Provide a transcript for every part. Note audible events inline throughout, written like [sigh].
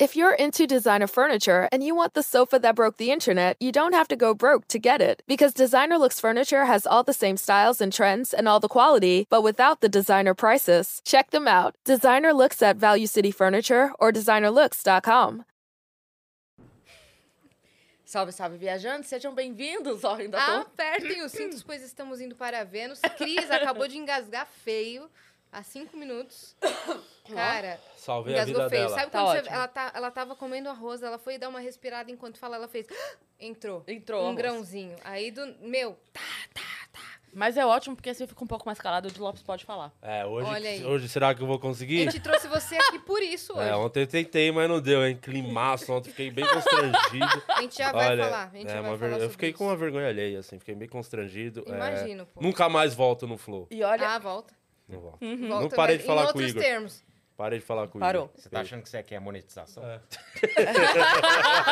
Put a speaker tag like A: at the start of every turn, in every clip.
A: If you're into designer furniture and you want the sofa that broke the internet, you don't have to go broke to get it. Because Designer Looks Furniture has all the same styles and trends and all the quality, but without the designer prices. Check them out. Designer Looks at Value City Furniture or designerlooks.com.
B: Salve, salve, viajantes, sejam bem-vindos. Ó, ainda
C: Tá
B: tô-
D: Apertem os cintos, pois estamos indo para Vênus. Cris acabou de engasgar feio há cinco
C: [coughs]
D: minutos. Cara,
C: Salvei a
D: engasgou
C: vida
D: feio.
C: dela.
D: Sabe
B: Tá
D: quando você,
B: ótimo.
D: ela, tá, ela tava comendo arroz, ela foi dar uma respirada enquanto fala, ela fez. [gasps] Entrou.
B: Entrou,
D: Um
B: arroz.
D: grãozinho. Aí do. Meu, tá,
B: Mas é ótimo porque assim fica um pouco mais calado, o de Lopes pode falar.
C: É,
D: Olha aí.
C: hoje, hoje será que eu vou
D: a
C: conseguir?
D: gente trouxe você aqui por isso hoje.
C: [laughs] É, ontem eu tentei, mas não deu, hein? Climaço, ontem fiquei bem constrangido.
D: [laughs] A gente já vai
C: um Olha,
D: falar. A gente
C: é
D: já vai
C: uma
D: falar
C: vergonha-
D: sobre
C: Eu fiquei
D: isso.
C: com uma vergonha alheia, assim, fiquei bem constrangido. é.
D: Imagino, pô.
C: Nunca mais volto no flow.
B: E olha,
D: Ah, volta.
C: Não volto.
D: volta
C: Não parei
D: mas
C: de falar
D: em
C: com o
D: outros
C: Igor.
D: termos.
C: Parei de falar com
B: Parou.
C: Igor.
E: Você tá achando que você quer monetização? [laughs]
C: É.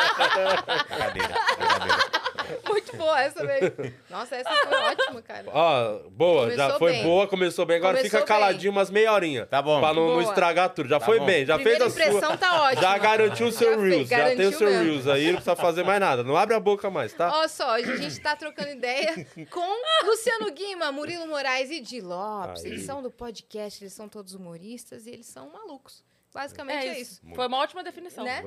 E: Brincadeira, brincadeira.
D: Muito boa essa daí. Nossa, essa foi ótima, cara.
C: Ó, boa, já
D: Começou
C: foi
D: bem.
C: boa, começou bem. Agora
D: Começou
C: fica caladinho umas meia horinha.
E: Tá bom.
C: Pra não, não
D: Boa.
C: estragar tudo. Já
E: Tá
C: foi
E: bom.
C: bem, já
D: Primeira
C: fez a sua.
D: impressão tá ótima.
C: Já garantiu o
D: Já
C: seu
D: fez,
C: Reels, já tem o
D: garantiu
C: seu
D: mesmo.
C: Reels aí, não precisa fazer mais nada. Não abre a boca mais, tá?
D: Ó, só, hoje a gente tá trocando ideia com Luciano Guima, Murilo Moraes e Di Lopes.
C: Aí.
D: Eles são do podcast, eles são todos humoristas e eles são malucos.
B: é,
D: Basicamente é,
B: isso.
D: isso.
B: Foi uma ótima definição.
D: Né?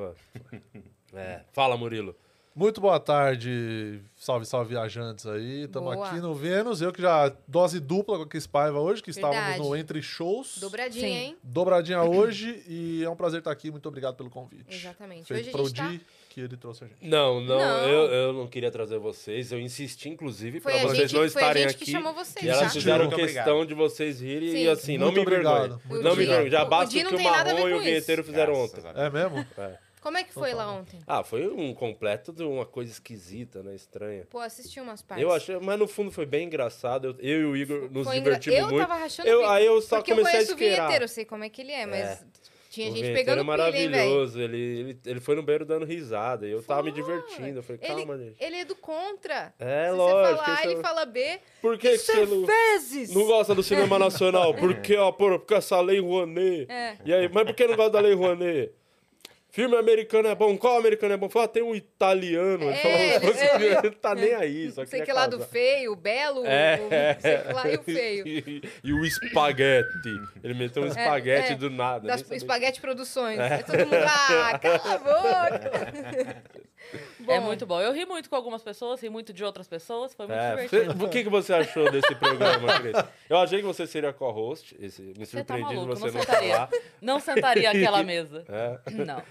C: É, fala, Murilo.
F: Muito boa tarde, salve, salve viajantes aí. Estamos
D: Boa.
F: aqui no Vênus. Eu que já dose dupla com a Cris Paiva hoje, que
D: Verdade.
F: estávamos no Entre Shows.
D: Dobradinha,
B: Sim.
D: hein?
F: Dobradinha hoje e é um prazer estar aqui. Muito obrigado pelo convite.
D: Exatamente.
F: Feito
D: Hoje a
F: pro
D: gente tá-
F: Di, que ele trouxe a gente.
C: Não, não,
D: Não.
C: Eu, eu não queria trazer vocês. Eu insisti, inclusive,
D: Foi
C: pra
D: a
C: vocês
D: gente,
C: não
D: foi a
C: estarem
D: gente
C: aqui.
D: que chamou
C: E
D: vocês,
C: elas
D: tá?
E: Insistiu.
C: fizeram
E: Muito
C: questão de vocês rirem
D: Sim.
C: e assim, não
F: Muito
C: me envergonhe.
F: obrigado.
D: O
C: Não
D: Di-
C: me envergonhe. Já
D: o
C: basta
D: Di
C: o
D: não
C: que o
D: tem nada a ver
C: Marrom e
D: com
C: o Vinheteiro fizeram
E: Graças
C: ontem.
E: a Deus.
F: É
D: [laughs]
F: mesmo?
D: Como é que foi lá ontem?
C: Ah, foi um completo de uma coisa esquisita, né? Estranha.
D: Pô, assisti umas partes.
C: Eu achei, mas no fundo foi bem engraçado. Eu, eu e o Igor nos
D: Foi engra-
C: divertimos
D: eu
C: muito.
D: tava rachando
C: Eu-
D: o bico,
C: aí eu só
D: Porque eu
C: comecei a
D: conheço o
C: esqueirar.
D: vinheteiro, eu sei como é que ele é, mas tinha
C: O
D: gente
C: vinheteiro
D: pegando
C: é
D: pilha, hein, velho?
C: maravilhoso. ele, ele, ele foi no banheiro dando risada. E eu tava me
D: Foi.
C: divertindo. Eu falei, calma,
D: Ele,
C: gente.
D: ele é do contra.
C: É,
D: Se
C: lógico,
D: você fala A,
C: esse é
D: ele
C: o-
D: fala B.
C: Por que, que
B: Isso
C: você
B: é
C: não,
B: vezes!
C: não gosta
D: [laughs]
C: do
D: É.
C: cinema nacional? Por que, ó, por, porque essa Lei Rouanet? E aí, mas por que não gosta da Lei Rouanet? Filme americano é bom. Qual americano é bom? Fala, ah, tem um italiano. Ele
D: É,
C: falou, um
D: ele-
C: "Você não tá nem aí. Só
D: Não sei
C: queria
D: que lá do
C: casar."
D: feio, o belo,
C: É.
D: o, o- sei que
C: [laughs]
D: lá e o feio.
C: E, e o espaguete. Ele meteu um espaguete
D: é.
C: do nada.
D: Das
C: nem sabia.
D: Espaguete Produções. É todo mundo, ah, cala
B: [laughs]
D: a boca.
B: É muito bom. Eu ri muito com algumas pessoas, ri muito de outras pessoas, foi muito
C: É,
B: divertido.
C: você- o que, que você achou desse programa, Cris? Eu achei que você seria co-host. esse- Me
B: Você tá
C: surpreendi de
B: maluco,
C: você
B: não
C: não estar
B: sentaria.
C: lá.
B: Não sentaria
C: [laughs]
B: aquela mesa.
C: É.
B: Não.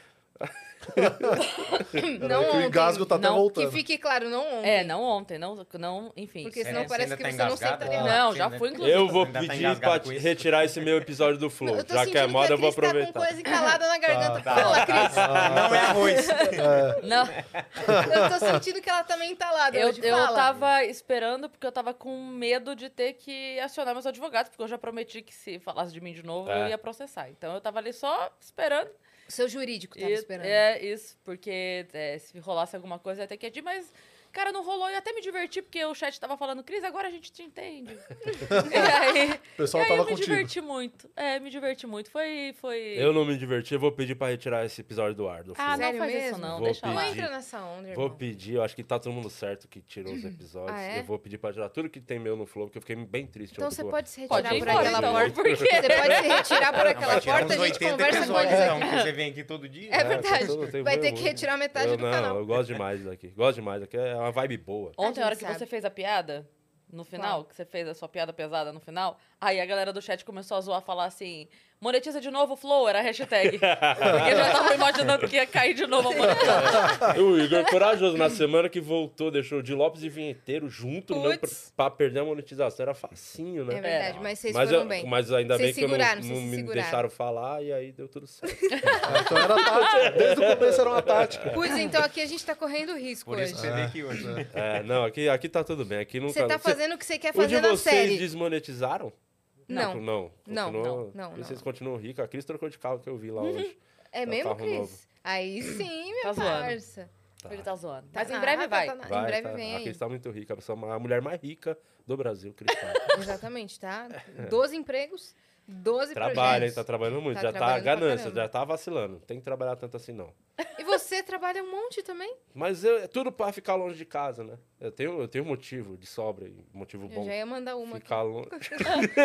D: Não
F: que o
D: ontem.
F: engasgo tá até
B: Não,
F: voltando.
D: Que fique claro, não ontem.
B: É, não ontem, não, não enfim.
D: Porque
B: é.
D: senão parece
E: tá
D: que você não sentaria.
B: Não, já
C: né?
B: fui, inclusive.
C: Eu vou
E: Ainda tá
C: pedir
E: engasgado
C: pra
E: com isso.
C: retirar esse meu episódio do Flow.
D: Eu tô
C: Já
D: sentindo
C: que é moda,
D: a
C: eu vou
D: Cris tá
C: aproveitar.
D: com coisa encalada na garganta.
E: Tá,
D: Fala, Cris.
F: Ah,
E: Não é
F: tá.
E: arroz.
B: Não,
D: Eu tô sentindo que ela também tá entalada
B: eu,
D: hoje.
B: eu
D: Fala.
B: tava esperando porque eu tava com medo de ter que acionar meus advogados, porque eu já prometi que se falasse de mim de novo,
C: É.
B: eu ia processar. Então eu tava ali só esperando.
D: Seu jurídico tava
B: E-
D: esperando. [laughs]
B: É, isso, porque é, se rolasse alguma coisa ia ter que agir, mas, cara, não rolou. E até me diverti, porque o chat tava falando, Cris, agora a gente te entende.
D: [laughs]
B: e
D: Então,
B: aí,
F: O pessoal
B: e aí eu
F: tava
B: me
F: contigo.
B: diverti muito. É, me diverti muito. Foi. foi...
C: Eu não me diverti, eu vou pedir pra retirar esse episódio do ar do Flow.
B: Ah, não
D: Sério
B: faz
D: mesmo?
B: isso, não.
C: Vou
B: Deixa
D: Não
B: lá.
C: pedir.
D: entra nessa onda, irmão.
C: Vou pedir, eu acho que tá todo mundo certo que tirou os episódios.
D: Ah, é?
C: Eu vou pedir pra tirar tudo que tem meu no Flow, porque eu fiquei bem triste.
D: Então
C: ontem
D: você
C: com-
D: pode se
B: Pode
D: retirar
B: ir
D: por
B: embora,
D: aquela
B: então.
D: porta.
B: Por quê?
D: Você pode se retirar por
E: Não, vai
D: aquela
E: tirar
D: porta,
E: uns
D: a gente
E: 80
D: conversa
E: episódios,
D: coisas aqui.
E: então, que você vem aqui todo dia. né?
D: É
C: É,
D: verdade.
C: eu tenho
D: Vai ter
C: vergonha.
D: que retirar metade
C: eu,
D: do
C: não,
D: canal.
C: eu gosto demais daqui. Gosto demais daqui. É uma vibe boa.
B: Ontem,
D: A
B: a hora
D: gente
B: que você
D: sabe.
B: fez a piada, no final, que você fez a sua piada pesada no final, aí a galera do chat começou a zoar, falar assim, monetiza de novo o Flow, era a hashtag. Porque já tava imaginando que ia cair de novo a monetização.
C: O Igor corajoso na semana que voltou, deixou o de Lopes e Vinheteiro junto, não pra,
D: Putz.
C: pra perder a monetização. Era facinho, né?
D: É verdade, mas vocês
C: mas,
D: foram
C: eu-
D: bem.
C: mas ainda
D: Vocês
C: bem que eu
D: seguraram,
C: não,
D: vocês
C: não
D: se
C: me
D: seguraram.
C: deixaram falar e aí deu tudo certo.
F: Ah, então era tática. Desde o começo era uma tática.
C: [laughs]
D: Pois então, aqui a gente tá correndo risco
E: Por isso que
D: hoje.
E: você veio aqui hoje. né?
C: É, não, aqui, aqui tá tudo bem. Aqui nunca.
D: Você tá
C: Cê-
D: fazendo o que você quer
C: o de
D: fazer na
C: vocês
D: série.
C: desmonetizaram?
D: Não.
C: Não.
D: Não,
C: Continuou-
D: não, não,
C: E
D: não.
C: vocês continuam ricos. A Cris trocou de carro que eu vi lá hoje.
D: É
C: Tá
D: mesmo,
C: carro
D: Cris?
C: novo.
D: Aí sim,
B: Tá
D: minha
B: zoando.
D: parça.
B: Ele tá zoando.
D: Tá
B: Mas em
D: na
B: breve
D: rapa,
B: vai.
D: tá na-
C: Vai,
D: Em breve
C: tá.
D: vem
C: A
D: aí.
C: Cris tá muito
D: [laughs]
C: rica. A pessoa- a mulher mais rica do Brasil, Cris. Paiva.
D: Exatamente, tá? 12 empregos. 12
C: Trabalha, hein? Tá
D: projetos.
C: trabalhando muito.
D: Tá
C: já tá
D: trabalhando pra
C: ganância,
D: caramba.
C: já tá vacilando. Não tem que trabalhar tanto assim, não.
D: E você trabalha um monte também?
C: Mas eu- é tudo pra ficar longe de casa, né? Eu tenho, eu tenho motivo de sobra, e motivo
D: Eu
C: bom.
D: já ia mandar
C: [laughs]
D: uma aqui.
C: Ficar longe.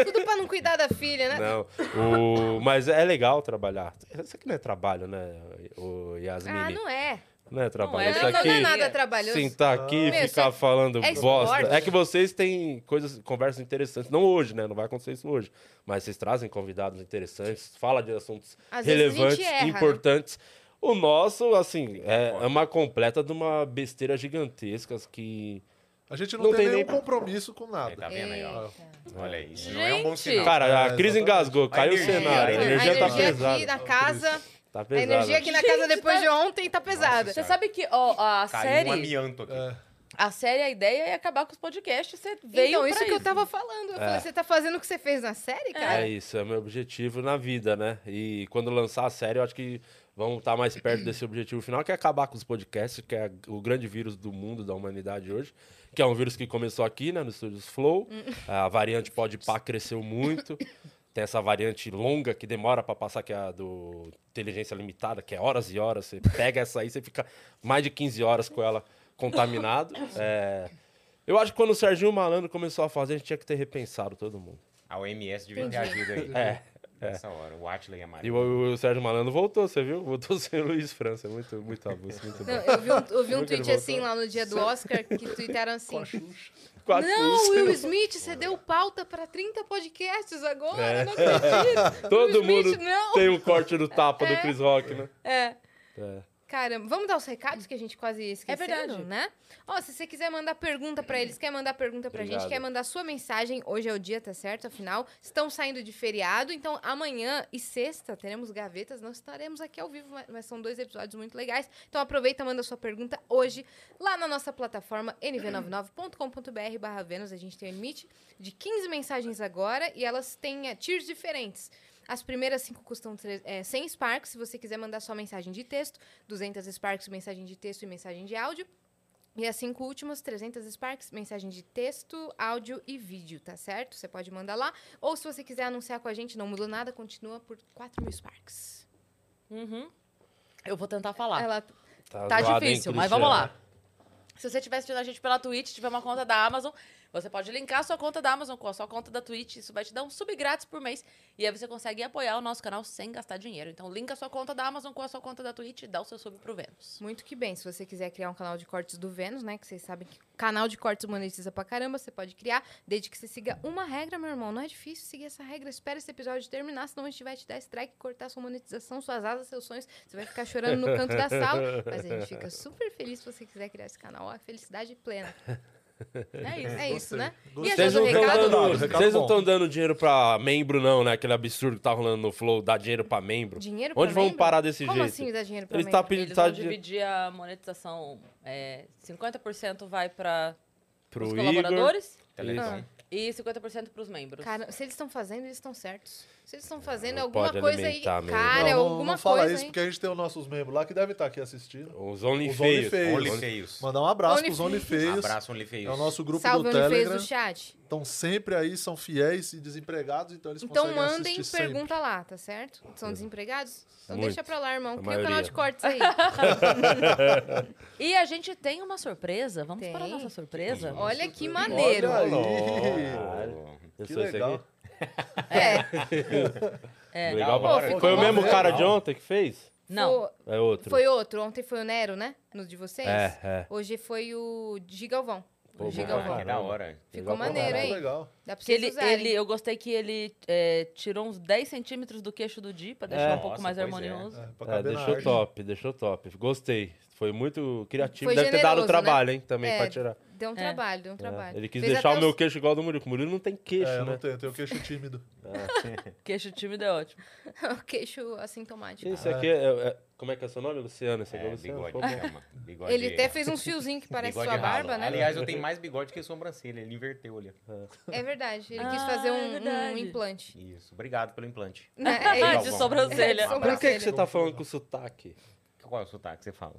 D: Tudo pra não cuidar da filha, né?
C: [laughs] Não. O... Mas é legal trabalhar. Isso aqui não é trabalho, né, o Yasmini?
D: Ah,
C: não...
D: não é.
C: é trabalho.
B: Não é,
C: Isso
D: não, não
C: aqui,
D: é nada trabalhoso.
C: sentar aqui e
D: Meu, isso
C: ficar
D: é-
C: falando
D: é
C: bosta.
D: esporte.
C: É que vocês têm coisas, conversas interessantes. Não hoje, né? Não vai acontecer isso hoje. Mas vocês trazem convidados interessantes, fala de assuntos
D: Às vezes a gente
C: relevantes,
D: erra, né?
C: importantes. O nosso, assim, é,
E: concordo.
C: é uma completa de uma besteira gigantesca que...
F: A gente não,
C: Não tem
F: tem, nenhum
C: nem-
F: compromisso com nada.
E: Aí, tá vendo aí, ó? Olha aí, isso não é um
B: Gente!
E: bom sinal.
C: Cara, a
F: É,
C: crise
F: exatamente.
C: engasgou,
E: A
C: caiu o
E: energia,
C: cenário. A
E: né?
C: energia,
D: É, a
C: tá
D: energia
C: pesada.
D: aqui na casa,
C: Tá
D: a
C: pesada.
D: energia aqui na casa
B: Gente,
D: depois
B: tá-
D: de ontem tá pesada.
E: Nossa
B: Você sabe que ó, a
E: Caiu um
B: série.
E: amianto aqui.
F: É.
B: a série, a ideia é acabar com os podcasts. Você veio.
D: Então,
B: pra
D: isso que eu tava falando. Eu falei, você tá fazendo o que você fez na série, cara?
C: É isso, é meu objetivo na vida, né? E quando lançar a série, eu acho que vamos estar mais perto desse objetivo final, que é acabar com os podcasts, que é o grande vírus do mundo, da humanidade hoje, que é um vírus que começou aqui, né, nos estúdios Flow. A variante Podpah cresceu muito. Tem essa variante longa que demora pra passar, que é a do inteligência limitada, que é horas e horas. Você pega essa aí, você fica mais de 15 horas com ela contaminado. É, Eu acho que quando o Serginho Malandro começou a fazer, a gente tinha que ter repensado todo mundo.
E: A OMS devia ter agido aí.
C: É,
E: Nessa hora. O Atley é
C: E
E: marido.
C: o, o Sérgio Malandro voltou, você viu? Voltou [laughs] sem o Luiz França. é Muito, muito abuso, muito
D: Não,
C: bom.
D: eu vi um, eu vi um
C: Nunca
D: tweet
C: ele
D: assim lá no dia do Oscar que tweetaram assim.
C: Quatro
D: Não,
C: anos.
D: Will Smith, você deu pauta pra 30 podcasts agora, eu não acredito.
C: É. [laughs] Todo
D: Will
C: mundo
D: Smith,
C: [laughs]
D: não.
C: tem um corte no tapa
D: É.
C: do Chris Rock, né?
D: É.
C: É.
D: Caramba, vamos dar os recados que a gente quase esqueceu,
B: verdade.
D: né? Ó, se você quiser mandar pergunta pra eles, quer mandar pergunta pra gente,
C: Obrigado.
D: quer mandar sua mensagem, hoje é o dia, tá certo? Afinal, estão saindo de feriado, então amanhã e sexta teremos gavetas, não estaremos aqui ao vivo, mas- mas são dois episódios muito legais. Então aproveita, manda sua pergunta hoje lá na nossa plataforma nv99.com.br barra Vênus, a gente tem um limite de 15 mensagens agora e elas têm eh, tiers diferentes. As primeiras cinco custam tre- eh, 100 Sparks. Se você quiser mandar só mensagem de texto, 200 Sparks, mensagem de texto e mensagem de áudio. E as cinco últimas, 300 Sparks, mensagem de texto, áudio e vídeo, tá certo? Você pode mandar lá. Ou se você quiser anunciar com a gente, não mudou nada, continua por 4 mil Sparks.
B: Uhum. Eu vou tentar falar.
D: Ela
B: Tá
C: zoado, hein,
B: difícil, mas
C: Cristiano?
B: vamos lá. Se você estiver assistindo a gente pela Twitch, tiver uma conta da Amazon, você pode linkar a sua conta da Amazon com a sua conta da Twitch. Isso vai te dar um sub grátis por mês. E aí você consegue apoiar o nosso canal sem gastar dinheiro. Então, linka a sua conta da Amazon com a sua conta da Twitch e dá o seu sub pro Vênus.
D: Muito que bem. Se você quiser criar um canal de cortes do Vênus, né? Que vocês sabem que canal de cortes monetiza pra caramba, você pode criar, desde que você siga uma regra, meu irmão. Não é difícil seguir essa regra. Espera esse episódio terminar, senão a gente vai te dar strike, cortar sua monetização, suas asas, seus sonhos. Você vai ficar chorando no canto da sala. Mas a gente fica super feliz se você quiser criar esse canal. Ó, felicidade plena.
B: É isso.
D: É isso, né?
F: Gostei.
D: E a
C: Vocês
D: gente
C: não
D: do
C: estão
D: recado?
C: dando,
F: um Recado
C: vocês não
F: bom.
C: tão dando dinheiro pra membro, não, né? Aquele absurdo que tá rolando no Flow, dar dinheiro pra membro.
D: Dinheiro pra
C: Onde vamos
D: membro?
C: parar desse
D: Como
C: jeito?
D: assim dá dinheiro pra
C: Ele
D: membro?
C: tá pedindo
B: Eles
C: tá
B: vão
C: de-
B: dividir a monetização. é, 50% vai para os
C: pro Igor.
B: colaboradores
E: Televisão.
B: e 50% para os membros.
D: Cara, se eles estão fazendo, eles estão certos. Se eles estão fazendo
C: Não
D: alguma
C: pode
D: coisa aí.
C: alimentar mesmo.
F: Não,
D: Cara,
F: não,
D: alguma
F: não fala
D: coisa
F: isso,
D: aí.
F: porque a gente tem os nossos membros lá que devem estar aqui assistindo.
C: Os Only
F: Os
C: Feios.
F: Only
E: Only
C: Only-
E: Feios.
F: Mandar um abraço pros
D: Only
F: Only Feios.
E: Abraço, Only Feios.
F: É o nosso grupo
D: Salve,
F: do
D: Onlyfans
F: Telegram.
D: do chat.
F: Estão sempre aí, são fiéis e desempregados, então eles
D: Então
F: conseguem
D: mandem
F: assistir sempre.
D: pergunta lá, tá certo? São desempregados? Então
C: Uhum. Muito.
D: deixa pra lá, irmão.
C: A
D: Cria o canal
C: maioria.
D: de cortes
C: [laughs]
D: aí.
B: E a gente tem uma surpresa. Vamos
D: Tem.
B: para a nossa surpresa?
D: Olha que maneiro.
F: Olha aí.
C: Eu
F: Que
C: sou esse
F: legal.
C: aqui.
D: É,
B: É.
C: Legal,
D: Pô,
C: pra-
D: ficou
C: Foi o
D: bom,
C: mesmo
E: né?
C: cara de
E: Legal.
C: ontem que fez?
B: Não.
C: É
D: foi,
C: outro.
D: foi outro. Ontem foi o Nero, né? No de vocês.
C: É, é.
D: Hoje foi o Gigalvão. O
C: Pô, bom
E: Ah,
D: Gigalvão.
E: que da hora.
D: Ficou
C: Legal pra
D: maneiro,
C: caralho.
F: Que
D: hein?
F: legal.
D: Dá pra
B: Que
D: vocês
B: ele,
D: usarem.
B: ele- eu gostei que ele é, tirou uns 10 centímetros do queixo do Di pra deixar
C: É.
B: um pouco
E: Nossa,
B: mais
E: pois é.
B: harmonioso.
F: É, pra
C: É,
F: caber na
C: deixou
F: arte.
C: top, deixou top. Gostei. Foi muito criativo.
D: Foi
C: Deve ter dado
D: generoso,
C: trabalho, hein? Também
D: É,
C: pra tirar.
D: Deu um trabalho, deu um trabalho.
C: É. Ele quis
D: Fez
C: deixar
D: até
C: o meu
D: os-
C: queixo igual ao do Murilo. O Murilo não tem queixo,
F: É, eu
C: né?
F: não tenho, eu tenho queixo tímido.
B: Queixo tímido é ótimo.
D: [laughs] o queixo assintomático.
C: Isso aqui é, é- Como é que é seu nome, Luciano? Esse aqui é,
E: É,
C: Luciano.
E: bigode,
D: [laughs]
C: Ficou bom.
E: chama. Bigode- é.
D: Ele até fez uns fiozinhos que parece
E: bigode
D: sua
E: ralo.
D: barba, né?
E: Aliás, eu tenho mais bigode que sobrancelha. Ele inverteu ali.
D: É verdade. Ele quis
B: Ah,
D: fazer
B: é
D: um- um,
B: verdade.
D: [laughs] implante.
E: Isso. Obrigado pelo implante.
D: Né? É
E: Legal,
B: Tá, de
E: bom.
B: sobrancelha.
D: É, de
E: [laughs]
C: Por que, que você
D: Marcelo.
C: tá falando com sotaque?
E: Qual é o sotaque que você fala?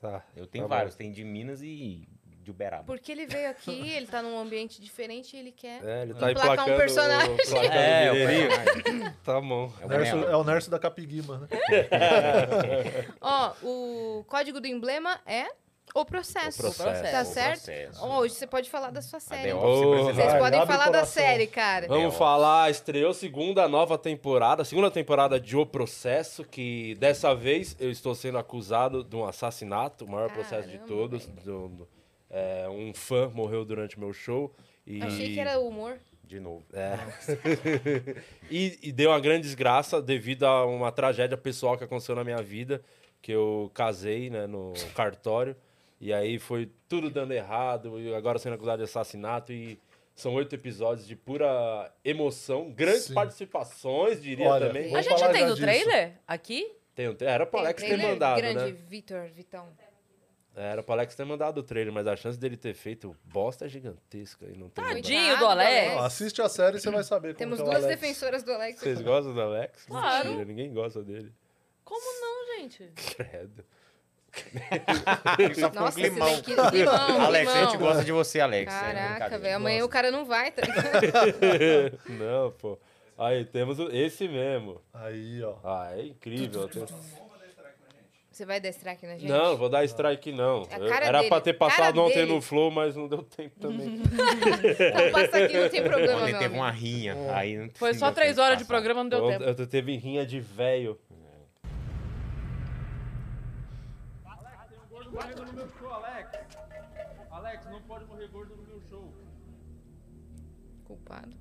C: Tá.
E: Eu tenho
C: tá bom.
E: vários. Tem de Minas e de Uberaba.
D: Porque ele veio aqui, ele tá num ambiente diferente e ele quer.
C: É, ele tá
D: Emplacar um
C: emplacando
D: personagem.
C: o- emplacando
E: É,
C: o
E: o
C: Mineirinho.
E: personagem.
C: Tá bom.
E: É o
F: Nerso-
E: Manel.
F: é o Nerso da Capiguima, né?
D: Ó, o código do emblema é o processo.
C: O processo.
D: Tá
E: O
D: certo?
E: processo.
D: Ó, hoje você pode falar da sua série.
E: The
C: ó.
E: Office
C: Porra.
E: brasileiro.
D: Vocês
F: Vai,
D: podem
F: abre o
D: falar da
F: coração.
D: série, cara.
E: É, ó.
C: Vamos falar, estreou segunda nova temporada, segunda temporada de O Processo, que dessa vez eu estou sendo acusado de um assassinato, o maior processo de
D: Caramba,
C: todos. do- do- é, um fã morreu durante meu show e,
D: Achei que era humor.
E: De novo. [laughs]
C: [laughs] e, e deu uma grande desgraça devido a uma tragédia pessoal que aconteceu na minha vida, que eu casei né, no cartório e aí foi tudo dando errado e agora sendo acusado de assassinato e são oito episódios de pura emoção, grandes
F: Sim.
C: participações, diria
F: Olha,
C: também.
B: A
F: Vamos
B: gente
F: falar
B: tem
F: já
B: no
F: disso.
B: trailer? Aqui?
C: Tem um tra- era pro
D: Tem
C: Alex ter
D: trailer
C: mandado,
D: grande,
C: né?
D: Vitor, Vitão.
C: Era pro Alex ter mandado o trailer, mas a chance dele ter feito bosta é gigantesca e não tem mandado.
B: Tadinho
D: Coitado
B: do
D: do
B: Alex.
D: Alex.
F: Ó, assiste a série e você vai saber como
D: É. Temos
F: que é o
D: duas
F: Alex.
D: defensoras do Alex.
C: Vocês gostam do Alex?
B: Claro.
C: Mentira, ninguém gosta dele.
B: Como não, gente?
C: Credo.
E: Só ficou um
D: Nossa, esse
E: climão.
D: daqui... Limão,
E: Alex, a
D: limão.
E: gente gosta de você, Alex. É
D: Caraca,
E: brincadeira.
D: velho. Amanhã o cara não vai, tá ligado?
C: [laughs] não, pô. Aí, temos o- esse mesmo.
F: Aí, ó.
C: Ah, é incrível. Tem-
D: [laughs] Você vai dar strike na gente?
C: Não, vou dar strike não.
D: É a
C: Eu-
D: cara
C: Era
D: dele,
C: pra ter
D: cara
C: passado ontem
D: dele.
C: no Flow, mas não
D: [laughs]
C: deu tempo também.
D: Então passa aqui, não tem problema,
E: Ontem
D: meu
E: teve
D: amigo.
E: uma rinha. Aí não
B: Foi
E: não
B: só
E: deu
B: três
E: tempo
B: horas de
E: passar.
B: programa, não deu
C: eu,
B: tempo.
C: eu teve rinha de véio.
G: Tem um gordo morrendo no meu show, Alex. Alex, não pode morrer gordo no meu show.
D: Culpado.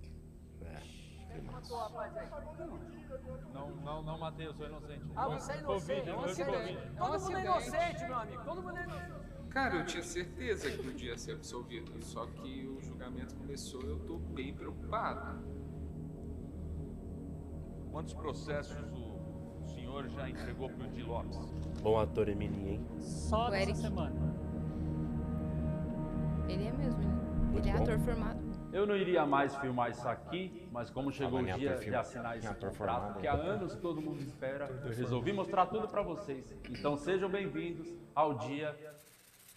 G: Não, não, não matei, eu sou inocente.
H: Ah, você é inocente.
G: Covid,
H: é um
G: dois
H: acidente.
G: Covid.
H: Todo mundo é inocente, meu amigo. Todo mundo é inocente.
I: Cara, eu tinha certeza que um dia ia ser absolvido, só que o julgamento começou e eu tô bem preocupado.
G: Quantos processos o senhor já entregou pro Di Lopes?
C: Bom ator Emily, hein?
H: Só
D: O dessa Eric.
H: semana.
D: Ele é mesmo, né? Ele é ator formado.
G: Eu não iria mais filmar isso aqui, mas como chegou
E: Tava
G: o
E: nem
G: dia
E: ator
G: de
E: filma-
G: assinar esse
E: nem ator
G: contrato
I: Ah,
E: formado.
G: que há anos todo mundo espera, resolvi mostrar tudo pra vocês. Então sejam bem-vindos ao dia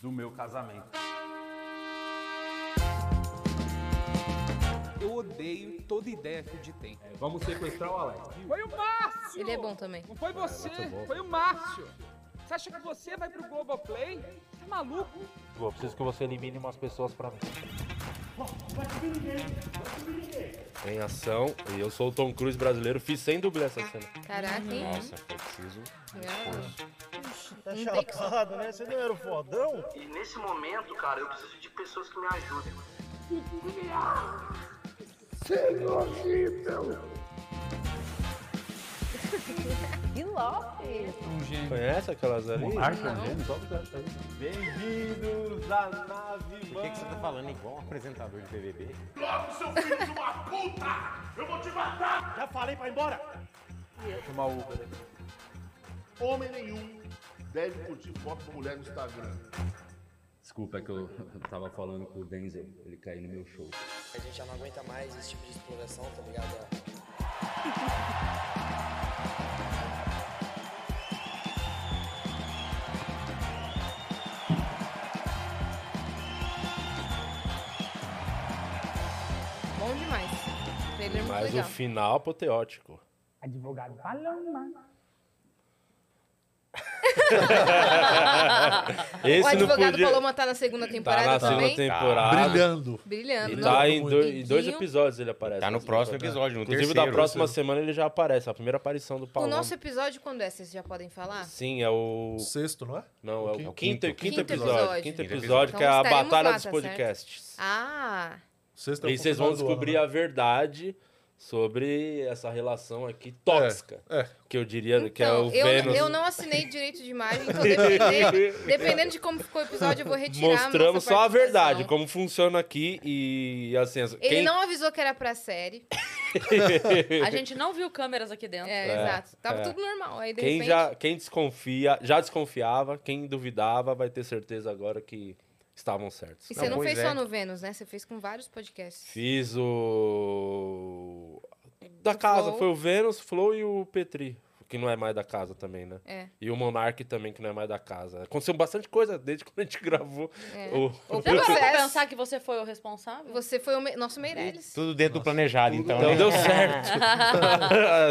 G: do meu casamento.
I: Eu odeio toda ideia que o Di tem.
G: Vamos sequestrar o Alex.
I: Foi o Márcio!
D: Ele é bom também.
I: Não foi você, foi o Márcio! Você acha que você vai pro Globoplay? Tá maluco?
C: Bom, preciso que você elimine umas pessoas pra mim. Em ação, e eu sou o Tom Cruise brasileiro, fiz sem dublê essa cena.
D: Caraca, hein?
E: Nossa, foi preciso.
D: Ah,
J: Tá chapado, né? Você não era o fodão?
H: E nesse momento, cara, eu preciso de pessoas que me ajudem.
C: Conhece aquelas ali?
G: né? Bem-vindos à nave
E: Por que, que você tá falando igual um apresentador de BBB?
J: Já falei pra ir embora!
G: Chamar o Uber.
J: Homem nenhum deve curtir foto com mulher no Instagram.
G: Desculpa, é que eu [laughs] tava falando com o Denzel, ele caiu no meu show.
H: A gente já não aguenta mais esse tipo de exploração, tá ligado?
D: Bom demais. Trailer muito
C: Mas o
D: legal.
C: final apoteótico.
H: Advogado Paloma.
D: O
C: Esse não
D: advogado
C: podia...
D: Paloma tá na segunda
C: Tá
D: temporada
C: na
D: também.
C: segunda
G: Tá.
C: temporada.
F: Brilhando.
D: Brilhando.
C: E
D: não?
C: tá em,
F: muito.
C: dois- em dois
D: Guinho.
C: episódios ele aparece. assim, é.
E: Tá no próximo episódio, no
C: Inclusive,
E: terceiro.
C: da próxima
E: terceiro.
C: semana ele já aparece, a primeira aparição do
D: O
C: Paloma.
D: nosso episódio quando é? Vocês já podem falar?
C: Sim, é o...
F: O sexto, não é?
C: Não, é o
F: quinto.
C: quinto, quinto,
D: Quinto
C: episódio.
D: episódio.
C: Quinto
E: Quinto
C: episódio,
D: episódio.
C: que é a
D: Então estaremos
C: Batalha
D: lá,
C: dos
D: tá certo?
C: Podcasts.
D: Ah,
F: O sexto é o
C: E vocês vão
F: final do ano,
C: descobrir
F: né?
C: a verdade sobre essa relação aqui tóxica.
F: É, é.
C: Que eu diria que é
D: então,
C: o
D: eu,
C: Vênus.
D: eu não assinei direito de imagem, então dependendo, dependendo de como ficou o episódio, eu vou retirar a
C: Mostramos
D: nossa
C: só a verdade,
D: participação.
C: como funciona aqui e assim. as-
D: Ele
C: quem-
D: não avisou que era pra série.
B: A gente não viu câmeras aqui dentro.
D: É, exato. Tava
C: é.
D: tudo normal. Aí, de
C: quem
D: repente,
C: já, quem desconfia, já desconfiava, quem duvidava, vai ter certeza agora que estavam certos.
D: E você não,
E: pois
D: fez
E: é.
D: só no Vênus, né? Você fez com vários podcasts.
C: Fiz o. Da
D: Do
C: casa,
D: Flow.
C: foi o Vênus, Flow e o Petri. que não é mais da casa também, né?
D: É.
C: E o Monark também, que não é mais da casa. Aconteceu bastante coisa desde quando a gente [laughs] gravou
D: É.
C: o...
B: Já parou pra
D: Processo.
B: pensar que você foi o responsável?
D: Você foi o me- nosso Meirelles.
E: Tudo dentro do planejado, então.
C: Então
E: né?
C: deu
D: [laughs]
C: [laughs] certo.
B: [laughs]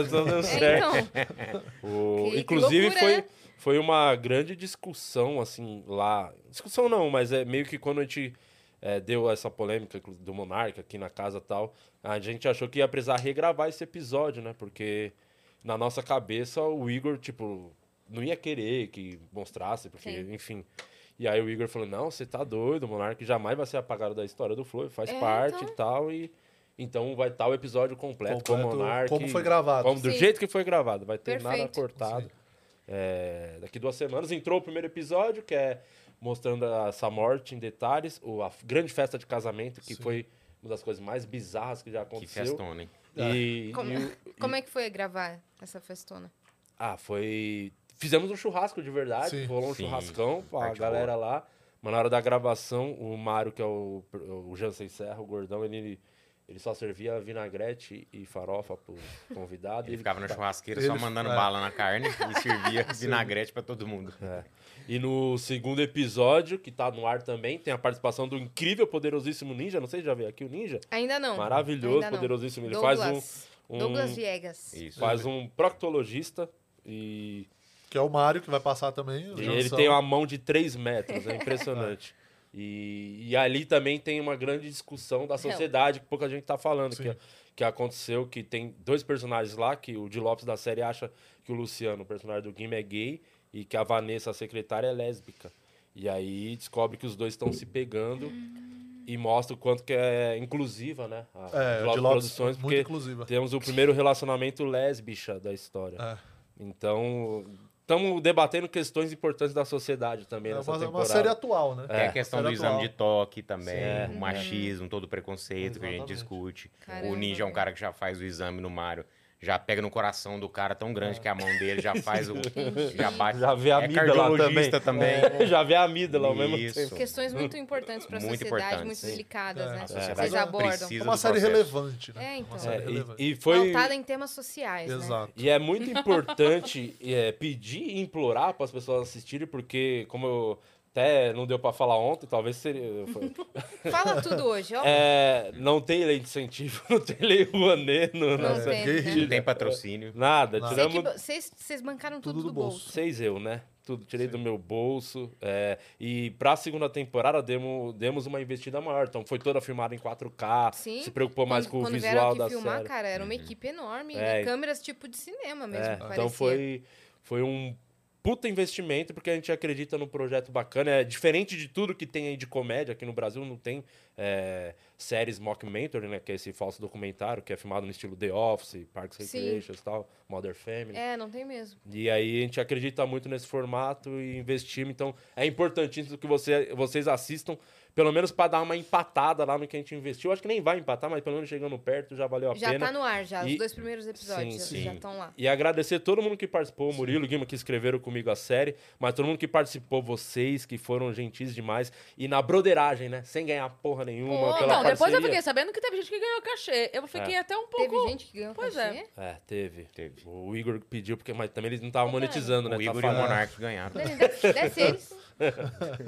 C: então deu
D: É,
C: certo.
D: então,
C: O-
D: Que-
C: inclusive,
D: que loucura,
C: foi,
D: né?
C: foi uma grande discussão, assim, lá. Discussão não, mas é meio que quando a gente é, deu essa polêmica inclu- do Monarca aqui na casa e tal, a gente achou que ia precisar regravar esse episódio, né? Porque na nossa cabeça o Igor, tipo, não ia querer que mostrasse, porque,
B: Sim.
C: enfim. E aí o Igor falou, não, você tá doido, o Monarca jamais vai ser apagado da história do Flow, faz
D: É,
C: parte
D: então.
C: e tal, e... Então vai estar o episódio completo, com o
F: Completo,
C: Monark.
F: como foi gravado.
C: né? como- do
D: Sim.
C: jeito que foi gravado, vai ter nada
D: Perfeito.
C: cortado. É, daqui duas semanas entrou o primeiro episódio, que é mostrando essa morte em detalhes, o, a grande festa de casamento, que foi uma das coisas mais bizarras que já
E: Que
C: aconteceu.
E: festona, hein?
C: e,
D: Como-
C: e o-
D: como é que foi gravar essa festona?
C: ah, foi. Fizemos um churrasco de verdade,
F: Sim.
C: rolou um
E: Sim,
C: churrascão com a
E: parte
C: galera lá. Mas na hora da gravação, o Mário, que é o, o Jansen Serra, o gordão, ele, ele só servia vinagrete e farofa pro
E: [laughs]
C: convidado.
E: Ele ficava na churrasqueira
F: ele-
E: só mandando
F: é.
E: bala na carne e servia vinagrete pra todo mundo.
C: E no segundo episódio, que tá no ar também, tem a participação do incrível, poderosíssimo Ninja. Não sei se já veio aqui o Ninja.
D: Ainda não.
C: Maravilhoso,
D: Ainda não.
C: poderosíssimo. Ele faz
D: Douglas.
C: um. um
D: Douglas Viegas.
E: Isso.
C: Faz um proctologista e,
F: Que é o Mário, que vai passar também. o
C: e ele
F: Jansão.
C: tem uma mão de 3 metros, é
F: [laughs]
C: impressionante. E, e ali também tem uma grande discussão da sociedade que pouca gente tá falando, que,
F: É. Sim.
C: que aconteceu, que tem dois personagens lá, que o de Lopes da série acha que o Luciano, o personagem do Guim, é gay e que a Vanessa, a secretária, é lésbica. E aí descobre que os dois estão se pegando e mostra o quanto que é inclusiva, né? A
F: Hum. É,
C: de
F: o de
C: Lopes
F: Lopes,
C: Produções,
F: muito
C: porque
F: inclusiva.
C: temos o primeiro relacionamento lésbicha da história.
F: É.
C: Então, estamos debatendo questões importantes da sociedade também
F: É
C: nessa
F: uma, uma
C: temporada.
F: série atual, né?
D: É,
E: Tem É, a questão do
F: Era
E: exame
F: atual.
E: de toque também,
C: Sim.
E: o machismo, todo o preconceito que a gente
F: Exatamente.
E: discute.
D: Caramba,
E: o Ninja é um
D: velho.
E: cara que já faz o exame no Mario, já pega no coração do cara tão grande que a mão dele já faz o. já bate.
C: Ah, Já vê a
E: é
C: amígdala
E: cardiologista também.
C: né? [laughs] Já vê a amígdala ao mesmo
E: Isso.
C: tempo.
D: Questões muito importantes
C: [laughs]
D: para a
E: Muito
D: sociedade,
E: importantes,
D: muito
E: sim.
D: delicadas,
F: É.
D: né?
E: A
D: Vocês
E: sociedade
D: abordam.
E: precisa
F: É uma
E: do
F: série
E: processo.
F: relevante, né?
D: É, então.
F: Uma série
C: É,
F: relevante.
C: e, e foi...
D: Pautada em temas sociais, né?
F: Exato.
C: E é muito importante [laughs] é, pedir e implorar para as pessoas assistirem, porque como eu até não deu para falar ontem, talvez seria...
D: [laughs]
C: foi-
D: Fala tudo hoje, ó.
C: [laughs] É, não tem lei de incentivo, [laughs] não tem lei Rouanet,
D: Não
C: não, não-
D: tem, né?
E: Não tem patrocínio.
C: nada.
F: Não.
D: Sei
C: Tiramos
D: que bo- Vocês vocês bancaram tudo, do bolso.
C: Seis eu, né? Tudo, tirei do meu bolso. é, e pra segunda temporada demo, demos uma investida maior. Então foi toda filmada em 4K.
D: Sim,
C: Se preocupou mais
D: quando,
C: com o
D: quando
C: visual
D: vieram
C: da
D: aqui filmar,
C: série.
D: cara, era uma equipe enorme.
C: É.
D: né? Câmeras tipo de cinema mesmo,
C: É,
D: que parecia.
C: então foi, foi um puta investimento, porque a gente acredita num projeto bacana. É diferente de tudo que tem aí de comédia. Aqui no Brasil não tem é, séries mockumentary, né? Que é esse falso documentário que é filmado no estilo The Office, Parks and
D: Sim.
C: Recreations e tal, Mother Family.
D: É, não tem mesmo.
C: E aí a gente acredita muito nesse formato e investimos. Então é importantíssimo que você- vocês assistam, pelo menos para dar uma empatada lá no que a gente investiu. Acho que nem vai empatar, mas pelo menos chegando perto já valeu a
D: Já
C: pena.
D: tá no ar, já.
C: E-
D: Os dois primeiros episódios
C: Sim,
D: já-
C: sim.
D: já estão lá.
C: E agradecer todo mundo que participou, o Murilo, o Guima, que escreveram comigo a série, mas todo mundo que participou, vocês que foram gentis demais. E na broderagem, né? Sem ganhar porra nenhuma.
B: Pô,
C: pela
B: não, depois eu
C: parceria.
B: fiquei sabendo que teve gente que ganhou cachê. Eu fiquei até um pouco.
D: Teve gente que ganhou
B: Pois
D: cachê?
C: É, teve.
E: Teve.
C: O Igor pediu, porque, mas também ele não tava monetizando, né?
E: O
C: Tá
E: Igor e o
C: falando.
E: Monark ganharam.
D: Dani, desce, desce
C: [laughs]
D: eles.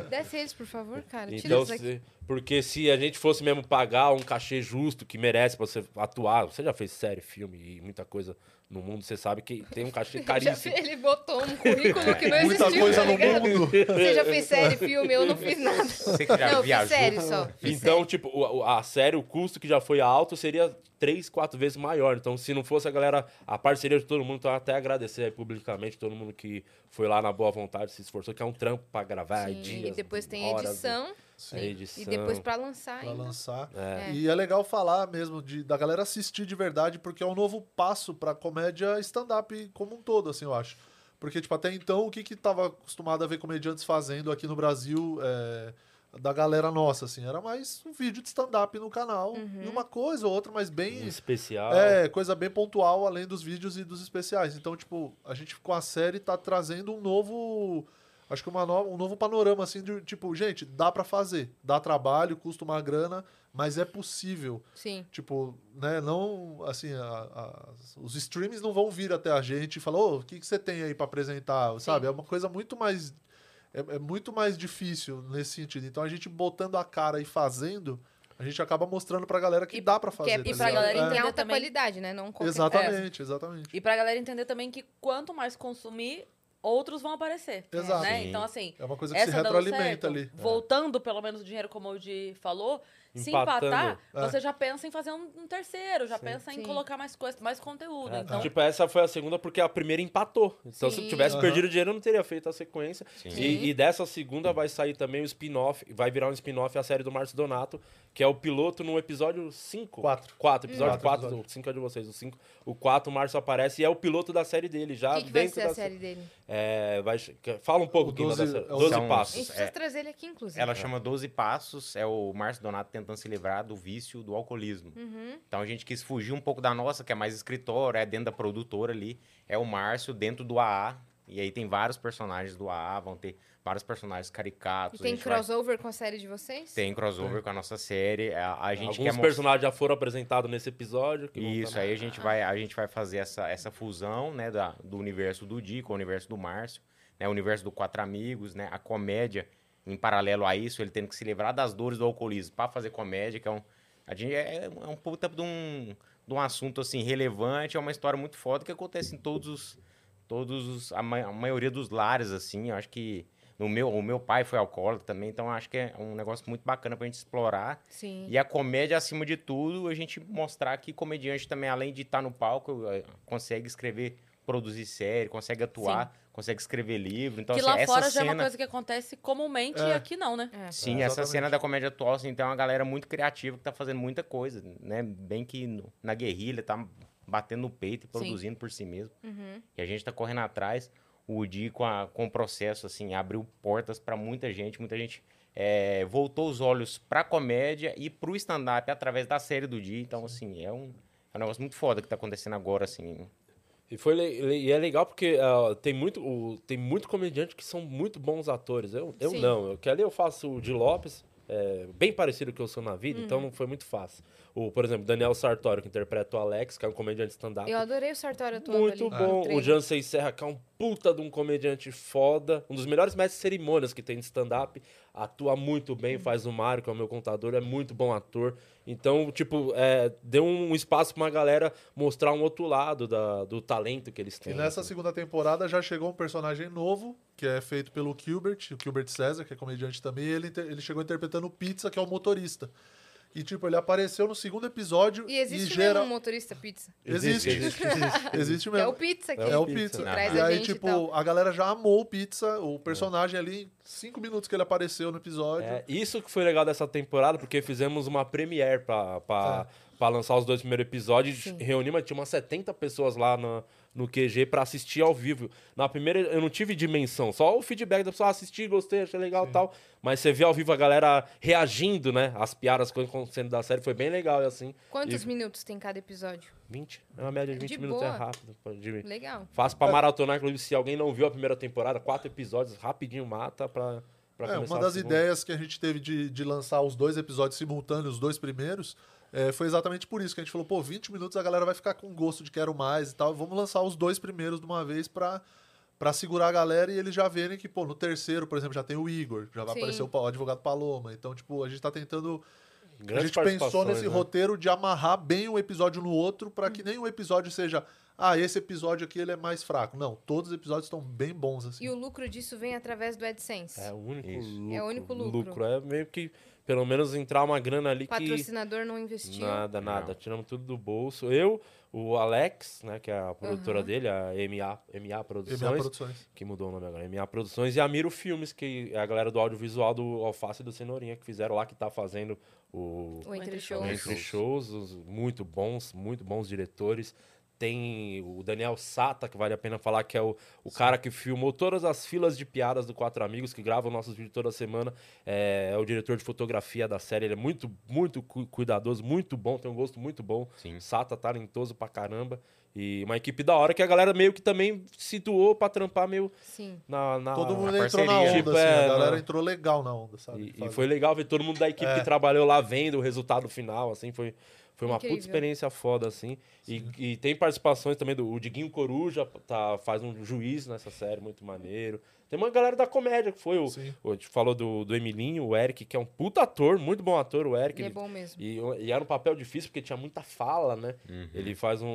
D: Desce eles, por favor, cara. Tira
C: Então,
D: eles daqui.
C: se- porque se a gente fosse mesmo pagar um cachê justo que merece pra você atuar, você já fez série, filme e muita coisa no mundo, você sabe que tem
D: [laughs]
C: um cachê
D: Já
C: caríssimo.
D: fez- ele botou um currículo que não existiu,
F: Muita coisa
D: tá
F: no
D: ligado?
F: mundo.
D: Você já fez série, filme, eu não fiz nada.
E: Você que já
D: não, eu fiz
E: viajou.
D: série só. Fiz
C: Então, tipo, o- o- a série, o custo que já foi alto seria três, quatro vezes maior. Então, se não fosse a galera, a parceria de todo mundo, então até agradecer aí publicamente todo mundo que foi lá na boa vontade, se esforçou, que é um trampo pra gravar, é
D: série. Sim,
C: dias,
D: e depois tem a
C: horas,
D: edição. né?
C: é edição.
D: E depois pra lançar
F: Pra
D: ainda.
F: lançar.
C: É.
F: E é legal falar mesmo de, da galera assistir de verdade, porque é um novo passo pra comédia stand-up como um todo, assim, eu acho. Porque, tipo, até então, o que que tava acostumado a ver comediantes fazendo aqui no Brasil é, da galera nossa, assim? Era mais um vídeo de stand-up no canal,
D: Uhum.
F: e uma coisa ou outra, mas bem...
C: Um especial.
F: É, coisa bem pontual, além dos vídeos e dos especiais. Então, tipo, a gente com a série tá trazendo um novo. Acho que uma nova, um novo panorama, assim, de tipo, gente, dá pra fazer. Dá trabalho, custa uma grana, mas é possível.
D: Sim.
F: Tipo, né, não, assim, a- a- os streams não vão vir até a gente e falar, ô, o que, que você tem aí pra apresentar, sabe? É uma coisa muito mais, é, é muito mais difícil nesse sentido. Então, a gente botando a cara e fazendo, a gente acaba mostrando pra galera que dá pra
D: é
F: fazer.
B: e
F: tá
B: pra
F: ligado?
B: galera
D: Em
B: entender
D: alta
B: também.
D: qualidade, né? Não qualquer
F: Exatamente, exatamente.
B: E pra galera entender também que quanto mais consumir, outros vão aparecer.
F: Exato.
B: Né?
F: Sim.
B: Então, assim.
F: É uma coisa que se
B: essa dando
F: retroalimenta
B: certo,
F: ali. É.
B: Voltando, pelo menos, o dinheiro, como o Di falou, se
C: Empatando.
B: empatar,
C: É.
B: você já pensa em fazer um, um terceiro, já
C: Sim.
B: pensa em
D: Sim.
B: colocar mais coisa, mais
E: Ah,
B: conteúdo.
E: tá.
C: É,
B: Então,
C: Tipo, essa foi a segunda porque a primeira empatou. Então,
B: Sim.
C: se tivesse
F: Aham.
C: perdido o dinheiro, eu não teria feito a sequência.
E: Sim.
C: E, e dessa segunda vai sair também o spin-off, vai virar um spin-off a série do Márcio Donato, que é o piloto no episódio 5.
F: Quatro.
C: 4, episódio
F: Quatro
C: 4,
F: episódios.
C: o 5 é de vocês, o 5. O 4, o Márcio aparece e é o piloto da série dele,
D: É.
C: já
D: O que, que vai
C: dentro
D: ser a
C: da
D: série dele?
C: É, vai, fala um pouco,
F: O
C: Guima,
F: 12
C: dessa-
F: é o
C: 12
E: São-
D: A
C: passos.
D: gente
E: É.
D: precisa trazer ele aqui, inclusive.
E: Ela chama 12 Passos, é o Márcio Donato tentando se livrar do vício do alcoolismo.
D: Uhum.
E: Então a gente quis fugir um pouco da nossa, que é mais escritora, é dentro da produtora ali. É o Márcio dentro do AA. E aí tem vários personagens do AA, vão ter vários personagens
D: E
E: caricatos. a
D: tem
E: gente vai-
D: crossover com a série de vocês?
E: Tem crossover com a nossa série. A, a gente
C: Alguns
E: quer mostrar-
C: personagens já foram apresentados nesse episódio. que vão
E: Isso,
C: tá-
E: aí a gente vai, a gente vai fazer essa, essa fusão, né, da, do universo do Di com o universo do Márcio, né, o universo do Quatro Amigos, né, a comédia em paralelo a isso, ele tendo que se livrar das dores do alcoolismo para fazer comédia, que é um a gente é, é um puta de um, de um assunto assim relevante, é uma história muito foda que acontece em todos os todos os, a, ma- a maioria dos lares assim, eu acho que no meu, o meu pai foi alcoólatra também, então eu acho que é um negócio muito bacana pra gente explorar
D: Sim.
E: e a comédia, acima de tudo, a gente mostrar que comediante também, além de estar no palco, eh, consegue escrever, produzir série, consegue atuar, consegue escrever livro. Então,
B: que
E: assim,
B: lá
E: essa
B: fora já
E: cena...
B: é uma coisa que acontece comumente e aqui não, né?
E: Sim, essa
F: É, exatamente.
E: cena da comédia atual, assim, tem uma galera muito criativa que tá fazendo muita coisa, né? Bem que no- na guerrilha, tá batendo no peito e produzindo por si mesmo.
D: Uhum.
E: E a gente tá correndo atrás. O Di com, a- com o processo, assim, abriu portas para muita gente. Muita gente eh, voltou os olhos pra comédia e pro stand-up através da série do Di. Então, assim, é um, é um negócio muito foda que tá acontecendo agora, assim.
C: E, foi le- le- e é legal porque ah, tem, muito, o- tem muito comediante que são muito bons atores. Eu, eu
D: Sim.
C: não. Eu, que ali eu faço o de Lopes, é, bem parecido com o que eu sou na vida,
D: Uhum.
C: então não foi muito fácil. O, por exemplo, Daniel Sartório, que interpreta o Alex, que é um comediante stand-up.
D: Eu adorei o Sartório atuando
C: Muito
D: ali. no
C: bom. O
D: trailer.
C: Jansen Serra, que é um puta de um comediante foda. Um dos melhores mestres de cerimônias que tem de stand-up. Atua muito
D: Uhum.
C: bem, faz o Mário, que é o meu contador, é muito bom ator. Então, tipo, é, deu um espaço pra uma galera mostrar um outro lado da- do talento que eles
F: E
C: têm.
F: nessa segunda temporada já chegou um personagem novo, que é feito pelo Gilbert, o Gilbert César, que é comediante também, e ele, inter- ele chegou interpretando o Pizza, que é o motorista. E, tipo, ele apareceu no segundo episódio
D: E existe
F: gera...
D: mesmo um motorista pizza.
F: Existe,
C: Existe,
F: existe, [laughs] existe
D: Que é o
F: mesmo.
D: pizza que,
F: É o
D: que
F: Pizza.
D: traz
F: E
D: a
F: aí,
D: gente então. e tal.
F: tipo, a galera já amou o Pizza, o personagem ali, em cinco minutos que ele apareceu no episódio.
C: É, isso que foi legal dessa temporada, porque fizemos uma premiere
D: Tá.
C: pra, pra, pra lançar os dois primeiros episódios. Reunimos, tinha umas 70 pessoas lá na- no QG pra assistir ao vivo. Na primeira eu não tive dimensão, só o feedback da pessoa, "Ah, assisti, gostei, achei legal e tal. Mas você vê ao vivo a galera reagindo, né? As piadas, as coisas acontecendo da série, foi bem legal, e assim.
D: Quantos
C: e-
D: minutos tem cada episódio?
C: 20? É uma média de
D: De
C: 20 minutos, é
D: boa. Tá.
C: rápido. De...
D: Legal.
C: Fácil pra maratonar, inclusive, se alguém não viu a primeira temporada, quatro episódios, rapidinho mata pra, pra
F: É,
C: começar
F: uma
C: a
F: das
C: segunda.
F: ideias que a gente teve de, de lançar os dois episódios simultâneos, os dois primeiros, é, foi exatamente por isso que a gente falou, pô, 20 minutos a galera vai ficar com gosto de quero mais e tal. Vamos lançar os dois primeiros de uma vez pra, pra segurar a galera e eles já verem que, pô, no terceiro, por exemplo, já tem o Igor, já vai
D: Sim.
F: aparecer o pa- o advogado Paloma. Então, tipo, a gente tá tentando.
C: Grandes
F: a gente pensou
C: participações,
F: nesse
C: né?
F: roteiro de amarrar bem um episódio no outro pra que nenhum episódio seja. Ah, esse episódio aqui ele é mais fraco. Não, todos os episódios estão bem bons, assim.
D: E o lucro disso vem através do AdSense.
C: É o único lucro.
D: É o único lucro.
C: É meio que, pelo menos, entrar uma grana ali que...
D: Patrocinador não investiu.
C: Nada, nada. Tiramos tudo do bolso. Eu, o Alex, né, que é a produtora
D: Aham.
C: dele, a MA, MA
F: MA
C: Produções,
F: Produções.
C: que mudou o nome agora, MA Produções, e a Miro Filmes, que é a galera do audiovisual do Alface e do Cenourinha, que fizeram lá, que tá fazendo o...
D: O Entre Shows.
C: Entre shows, os muito bons, muito bons diretores. Tem o Daniel Sata, que vale a pena falar, que é o, o cara que filmou todas as filas de piadas do Quatro Amigos, que grava nossos vídeos toda semana. É, é o diretor de fotografia da série. Ele é muito, muito cu- cuidadoso, muito bom, tem um gosto muito bom.
E: Sim.
C: Sata, talentoso pra caramba. E uma equipe da hora que a galera meio que também se doou pra trampar meio
D: Sim. é
C: na. na-
F: Todo mundo
E: Ah, a
F: entrou na onda,
E: parceria.
C: Tipo,
F: assim,
C: é,
F: a galera
C: na-
F: entrou legal na onda, sabe? É.
C: E, e foi legal ver todo mundo da equipe que trabalhou lá vendo o resultado final, assim, foi, foi uma
D: Incrível.
C: puta experiência foda, assim. E, e tem participações também do o Diguinho Coruja, tá, faz um juiz nessa série, muito maneiro. Tem uma galera da comédia, que foi o...
F: Sim.
C: o- A gente falou do, do Emilinho, o Eric, que é um puta ator, muito bom ator, o Eric.
D: Ele é
C: ele-
D: bom mesmo.
C: e, e era um papel difícil, porque tinha muita fala, né? Ele faz um,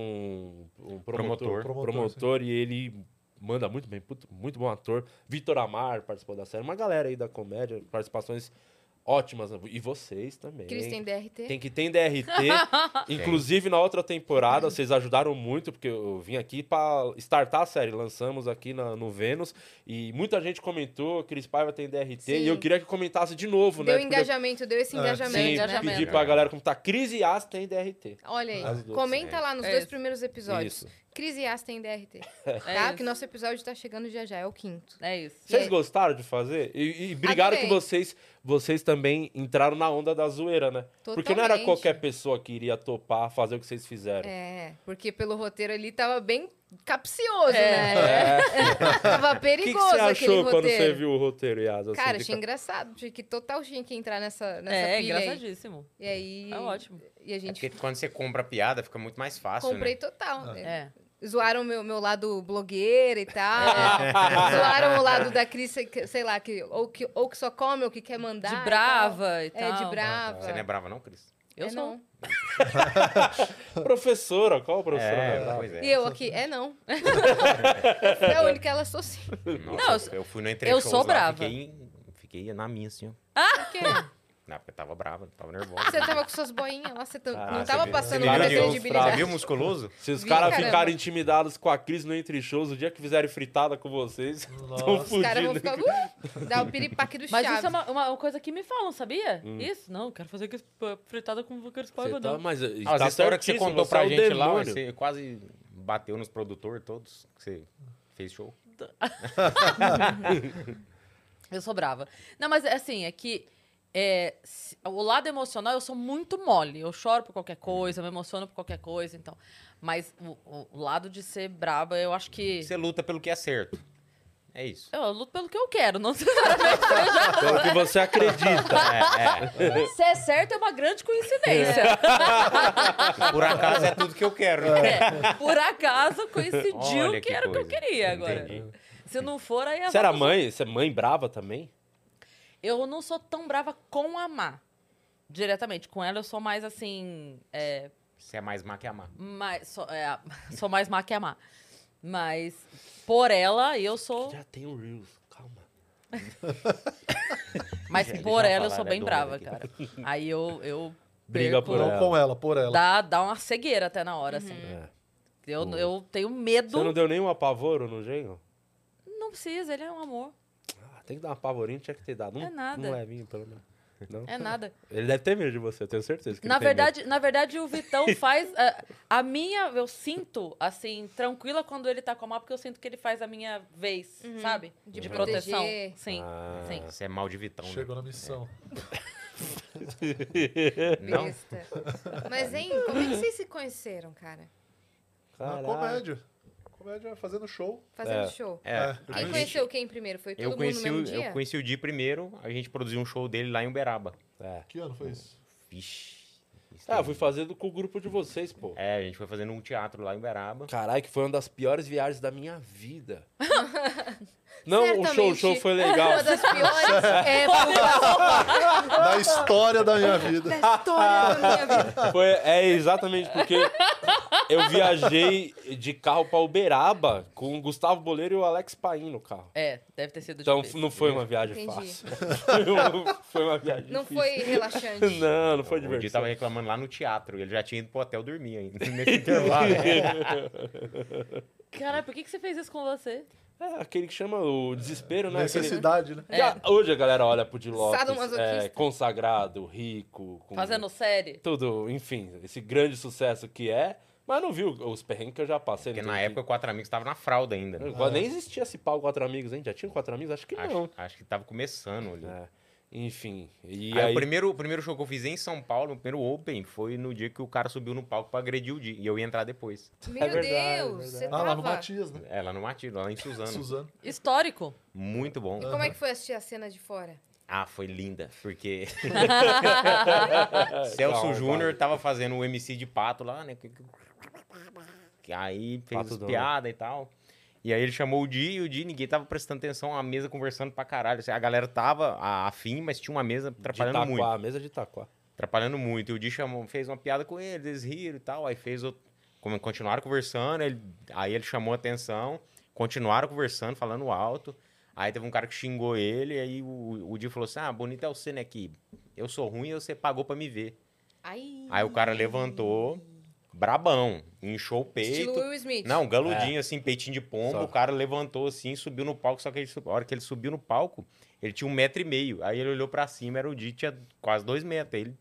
C: um promotor,
E: Promotor.
C: promotor,
F: Promotor,
C: e ele manda muito bem, puto- muito bom ator. Vitor Amar participou da série, uma galera aí da comédia, participações ótimas. né? E vocês também.
D: Cris tem DRT.
C: Tem que
D: [laughs]
C: ter DRT. Inclusive, na outra temporada, vocês ajudaram muito, porque eu vim aqui pra startar a série. Lançamos aqui na- no Vênus. E muita gente comentou, Cris Paiva tem DRT.
D: Sim.
C: E eu queria que comentasse de novo,
D: Deu
C: né? porque eu-
D: engajamento, deu esse
F: É,
D: engajamento.
C: Sim,
B: engajamento.
C: pedir
E: É.
C: pra galera tá comentar. Cris e As tem DRT.
D: Olha aí,
F: As duas,
D: comenta lá nos
B: É
D: dois
B: isso.
D: primeiros episódios.
C: Isso.
D: Cris e As tem DRT,
B: É
D: tá?
B: isso.
D: Que nosso episódio tá chegando já já, é o quinto.
B: É isso.
C: Vocês
D: E-
C: gostaram de fazer? E, e brigaram que
D: Adorei.
C: vocês, vocês também entraram na onda da zoeira, né? Porque não era
D: Totalmente.
C: qualquer pessoa que iria topar fazer o que vocês fizeram.
D: É, porque pelo roteiro ali tava bem capcioso, né?
C: É.
D: [laughs] tava
C: O que, que
D: perigoso
C: você
D: aquele
C: achou
D: roteiro.
C: quando você viu o roteiro, Yas? assim,
D: Cara,
C: de
D: achei engraçado, achei que total tinha que entrar nessa, nessa
B: É,
D: pilha aí.
B: engraçadíssimo.
D: E aí...
B: É ótimo.
D: E a
E: É
D: gente
E: porque quando você compra a piada, fica muito mais
C: é
E: fácil,
D: comprei
E: né?
C: Ah.
D: total. né?
B: É.
D: Zoaram meu, meu lado blogueira e tal.
E: É.
D: [laughs] Zoaram o lado da Cris, que- sei lá, que ou, que ou que só come ou que quer mandar.
B: De
D: e
B: brava e
D: tal. É,
B: tal.
D: de brava.
E: Você não é brava não, Cris?
B: Eu
D: É,
B: sou.
D: não.
C: Professora, qual professora? Né?
E: É, pois é.
D: E eu aqui, é
E: [laughs]
D: não. é a única, ela sou sim.
E: Nossa,
B: Não,
E: eu,
B: eu-
E: eu fui no entre
B: eu
E: shows
B: sou
E: lá,
B: brava.
E: Fiquei, fiquei na minha, assim, ó.
D: Por quê?
E: Não, porque eu tava brava, tava nervosa.
D: Ah, Você tava com suas boinhas lá, você tá-
C: Ah,
D: não
C: você
D: tava
C: viu-
D: passando
C: você
D: muita
C: viu-
E: Você
D: credibilidade.
E: viu musculoso?
C: Se os
D: Vi,
C: caras
D: caramba.
C: ficarem intimidados com a Cris no Entre Shows, o dia que fizerem fritada com vocês, [laughs] estão
D: Os caras vão
C: fudidos.
D: ficar.
E: [laughs]
D: Uh, dá o piripaque do
B: Mas
D: Chaves.
B: isso é uma, uma coisa que me falam, sabia? Isso? Não, quero fazer que- fritada com o Spy
C: Você tá,
B: não.
C: mas eh,
E: Ah, As
C: tá
E: histórias que você
C: certíssimo,
E: contou
C: é
E: pra
C: o
E: gente lá, assim,
C: demônio.
E: você quase bateu nos produtores todos que você fez show.
B: Eu sou brava. Não, mas assim, é que é, se- o lado emocional eu sou muito mole. Eu choro por qualquer coisa, eu me emociono por qualquer coisa, então. Mas o, o- o lado de ser braba, eu acho que.
E: Você luta pelo que é certo. É isso.
B: Eu, luto pelo que eu quero, não necessariamente.
C: Pelo que você acredita.
E: [laughs] É,
B: [laughs] Se é certo, é uma grande coincidência.
E: é. Por acaso é tudo que eu quero, né?
B: É, Por acaso coincidiu
E: Olha
B: que,
E: que
B: era o que eu
E: coisa.
B: queria agora.
E: Entendi.
B: Se não for, aí é
C: Você era mãe? Você é mãe brava também?
B: Eu não sou tão brava com a Má. Diretamente. Com ela eu sou mais assim. é,
E: Você é mais má que amar.
B: mais, sou, é, [laughs] sou mais má que a Má. Mas por ela eu sou.
C: Já tem o Reels, calma.
B: Mas
E: Deixa
B: por
E: eu
B: ela eu
E: falar,
B: sou
E: né,
B: bem
E: do
B: brava,
E: mundo
B: cara. Aí eu. eu
C: [laughs] Briga
B: perco-
C: por
F: Não
C: ela.
F: com ela, por ela.
B: Dá, dá uma cegueira até na hora, assim.
C: É.
B: Eu,
C: Boa.
B: eu tenho medo.
C: Você não
B: Não...
C: deu nenhum apavoro no Gengo?
B: precisa, ele é um amor.
C: Ah, tem que dar um apavorinho, tinha que ter dado. Um,
B: É nada.
C: Um levinho, pelo menos. Não?
B: É nada.
C: Ele deve ter medo de você, eu tenho certeza. que
B: Na
C: ele tem medo.
B: verdade, na verdade, o
C: [laughs]
B: Vitão faz. A, a minha, eu sinto, assim, tranquila quando ele tá com a mão, porque eu sinto que ele faz a minha vez, sabe?
D: De
B: proteção.
D: proteger.
B: Sim.
C: Ah.
B: Sim.
E: Você é mal de Vitão, né?
F: Chegou na missão.
E: Não?
D: Besta. Mas, hein, como é que vocês se conheceram, cara?
F: Na
C: É. Caralho.
F: comédia. Comédia fazendo show.
D: Fazendo
C: É.
D: show.
E: É.
F: É.
E: a
D: Quem
E: gente-
D: conheceu quem primeiro? Foi todo
E: Eu
D: mundo
E: conheci,
D: no
E: o,
D: mesmo dia?
E: eu conheci o Di primeiro, a gente produziu um show dele lá em Uberaba.
C: É.
F: Que ano foi
C: [laughs]
F: isso?
E: Vixe. isso
C: Ah, eu
E: tem-
C: fui fazendo com o grupo de vocês, pô.
E: É, a gente foi fazendo um teatro lá em Uberaba.
C: Caralho, que foi uma das piores viagens da minha vida. Não, o show, o
D: Certamente.
C: show
D: [laughs]
C: foi legal.
D: Uma das
E: [laughs]
D: piores É, épocas
F: Da história da minha [laughs] vida.
D: da
C: Ah.
D: história da minha vida.
C: Foi, é exatamente porque eu viajei de carro pra Uberaba com o Gustavo Boleiro e o Alex Paim no carro.
B: É, deve ter sido
C: Então
B: difícil.
C: não foi uma viagem
D: Entendi.
C: fácil. [laughs] Foi uma- foi uma viagem
D: Não
C: difícil.
D: foi relaxante.
C: Não, não foi
E: o Di
C: divertido.
E: tava reclamando lá no teatro, ele já tinha ido pro hotel dormir ainda,
C: [laughs]
E: nesse intervalo. né?
B: Caralho, por que, que você fez isso com você?
C: É, aquele que chama o desespero, né? Aquele-
F: Necessidade, né?
C: Já-
B: É.
C: hoje a galera olha pro Di Lopes,
D: Sadomasoquista.
C: é, consagrado, rico, com
B: Fazendo série?
C: tudo, enfim, esse grande sucesso que é, mas não viu os perrengues que eu já passei.
E: Porque
C: não
E: É na
C: tem-
E: época o Quatro Amigos tava na fralda ainda. né?
C: Nem existia esse pau quatro amigos, hein? Já tinha quatro amigos? Acho que
E: Acho,
C: não.
E: acho que tava começando ali.
C: É. Enfim. E
E: Aí
C: aí, [laughs]
E: O, primeiro, o primeiro show que eu fiz em São Paulo, o primeiro Open, foi no dia que o cara subiu no palco pra agredir o Di. E eu ia entrar depois.
D: Meu
C: verdade, é
D: Deus, você
C: verdade.
F: Ah, lá no
D: tava...
F: Matias, né?
E: É, lá no Matilde, lá em Suzano.
F: Suzano.
B: [laughs] Histórico.
E: Muito bom.
D: E como é que foi assistir a cena de fora?
E: Ah, foi linda,
D: [laughs]
E: porque Celso
C: É, calma,
E: Júnior tá tava fazendo o MC de pato lá, né? que- que- que Aí fez as
C: Patudão, né?
E: piadas e tal. E aí ele chamou o Di e o Di, ninguém tava prestando atenção, a mesa conversando pra caralho. Assim, A galera tava a- afim, mas tinha uma mesa
C: de
E: atrapalhando
C: Itaquá,
E: muito.
C: mesa de Itaquá.
E: atrapalhando muito. E o Di chamou, fez uma piada com ele, eles riram e tal. Aí fez outro. como- Continuaram conversando, ele- aí ele chamou a atenção, continuaram conversando, falando alto. Aí teve um cara que xingou ele, aí o, o Di falou assim: Ah, bonito é você, né? Que eu sou ruim e você pagou pra me ver.
D: Aí,
E: Aí o cara levantou, brabão, inchou o
D: estilo
E: peito.
D: Will Smith.
E: Não, galudinho, assim, peitinho de pombo.
C: É. Só.
E: O cara levantou assim, subiu no palco. Só que ele sub- a hora que ele subiu no palco, ele tinha um metro e meio. Aí ele olhou pra cima, era o Di, tinha quase dois metros. Aí ele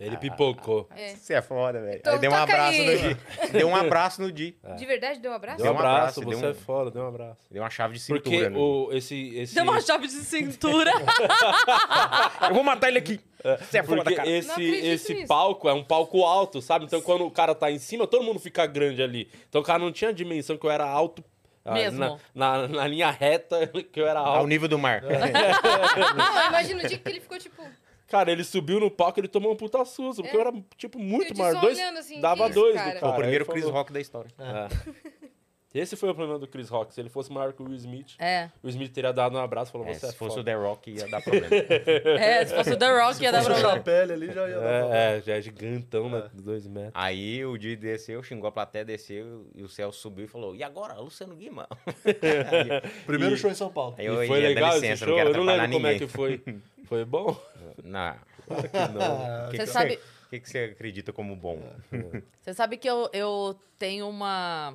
C: Ele
E: Ah,
C: pipocou.
D: É.
E: você é foda, velho.
D: Então
E: Aí deu um
D: toca
E: abraço
D: aí.
E: no Di. Deu um abraço no Di.
D: De verdade, deu um abraço?
C: Deu um
E: Deu um
C: abraço,
E: abraço,
C: você
E: deu um-
C: é foda, deu um abraço.
E: Deu uma chave de cintura.
C: Porque
E: no
C: o, esse, esse,
B: Deu uma chave de [laughs] cintura.
E: Di. Eu vou matar ele aqui. Você é foda,
C: porque
E: cara.
D: Não
C: esse,
D: acredito
C: esse
D: nisso.
C: palco é um palco alto, sabe? Então quando o cara tá em cima, todo mundo fica grande ali. Então o cara não tinha a dimensão que eu era alto. ah,
B: Mesmo.
C: Na, na, na linha reta [laughs] que eu era
E: Ao
C: alto.
E: nível do mar.
C: É.
D: Não, eu imagino o dia que ele ficou tipo.
C: Cara, ele subiu no palco, ele tomou um puta susto, porque
D: É.
C: eu era, tipo, muito
D: Eu disse,
C: maior.
D: só
C: Dois,
D: olhando assim,
C: dava
D: que isso,
C: dois então,
D: cara?
C: do
E: [laughs] Foi
C: cara.
E: o primeiro
C: Ele
E: Chris
C: falou-
E: Rock da história.
C: É. Esse foi o problema do Chris Rock. Se ele fosse maior que o Will Smith,
B: É.
C: o Smith teria dado um abraço e falou,
E: É,
C: você é
E: se fosse o
C: foda.
E: The Rock, ia dar problema.
B: É, se fosse o The Rock, ia dar
F: Se
B: problema.
F: a pele ali já ia dar
C: É, é, já é gigantão, né? Dois metros.
E: Aí o Di desceu, xingou a plateia, desceu, e o Celso subiu e falou: E agora, Luciano Guima?
F: Primeiro show em São Paulo.
E: Aí
C: E É,
E: eu,
C: foi
E: "Ia, dá
C: legal esse
E: licença,
C: show?
E: quero
C: eu não lembro
E: atrapalhar
C: como é
E: ninguém."
C: que foi. Foi bom?
E: [laughs] Não.
F: Ah,
E: O que
B: Você
E: que
B: sabe-
E: O que, que você acredita como bom?
B: Você sabe que eu, eu tenho uma.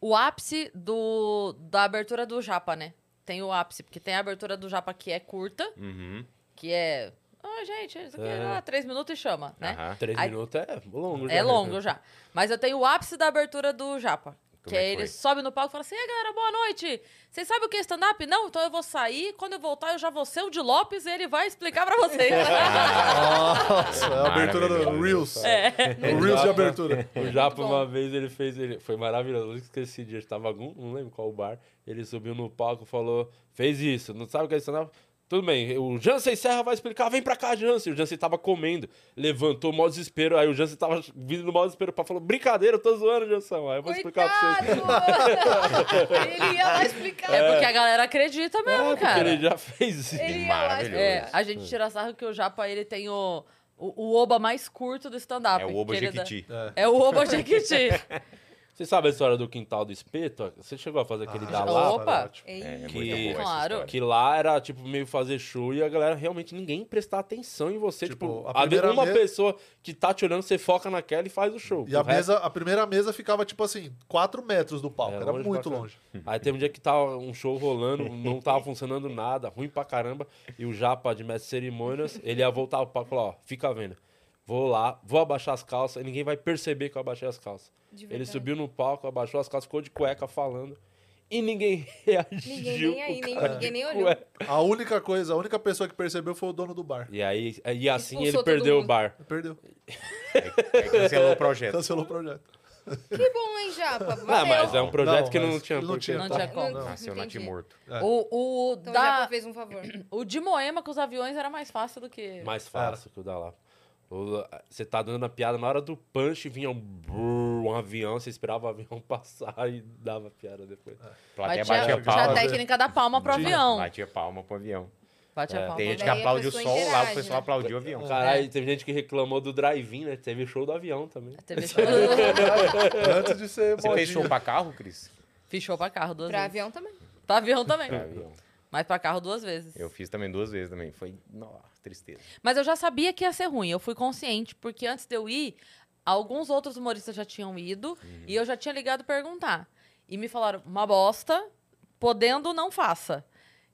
B: O ápice do, da abertura do Japa, né? Tem o ápice, porque tem a abertura do Japa que é curta,
E: Uhum.
B: que é. Ah, gente, isso aqui é,
C: É.
B: ah, três minutos e chama, né?
E: Aham.
C: Três
B: Aí-
C: minutos é longo.
B: É longo já. Mas eu tenho o ápice da abertura do Japa. que
E: é
B: aí
E: que
B: ele
E: foi?
B: sobe no palco e fala assim: E aí, galera, boa noite. Vocês sabem o que é stand-up? Não, então eu vou sair. Quando eu voltar, eu já vou ser o de Lopes e ele vai explicar pra vocês.
F: Nossa, é a abertura do
E: Maravilhoso.
F: Reels.
B: é.
F: O Reels de
C: [laughs]
F: abertura.
C: O Japa, uma vez, ele fez. Ele, foi maravilhoso. Eu esqueci de. Tava algum. Não lembro qual bar. Ele subiu no palco e falou: Fez isso. Não sabe o que é stand-up? Tudo bem. O Jansen Serra vai explicar. Vem pra cá, Jansen. O Jansen tava comendo. Levantou o maior desespero. Aí o Jansen tava vindo no maior desespero pra falar: Brincadeira, eu tô zoando, Jansão. Aí eu vou explicar pra vocês. [laughs]
D: Coitado! ele ia lá explicar.
B: É porque a galera acredita
E: Ah,
B: mesmo,
C: É, porque
B: cara.
C: ele já fez isso.
D: Ele ia lá
E: Maravilhoso.
D: explicar.
B: É, a
E: Hum.
B: gente tira sarro que o Japa, ele tem o, o, o oba mais curto do stand-up.
E: É o Oba
B: que ele dá-
E: Jequiti.
B: É o oba
E: [laughs]
B: Jequiti.
C: Você sabe a história do quintal do espeto? Você chegou a fazer aquele
F: Ah,
C: da lá?
B: Opa!
D: Ei,
E: É, é
C: Que-
E: muito bom essa
B: Claro.
E: história.
C: Que lá era, tipo, meio fazer show e a galera realmente ninguém prestar atenção em você.
F: Tipo,
C: Tipo,
F: a
C: às vezes
F: primeira
C: uma
F: me-
C: pessoa que tá te olhando, você foca naquela e faz o show.
F: E a,
C: O resto-
F: mesa, a primeira mesa ficava, tipo assim, 4 metros do palco.
C: É,
F: Era
C: longe
F: muito
C: pra cá.
F: longe.
C: Aí teve um dia que tava um show rolando, não
F: [laughs]
C: tava funcionando nada, ruim pra caramba. E o Japa de mestre de cerimônias, ele ia voltar pro palco e falar, ó, fica vendo. Vou lá, vou abaixar as calças, e ninguém vai perceber que eu abaixei as calças.
D: de
C: Ele
D: verdade.
C: subiu no palco, abaixou as calças, ficou de cueca falando. E ninguém [laughs] reagiu.
D: Ninguém nem aí,
C: com
D: nem-
C: cara
D: ninguém
C: de
D: nem olhou.
C: cueca.
F: A única coisa, a única pessoa que percebeu foi o dono do bar.
C: E aí, e assim
D: Expulsou
C: ele
D: todo
C: perdeu o
D: mundo.
C: bar.
F: Perdeu.
E: É, é, cancelou o
F: [laughs]
E: projeto.
F: Cancelou o projeto.
D: Que bom, hein, Japa? Valeu.
C: Ah, mas é um projeto
F: Não,
C: que tá não
F: mas
C: tinha.
F: não
C: por quê.
F: tinha.
B: Não tinha
F: Não,
B: como.
E: Nasceu
D: Entendi.
E: Nati morto.
B: O, o,
D: Então o
B: da,
D: Japa fez um favor.
B: o de Moema com os aviões era mais fácil do que...
C: Mais fácil que o da lá. O- Você tá dando a piada, na hora do punch vinha um, brrr, um avião, você esperava o avião [laughs] passar e dava a piada depois.
F: É.
E: A
B: Mas
E: plateia
B: tinha,
E: batia
B: tinha a
E: palma.
B: técnica da palma pro avião.
E: Batia palma pro avião.
B: Bate a palma.
E: É, Tem gente que
D: Daí a
E: aplaude o
D: pessoa
E: sol lá, o
D: interage,
E: pessoal
D: né?
E: aplaudiu o avião.
C: Então, Caralho,
D: É.
C: teve gente que reclamou do drive-in, né? Teve show do avião também.
D: Tá
B: Teve
E: [laughs]
F: Antes de ser
E: Você fez show
F: modinha.
E: pra carro, Cris?
B: Fichou pra carro duas
D: Pra
B: vezes.
D: avião também.
B: Pra avião também.
E: Pra avião.
B: Mas pra carro duas vezes.
E: Eu fiz também duas vezes também. Foi, nossa, tristeza.
B: Mas eu já sabia que ia ser ruim. Eu fui consciente, porque antes de eu ir, alguns outros humoristas já tinham ido
E: Uhum.
B: e eu já tinha ligado perguntar. E me falaram, uma bosta, podendo, não faça.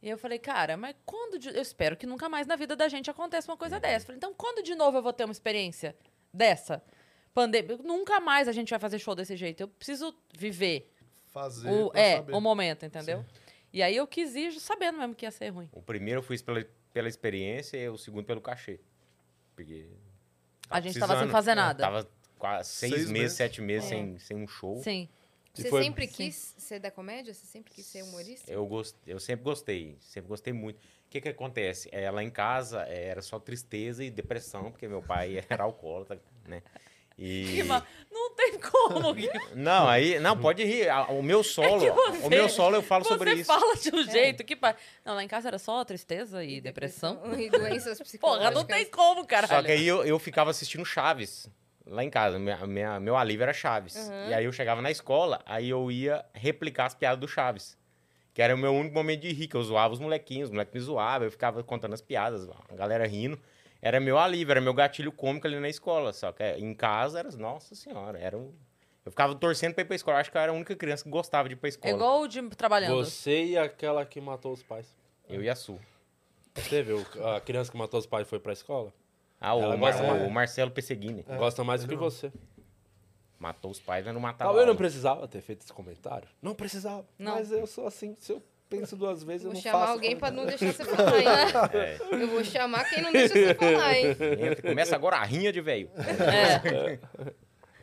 B: E eu falei, cara, mas quando. de- Eu espero que nunca mais na vida da gente aconteça uma
E: Uhum.
B: coisa dessa. Eu Falei, então quando de novo eu vou ter uma experiência dessa? Pandemia. Nunca mais a gente vai fazer show desse jeito. Eu preciso viver
F: Fazer.
B: o,
F: pra
B: é,
F: saber.
B: o momento, entendeu? E aí eu quis ir sabendo mesmo que ia ser ruim.
E: O primeiro eu fui pela, pela experiência e o segundo pelo cachê. Porque.
B: A gente tava sem fazer
E: É,
B: nada. É.
E: Tava quase seis,
F: Seis
E: meses,
F: meses.
E: sete meses sem, sem um show.
B: Sim.
C: E
D: Você
C: foi-
D: sempre quis ser da comédia? Você sempre quis ser humorista?
E: Eu, gost... eu sempre gostei, sempre gostei muito. O que que acontece? É, lá em casa é, era só tristeza e depressão, porque meu pai [laughs] era alcoólatra, né? E...
B: Guima, Não tem como, Guima.
E: Não, aí... Não, pode rir. A- O meu solo,
B: [laughs] É que você-
E: o meu solo eu falo sobre
B: Você
E: isso.
B: fala de um jeito que... pa- Não, lá em casa era só tristeza e, depressão. é.
D: E doenças psicológicas.
B: Porra, não tem como, caralho.
E: Só que aí eu, eu ficava assistindo Chaves lá em casa. Minha, minha- meu alívio era Chaves.
B: Uhum.
E: E aí eu chegava na escola, aí eu ia replicar as piadas do Chaves. Que era o meu único momento de rir, que eu zoava os molequinhos, os moleques me zoavam, eu ficava contando as piadas, a galera rindo. Era meu alívio, era meu gatilho cômico ali na escola. Só que eh, em casa era, nossa senhora, era um... Eu ficava torcendo pra ir pra escola. Eu Acho que eu era a única criança que gostava de ir
B: É
E: pra escola.
B: igual o Jim trabalhando.
C: Você e aquela que matou os pais.
E: Eu e a Su.
C: Você viu? A criança que matou os pais foi pra escola?
E: Ah, o,
C: Ela é
E: Mar-
C: gosta-
E: o Marcelo Pesseguini.
F: É,
C: Gosta mais do que você.
F: tá
E: Matou os pais, mas não matava
C: Talvez eu não
E: aula.
C: precisava ter feito esse comentário. Não precisava.
B: Não.
C: Mas eu sou assim. Se eu penso duas vezes, eu
D: Vou
C: não
D: chamar
C: faço.
D: alguém pra não deixar você falar, hein?
E: É.
D: Eu vou chamar quem não deixa você falar, hein?
E: Entra, começa agora a rinha de velho.
B: É.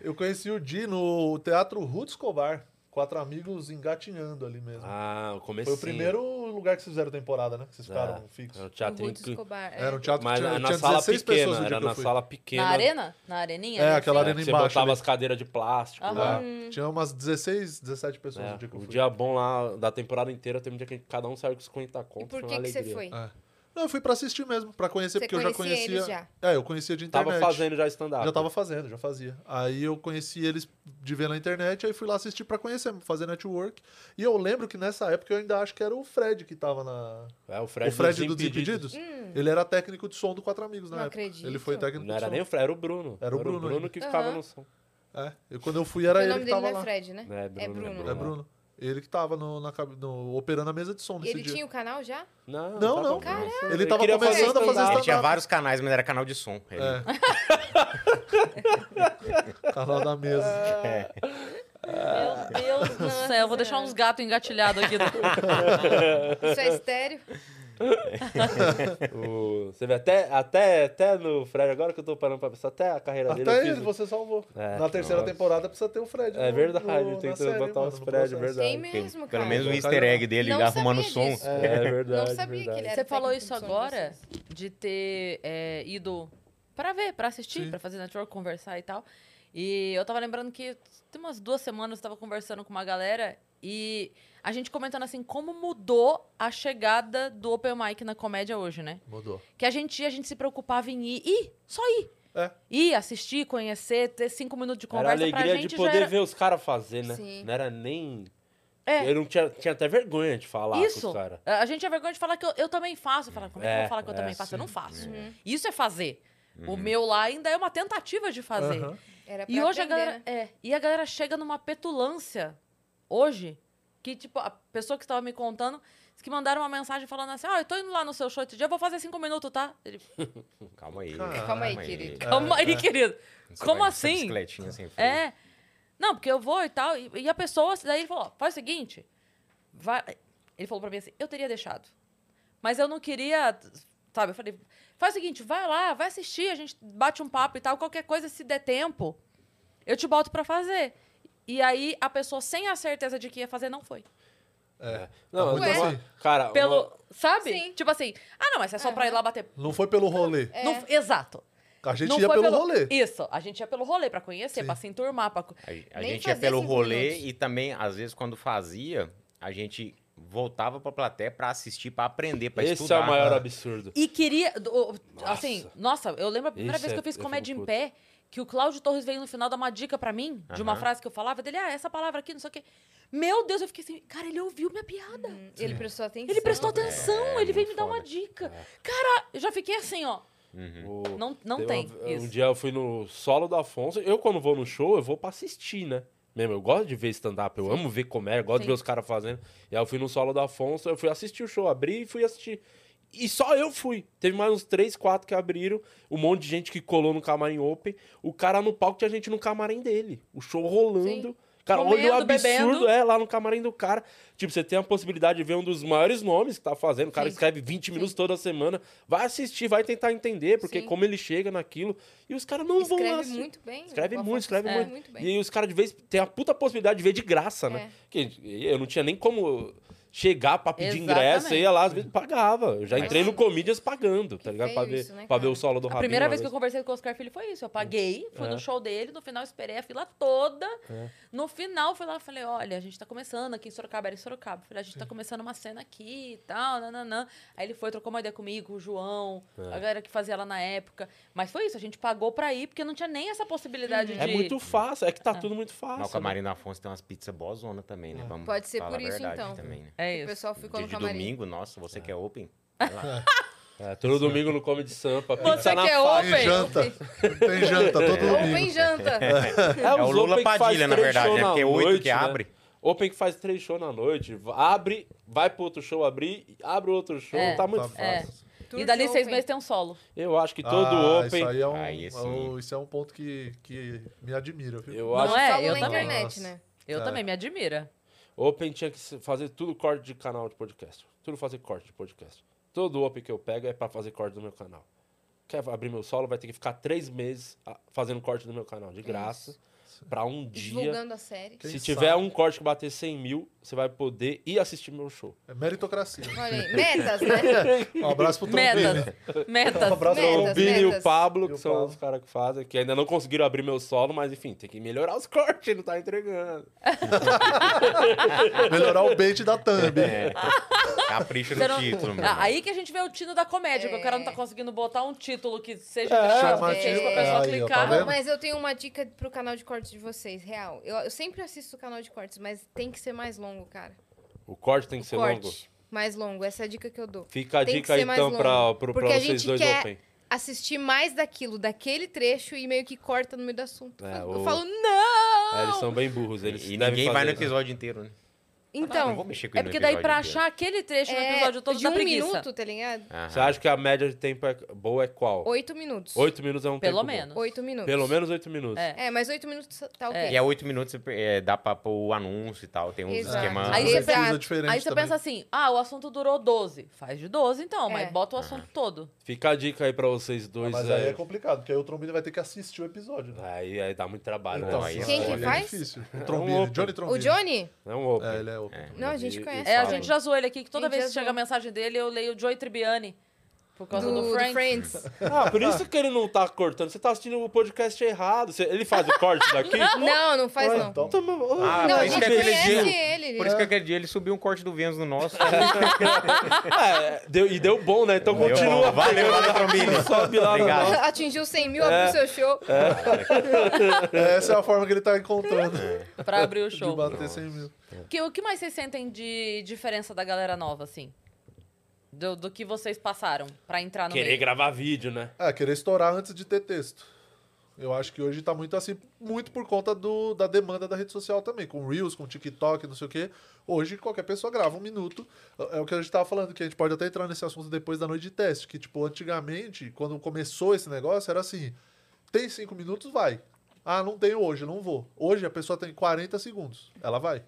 F: Eu conheci o Di no Teatro Ruth Escobar. Quatro amigos engatinhando ali mesmo.
C: Ah, o começo.
F: Foi o primeiro lugar que vocês fizeram temporada, né? Que vocês ficaram
C: Era um
F: fixos.
C: teatro
D: o
C: em
D: Ruth
C: que...
D: Escobar. é.
F: Era um teatro
C: Mas
F: que tinha,
C: na
F: tinha
C: sala
F: 16 pessoas
C: pequena.
F: no dia
C: Era
F: que eu
C: na
F: fui.
C: sala pequena.
B: Na arena? Na areninha?
F: É,
B: né?
F: aquela
C: É,
F: arena
C: que você
F: embaixo.
C: botava
F: ali.
C: as cadeiras de plástico
B: Aham.
C: lá.
F: É. Tinha umas 16, 17 pessoas
C: É,
F: no dia que eu
C: o
F: fui.
C: dia bom lá da temporada inteira, teve um dia que cada um saiu com 50
D: E
C: contos.
D: por
C: foi
D: que,
C: uma
D: que você
C: alegria.
D: foi?
F: Não, eu fui pra assistir mesmo, pra conhecer,
D: Você
F: porque eu já
D: conhecia
F: conhecia.
D: eles
F: É, eu conhecia de internet.
C: Tava fazendo já stand-up.
F: Já tava fazendo, já fazia. Aí eu conheci eles de ver na internet, aí fui lá assistir pra conhecer, fazer network. E eu lembro que nessa época eu ainda acho que era o Fred que tava na.
C: É, o Fred,
F: o Fred
C: dos
F: dos
C: Impedidos.
F: Impedidos. Ele era técnico de som do Quatro Amigos na
D: Hum. Não
F: época.
D: acredito.
F: Ele foi técnico
C: Não
F: de
C: era
F: som.
C: nem o Fred, era o Bruno.
F: Era o Bruno ainda.
C: que ficava
D: Aham.
C: no som.
F: É, eu, quando eu fui era
D: o
F: ele
D: nome
F: que
D: dele
F: tava
D: não é
F: lá.
D: Fred, né?
C: É, Bruno.
D: Bruno.
F: É Bruno. Ele que tava no, na cab- no- operando a mesa de som nesse
D: Ele
F: dia.
D: tinha o canal já?
C: Não,
F: Não,
C: tava
F: não.
C: começando.
F: Ele tava
C: queria
F: começando a fazer
C: stand-up.
E: Ele tinha vários canais, mas era canal de som.
D: um-
F: É.
E: Ele-
D: [laughs]
F: Canal da Tá mesa.
D: Ah.
B: Meu Deus do céu, eu vou deixar uns gatos engatilhados aqui.
D: Isso é estéreo?
C: O- Você vê, até, até, até no Fred, agora que eu tô parando pra pensar, até a carreira dele. eu
F: Até
C: fiz-
F: ele você salvou.
C: É,
F: na terceira
C: nossa.
F: temporada precisa ter o Fred.
C: É
F: no-
C: verdade,
F: no-
C: tem
F: na
C: que
F: série,
C: botar
F: mano,
C: os
F: no
C: Fred, é
F: processo.
C: verdade.
D: Tem mesmo, cara.
E: Pelo menos um
F: Não
E: easter egg dele
D: Não
E: arrumando
D: sabia
E: som.
D: disso.
C: É verdade.
D: Não sabia que ele
C: verdade.
D: era
B: Você falou
D: técnico
B: isso
D: de som de
B: agora
D: vocês.
B: de ter é, ido pra ver, pra assistir,
F: Sim.
B: pra fazer network, conversar e tal. E eu tava lembrando que tem umas duas semanas eu tava conversando com uma galera e a gente comentando assim como mudou a chegada do Open Mic na comédia hoje, né?
F: Mudou.
B: Que a gente, ia, a gente se preocupava em ir, ir, só ir.
F: É.
B: Ir, assistir, conhecer, ter cinco minutos de
C: Era a
B: conversa pra
C: alegria
B: gente
C: de
B: já
C: poder
B: era...
C: ver os caras fazer, né?
D: Sim.
C: Não era nem.
B: É.
C: Eu não tinha, tinha até vergonha de falar com
B: Isso.
C: os caras.
B: A gente tinha vergonha de falar que eu, eu também faço. Falar, como é, que eu
C: É,
B: vou falar que eu
C: é, Uhum.
B: também faço? Eu não faço.
D: Uhum.
B: Isso é fazer. O meu lá ainda é uma tentativa de fazer.
F: Aham.
D: Era pra
B: E hoje a
D: aprender,
B: galera.
D: né?
B: É, e a galera chega numa petulância hoje. Que, tipo, a pessoa que estava me contando disse que mandaram uma mensagem falando assim: Ó, eu tô indo lá no seu show esse dia, eu vou fazer cinco minutos, tá? Ele,
E: Calma aí.
F: Calma
D: aí, querido.
B: Calma
C: É,
B: aí, querido.
E: Você
B: Como
E: vai nessa
B: assim?
E: bicicletinha sem freio.
B: É. Não, porque eu vou e tal. E, e a pessoa, daí ele falou, ó, faz o seguinte. Vai... Ele falou pra mim assim, eu teria deixado. Mas eu não queria. Sabe, eu falei, faz o seguinte, vai lá, vai assistir, a gente bate um papo e tal, qualquer coisa, se der tempo, eu te boto pra fazer. E aí a pessoa, sem a certeza de que ia fazer, não foi.
F: É.
C: Não,
F: muito
C: eu tava-
F: assim.
C: Cara, uma-
B: Pelo. Sabe?
D: Sim.
B: Tipo assim, ah, não, mas é só pra ir lá bater.
F: Não foi pelo rolê.
B: Não- exato.
F: A gente
B: não
F: ia
B: foi
F: pelo, rolê.
B: Isso, a gente ia pelo rolê pra conhecer, pra se enturmar, pra. co-
E: A, a
D: Nem
E: gente
D: fazia
E: ia pelo
D: cinco
E: rolê
D: minutos.
E: e também, às vezes, quando fazia, a gente voltava pra plateia pra assistir, pra aprender, pra
C: esse
E: estudar.
C: é o maior absurdo.
B: E queria. do- o- assim, nossa, eu lembro a primeira
C: Isso
B: vez
C: é-
B: que eu fiz
C: eu
B: comédia
C: fico
B: em
C: puto.
B: pé, que o Cláudio Torres veio no final dar uma dica pra mim, de uma
E: Aham.
B: frase que eu falava, dele, ah, essa palavra aqui, não sei o quê. Meu Deus, eu fiquei assim, cara, ele ouviu minha piada.
D: Ele prestou atenção.
B: Ele prestou atenção,
E: é
B: ele veio
E: muito
B: me dar uma
E: foda.
B: dica. Cara, eu já fiquei assim, ó.
C: O-
B: Não, não tem.
C: Teve uma- Um
B: isso.
C: dia eu fui no solo do Afonso. Eu, quando vou no show, eu vou pra assistir, né? Mesmo, eu gosto de ver stand-up, eu amo ver comédia, gosto de
B: Sim.
C: ver os caras fazendo. E aí eu fui no solo do Afonso, eu fui assistir o show, abri e fui assistir. E só eu fui. Teve mais uns três, quatro que abriram, um monte de gente que colou no camarim open. O cara no palco tinha gente no camarim dele. O show rolando. Cara, olha o
B: Comendo, bebendo.
C: absurdo é lá no camarim do cara. Tipo, você tem a possibilidade de ver um dos maiores nomes que tá fazendo. O cara
D: Sim.
C: escreve 20 minutos toda semana. Vai assistir, vai tentar entender, porque
D: Sim.
C: como ele chega naquilo. E os caras não vão lá
D: Escreve
C: assistir.
D: muito bem.
C: Escreve
D: o Afonso
C: muito, escreve muito.
D: bem.
C: E aí os caras, de vez, tem a puta possibilidade de ver de graça, né? Que eu não tinha nem como chegar pra pedir ingresso.
B: Exatamente.
C: Eu ia lá, às vezes pagava. Eu já
E: Mas-
C: entrei no Comedians pagando, tá ligado?
D: feio
C: Pra ver,
D: isso, né,
C: pra ver
D: cara?
C: o solo do
B: A
C: Rabinho.
B: primeira
C: uma
B: vez que eu conversei com o Oscar Filho foi isso. Eu paguei, fui
C: Tá É.
B: no show dele, no final esperei a fila toda. No final fui lá e falei, olha, a gente tá começando aqui em Sorocaba, era em Sorocaba. Falei, a gente tá começando uma cena aqui e tal, nananã. Aí ele foi, trocou uma ideia comigo, o João, a galera que fazia lá na época. Mas foi isso, a gente pagou pra ir, porque não tinha nem essa
D: Uhum.
B: possibilidade de...
C: É muito fácil, é que tá tudo muito fácil.
E: Mas o Camarim do Afonso tem umas pizzas boazona também, né? Vamos
D: Pode ser
E: falar
D: por
E: a
D: isso,
E: verdade
D: então.
E: Também, né?
B: É
D: O
B: isso.
D: pessoal ficou
E: Dia
D: no
E: de
D: camarim.
E: domingo, nossa, você que é open? vai lá.
C: É, todo domingo no Comedy Sampa.
B: Você
C: pizza na
B: que é
C: faca.
F: Tem
B: open?
F: janta. Tem janta todo domingo.
D: Open janta.
C: É,
E: É o
C: os
E: Lula
C: open que faz
E: Padilha, na
C: três
E: verdade,
C: show
E: né?
C: na
E: Porque é oito
C: noite,
E: que
C: né?
E: abre.
C: Open que faz três shows na noite, va- abre, vai pro outro show abrir, abre outro show,
B: É.
C: tá muito
F: Tá
C: fácil.
F: fácil.
B: E
D: Tour
B: dali
D: de
B: seis
D: open.
B: meses tem um solo.
E: É.
C: Eu acho que todo
F: Ah,
C: Open.
F: Isso aí é um,
E: Aí sim.
F: é um- isso é um ponto que, que me admira, viu?
C: Eu
B: Não
C: acho
B: é?
D: Solo
B: Eu
D: na
B: também.
D: internet,
F: Nossa.
D: né?
B: Eu
F: É.
B: também, me admira.
C: Open tinha que se- fazer tudo corte de canal de podcast. Tudo fazer corte de podcast. Todo Open que eu pego é pra fazer corte do meu canal. Quer abrir meu solo, vai ter que ficar três meses ah, fazendo corte do meu canal, de graça, pra um dia.
D: Divulgando a série.
F: Quem
C: Se
F: sabe?
C: tiver um corte que bater 100 mil, você vai poder ir assistir meu show.
B: [laughs]
F: É meritocracia.
D: Olha aí, metas,
C: [laughs]
D: né?
F: Um abraço pro Trombini.
B: Metas. Metas.
F: Um abraço pro
D: Metas.
C: O Bini e o
D: metas.
C: Pablo,
F: E
C: que
F: o
C: são
F: Pablo.
C: os caras que fazem, que ainda não conseguiram abrir meu solo, mas enfim, tem que melhorar os [laughs] cortes, não tá entregando.
F: Melhorar o bait da thumb.
E: É. Capricha
B: Você
E: no
B: não-
E: título, meu.
B: Ah,
E: irmão.
B: aí que a gente vê o tino da comédia, que o cara não tá
D: É.
B: conseguindo botar um título que seja
C: É,
B: é,
D: chamativo.
B: pra pessoa
F: É, aí, ó, tá
B: clicar.
F: vendo?
D: Mas eu tenho uma dica pro canal de cortes de vocês, real. Eu, eu sempre assisto o canal de cortes, mas tem que ser mais longo, cara.
C: O corte tem que ser
D: Corte.
C: longo.
D: Mais longo, essa é a dica que eu dou.
C: Fica a
D: Tem que
C: dica
D: ser mais
C: então pra,
D: longo,
C: pro, pra
D: porque a
C: vocês
D: gente
C: dois
D: quer-
C: Open.
D: Assistir mais daquilo, daquele trecho, e meio que corta no meio do assunto.
C: É,
D: eu
C: o-
D: falo, não!
C: É, eles são bem burros, eles devem
E: E ninguém vai
C: fazer
E: no
C: isso.
E: episódio inteiro, né?
C: Ah,
D: Então,
E: não vou mexer com
B: É
E: ele no
B: porque daí
E: episódio
B: pra
E: inteiro.
B: achar aquele trecho no
D: é,
B: episódio todo
D: de
B: dá
D: um
B: preguiça.
F: É
D: minuto, tá ligado?
E: Aham.
C: Você acha que a média de tempo é boa é qual? Oito,
D: Oito minutos.
C: minutos é um tempo
B: Pelo
C: bom.
B: menos.
D: Oito minutos.
C: Pelo menos oito minutos.
B: É.
D: É, mas oito minutos tá ok.
E: E a oito minutos é, dá pra pôr o anúncio e tal, tem uns
D: Exato.
E: esquemas.
B: Aí você
D: Exato.
F: precisa diferente
B: Aí você
F: também.
B: pensa assim, ah, o assunto durou 12. Faz de 12 então,
D: É.
B: mas bota o assunto todo.
C: Fica a dica aí pra vocês dois.
F: Mas aí
C: é-
F: é complicado, porque aí o Trombini vai ter que assistir o episódio, né?
C: aí, aí dá muito trabalho.
E: Então,
C: né?
E: aí
F: isso
D: Quem que
F: aí
D: faz?
F: É difícil. O
C: É um
F: Trombini,
C: open.
F: Johnny
D: O
F: Trombini.
D: Johnny?
C: É um open.
F: É, ele é open.
E: É.
D: Não, a gente
C: E- e
D: conhece.
B: É, a
C: fala.
B: gente já zoou ele aqui, que toda
D: Gente,
B: vez
D: já
B: que chega
D: zoou.
B: a mensagem dele, eu leio o Joey Tribbiani. Por
D: Do,
B: causa do,
D: do
B: Frank.
D: Friends.
C: Ah, por isso que ele não tá cortando. Você tá assistindo o podcast errado. Você- ele faz o corte daqui?
D: [laughs] Não, não faz não.
F: Então,
C: Toma- oh,
E: Ah,
D: Não,
E: por
D: a
E: isso
D: gente
E: que aquele
D: conhece
E: dia-
D: ele.
E: Por isso que aquele dia ele subiu um corte do Vênus no nosso. tá
C: É, deu- e deu bom, né? Então
E: Deu
C: continua.
E: bom. Valeu, valeu, Trombini.
C: Sobe lá no
E: Obrigado.
C: nosso.
D: [laughs] Atingiu 100 mil, abriu seu show.
C: É.
D: Tá
F: essa é a forma que ele tá encontrando
B: Pra abrir o
F: [laughs] de
B: show.
F: bater 100 mil.
B: Que, o que mais vocês sentem de diferença da galera nova, assim? Do, do que vocês passaram pra entrar no
D: é.
C: Querer
B: meio?
C: gravar vídeo, né?
F: É, querer estourar antes de ter texto. Eu acho que hoje tá muito assim, muito por conta do, da demanda da rede social também, com Reels, com TikTok, não sei o quê. Hoje qualquer pessoa grava um minuto. É o que a gente tava falando, que a gente pode até entrar nesse assunto depois da noite de teste, que tipo, antigamente, quando começou esse negócio, era assim, tem cinco minutos, vai. Ah, não tenho hoje, não vou. Hoje a pessoa tem 40 segundos, ela vai.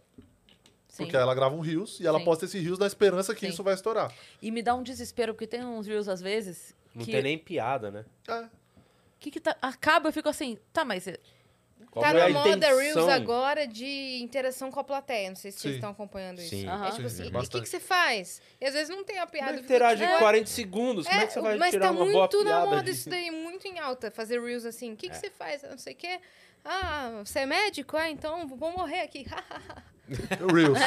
B: Sim.
F: Porque ela grava um Reels e ela
B: Sim.
F: posta esse Reels na esperança que
B: Sim.
F: isso vai estourar.
B: E me dá um desespero, porque tem uns reels às vezes
C: Não
B: que,
C: tem nem piada, né?
F: É,
B: que, que tá- acaba, eu fico assim, tá, mas
C: Qual
D: Tá
C: foi a
D: na moda
C: intenção?
D: Reels agora de interação com a plateia. Não sei se vocês
F: Sim.
D: estão acompanhando isso.
E: Sim.
B: Aham.
D: É tipo assim, e o que,
F: Bastante.
D: que você faz? E às vezes não tem a
C: Como
D: piada.
C: é que
D: fica
C: interage
D: tipo,
C: em
D: ah,
C: 40 segundos? Como é que você vai
D: mas
C: tirar
D: tá
C: uma boa
D: muito na
C: piada?
D: moda
C: de- [laughs] É.
D: isso daí, muito em alta, fazer reels assim. O que, que você faz? Ah, Não sei o quê. Ah, você é médico? Ah, então vou morrer aqui. [laughs]
B: [laughs]
F: Reels.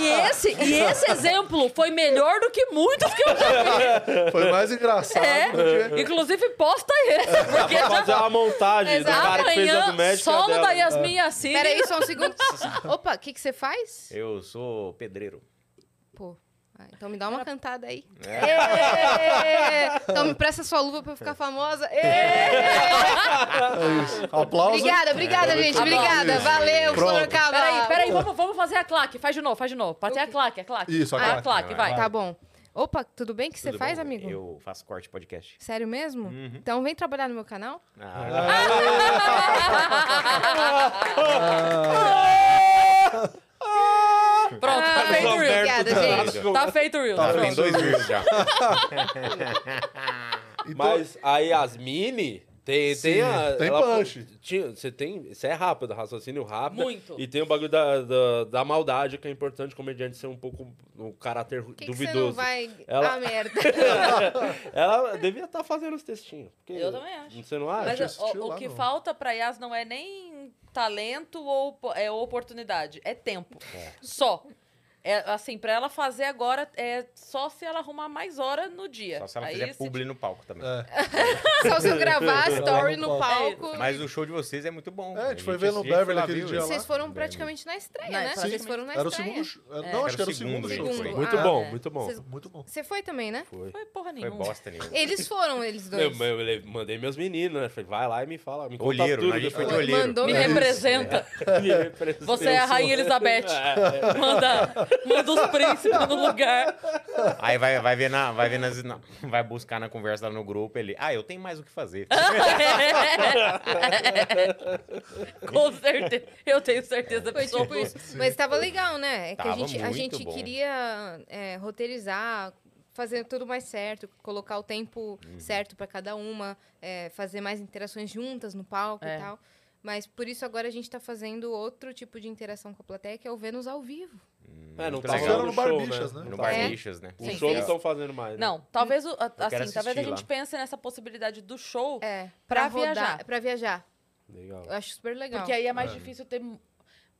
B: E esse, e esse exemplo foi melhor do que muitos que eu já
F: Foi mais engraçado
B: É.
F: do que...
B: vi. Inclusive, posta esse, porque
C: Pra Tá, fazer
B: já
D: [laughs]
C: uma montagem do um cara que fez a do né,
B: amanhã,
C: médico. e a
B: solo
C: dela.
B: da Yasmin assim. Yassine.
D: Peraí, só um
C: [laughs]
D: segundo. Opa, o que, que você faz?
E: Eu sou pedreiro.
D: Pô, ah, então me dá uma cantada aí.
E: É.
D: Ê! Então me presta sua luva pra eu
C: É.
D: ficar famosa.
C: [laughs]
D: Ê!
F: Aplausos.
D: Obrigada, obrigada, gente. Obrigada. Valeu,
F: Pronto.
D: Sorocaba.
B: Peraí, peraí, vamos, vamos fazer a claque. Faz de novo, faz de novo. Pode ser a claque, a claque.
F: Isso, a
B: Ah,
F: claque.
B: a claque, vai.
D: Tá bom. Opa, tudo bem? O que você
E: Tudo
D: faz,
E: bom?
D: amigo?
E: Eu faço corte podcast.
D: Sério mesmo? Então vem trabalhar no meu canal.
E: Ah,
B: [laughs] Pronto, tá
D: Ah,
B: feito o reel.
D: Obrigada,
E: Danado.
D: gente.
E: gente.
B: Tá feito o reel.
F: Tá
E: tem
B: Pronto.
E: dois vírus já.
C: Mas a Yasmine tem, tem a.
F: Então, tem
C: ela-
F: punch.
C: tinha- Você tem. Você é rápido, raciocínio rápido.
B: Muito.
C: E tem o bagulho da, da, da maldade, que é importante o comediante ser um pouco o caráter
D: Por que, que você não
C: duvidoso.
D: vai.
C: Ela-
D: Ah, merda.
C: ela devia estar fazendo os textinhos. porque-
B: Eu também acho.
C: Você não
B: Mas
C: acha?
F: acho que
B: o-
F: assistiu
B: o,
F: lá,
B: que
F: não.
B: falta pra Yas não é nem talento ou po- é oportunidade, é tempo. Só. É, assim, pra ela fazer agora é só se ela arrumar mais hora no dia.
E: Só se ela
B: Aí,
E: fizer
B: se-
E: publi no palco também.
F: É,
D: Só se eu gravar story no palco.
E: Mas o show de vocês é muito bom.
F: É, a gente foi ver no Beverly
E: lá,
F: aquele
E: viu?
F: dia lá.
D: Vocês foram praticamente na estreia,
B: Não,
D: né?
B: sim.
D: Vocês foram na
F: era o
D: estreia.
F: segundo. sh- Não, acho que era o segundo
E: Segundo,
F: show.
E: segundo.
C: Muito
D: Ah,
C: bom,
D: é.
C: muito bom.
D: Vocês-
F: Muito bom.
D: Você foi também, né?
C: Foi.
B: Foi porra
E: Foi
B: nenhuma.
E: bosta nenhuma.
D: Eles foram, eles
C: Eu,
D: dois.
C: eu- eu mandei meus meninos, né? Falei, vai lá e me fala. Me conta
E: Olheiro,
C: tudo
E: né? a gente foi de
C: depois. [laughs]
E: olheiro.
D: Mandou
B: Me
D: É isso.
B: representa.
C: Me representa.
B: Você é a Rainha Elizabeth.
C: [laughs] É, é.
B: Manda, manda os príncipes no lugar.
E: Aí vai, vai ver na. Vai ver nas. na- vai buscar na conversa lá no grupo ele. Ah, eu tenho mais o que fazer.
B: Com certeza. Eu tenho certeza
D: Foi tipo
B: absoluta.
D: isso. Mas tava legal, né? É que a
E: Tava
D: gente, a
E: muito
D: gente
E: bom.
D: queria é, roteirizar, fazer tudo mais certo, colocar o tempo certo pra cada uma, é, fazer mais interações juntas no palco
B: É.
D: e tal. Mas por isso agora a gente tá fazendo outro tipo de interação com a plateia, que é o Vênus ao vivo.
C: É, não
E: Muito
C: tá
E: legal.
C: rolando
F: no
C: show,
F: Barbixas,
C: né?
F: né?
E: No
C: tá
E: Bar
C: rolando.
D: É.
E: Lixas, né?
C: O
B: Sim,
C: show
B: sim.
C: não estão fazendo mais. né?
B: Não, talvez o- a-
E: quero
B: assim, talvez a
E: assistir
B: gente pense nessa possibilidade do show,
D: É.
B: Pra
D: rodar-
B: viajar.
D: Pra viajar.
C: Legal.
D: Eu acho super legal.
B: porque aí é mais difícil ter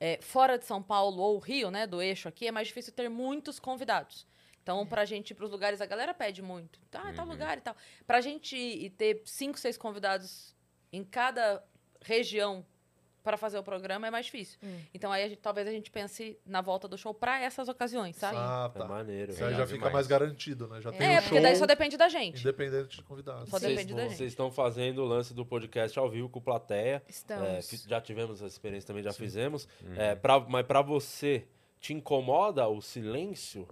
B: é, fora de São Paulo ou Rio, né, do eixo aqui, é mais difícil ter muitos convidados. Então, pra gente ir pros lugares, a galera pede muito. Tá, tal
F: Uhum.
B: lugar e tal. Pra gente ir e ter cinco, seis convidados em cada região pra fazer o programa é mais difícil.
D: Hum.
B: Então aí a gente- talvez a gente pense na volta do show pra essas ocasiões, sabe?
F: Ah,
C: É
F: tá.
C: maneiro.
F: Isso aí
E: Legal
F: já
E: demais.
F: fica mais garantido, né? Já tem
B: É,
F: o
B: porque daí só
F: show
B: depende da gente.
F: independente de convidados.
B: Só
C: Vocês-
B: depende da gente.
C: Vocês estão fazendo o lance do podcast ao vivo com plateia. É,
D: Estamos.
C: fi- já tivemos essa experiência também, já fizemos.
E: Uhum.
C: É, pra- mas pra você, te incomoda o silêncio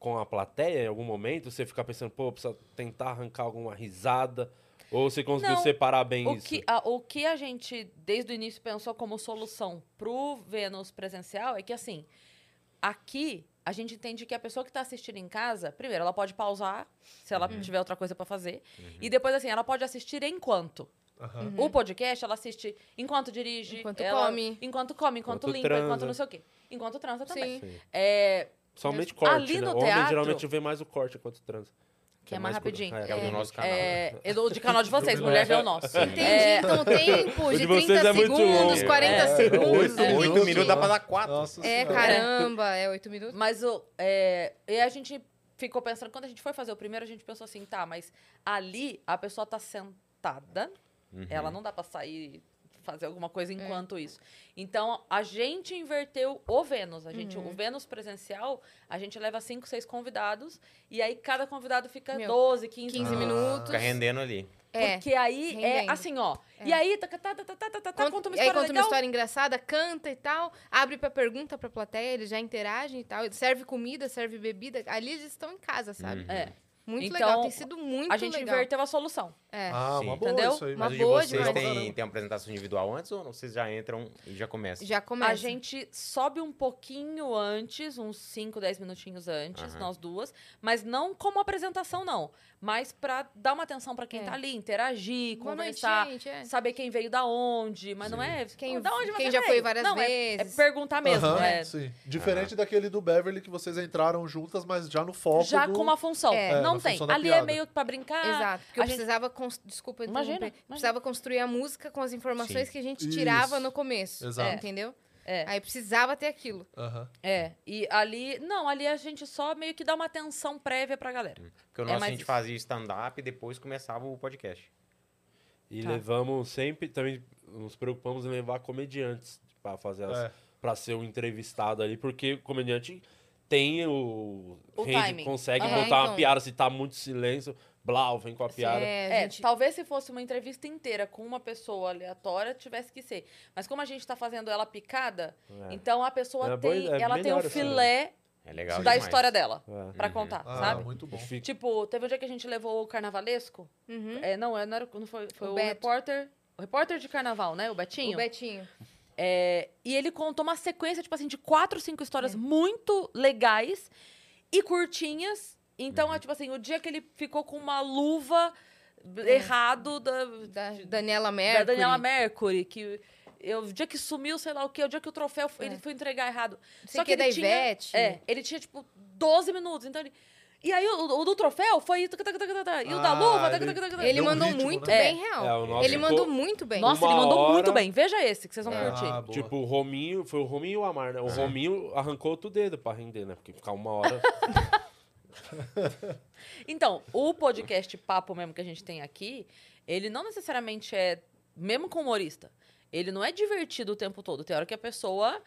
C: com a plateia em algum momento? Você ficar pensando, pô, precisa tentar arrancar alguma risada? Ou você conseguiu
B: Não,
C: separar bem
B: O
C: isso?
B: que, a, o que a gente, desde o início, pensou como solução pro Vênus presencial é que, assim, aqui a gente entende que a pessoa que tá assistindo em casa, primeiro, ela pode pausar, se ela tiver outra coisa pra fazer, e depois, assim, ela pode assistir enquanto.
F: Aham.
B: O podcast, ela assiste enquanto dirige,
D: Enquanto
B: ela-
D: come.
B: enquanto come, enquanto,
C: Enquanto
B: limpa, enquanto
C: transa.
B: não sei o quê. Enquanto transa também.
D: Sim.
B: É,
C: Somente
B: Ali no
C: corte, né? O homem
B: teatro-
C: geralmente vê mais o corte enquanto transa.
B: que é mais rapidinho.
E: É o do nosso canal.
B: É, é do de canal de vocês, mulher vê o nosso.
D: Entendi,
B: É,
D: então tempo
C: O
D: de 30
C: de vocês é muito
D: segundos,
C: longo.
D: 40
C: É,
D: segundos.
E: Oito,
D: um
E: oito
D: minuto.
E: minutos dá pra dar quatro.
F: Nossa
D: É,
F: Senhora.
D: caramba, é oito minutos.
B: Mas o. É, e a gente ficou pensando, quando a gente foi fazer o primeiro, a gente pensou assim, tá, mas ali a pessoa tá sentada, ela não dá pra sair fazer alguma
D: É.
B: coisa enquanto isso. Então, a gente inverteu o Vênus. A gente,
D: Uhum.
B: O Vênus presencial, a gente leva cinco, seis convidados, e aí cada convidado fica
D: Meu,
B: 12, 15,
D: 15
B: minutos.
D: minutos.
E: Fica rendendo ali.
D: É.
B: Porque aí é
D: rendendo.
B: assim, ó. E aí, tá, tá, tá, tá, tá, tá, tá,
D: Conta-
B: conta uma
D: e aí
B: história
D: conta uma
B: legal.
D: história engraçada, canta e tal, abre pra pergunta pra plateia, eles já interagem e tal, serve comida, serve bebida, ali eles estão em casa, sabe?
B: É,
D: Muito
B: Então,
D: legal, tem sido é muito
B: a gente
D: legal.
B: inverteu a solução.
D: É.
F: Ah, uma
E: Sim.
F: boa
B: Entendeu?
F: isso aí.
D: Uma
E: Mas o de
D: boa
E: vocês
D: demais.
E: tem, tem uma apresentação individual antes ou não? vocês já entram e já começam?
D: Já começa.
B: A gente sobe um pouquinho antes, uns 5, 10 minutinhos antes,
E: Aham.
B: nós duas, mas não como apresentação, não. Mas pra dar uma atenção pra quem
D: É.
B: tá ali, interagir,
D: Boa noite,
B: conversar,
D: gente. É.
B: saber quem veio da onde, mas não é.
D: Quem-
B: da onde você
D: quem já
B: veio?
D: foi várias
B: não, é- É,
D: vezes.
B: perguntar mesmo,
F: Aham,
B: é.
F: sim. Diferente daquele do Beverly que vocês entraram juntas, mas já no foco.
B: Já
F: do...
B: com uma função.
D: É.
B: não
F: É, na
B: tem.
F: função da
B: Ali é
F: piada.
B: meio que pra brincar.
D: Exato, porque eu
B: Ah, a gente-
D: precisava... cons- Desculpa, eu
B: Imagina,
D: interromper.
B: imagina.
D: Precisava construir a música com as informações
E: Sim.
D: que a gente
F: Isso.
D: tirava no começo,
F: Exato.
D: entendeu?
B: É.
D: Aí precisava ter aquilo.
F: Aham.
B: É. E ali. Não, ali a gente só meio que dá uma atenção prévia pra galera.
E: Porque
B: É
E: o nosso a
B: mais
E: gente
B: isso.
E: fazia stand-up e depois começava o podcast.
C: E
B: Tá.
C: levamos sempre, também nos preocupamos em levar comediantes pra fazer as,
F: É.
C: pra ser um entrevistado ali, porque o comediante tem o,
B: O
C: rende-
B: timing.
C: consegue
D: Aham.
C: botar
D: Então.
C: uma piada se tá muito silêncio, blau, vem com a piada.
D: É, a
B: É,
D: gente...
B: talvez se fosse uma entrevista inteira com uma pessoa aleatória, tivesse que ser. Mas como a gente tá fazendo ela picada,
C: É.
B: então a pessoa
C: É, boa
B: tem,
C: ideia,
B: ela tem o
C: melhor assim, né?
B: filé
E: É legal
B: da
E: demais.
B: história dela
C: É.
B: pra contar,
F: Ah,
B: sabe?
F: muito bom.
C: Fica-
B: Tipo, teve um dia que a gente levou o carnavalesco.
D: Uhum.
B: É, não, é, não, era, não foi, foi
D: O
B: o,
D: Beto.
B: repórter. O repórter de carnaval, né? O
D: O
B: Betinho.
D: Betinho.
B: É, e ele contou uma sequência, tipo assim, de quatro, cinco histórias
D: É.
B: muito legais e curtinhas.
F: Uhum.
B: Então, é tipo assim, o dia que ele ficou com uma luva errado da,
D: É. Da Daniela
B: da
D: Mercury.
B: Daniela Mercury, que eu, o dia que sumiu, sei lá o quê, o dia que o troféu foi- ele foi entregar errado.
D: É. Não sei o que é da Ivete.
B: É, ele tinha, tipo, 12 minutos. Então ele- E aí o, o do troféu foi. tac, tac, tac, tac, tac, E o da
F: Ah,
B: luva. tac,
F: ele-
B: tac, tac, tac.
D: Ele
F: Deu um
D: mandou
F: ritmo,
D: muito
B: né?
D: bem, real.
C: É, o nosso
D: ele mandou
C: ficou-
D: muito bem.
B: Nossa,
C: Uma
B: ele mandou muito
C: hora.
B: bem. Veja esse que vocês vão curtir.
F: Ah, boa.
C: Tipo, o Rominho, foi o Rominho e o Amar, né? O Rominho arrancou outro dedo pra render, né? Porque ficar uma hora.
B: Então, o podcast papo mesmo que a gente tem aqui, ele não necessariamente é, mesmo com humorista, ele não é divertido o tempo todo. Tem hora que a pessoa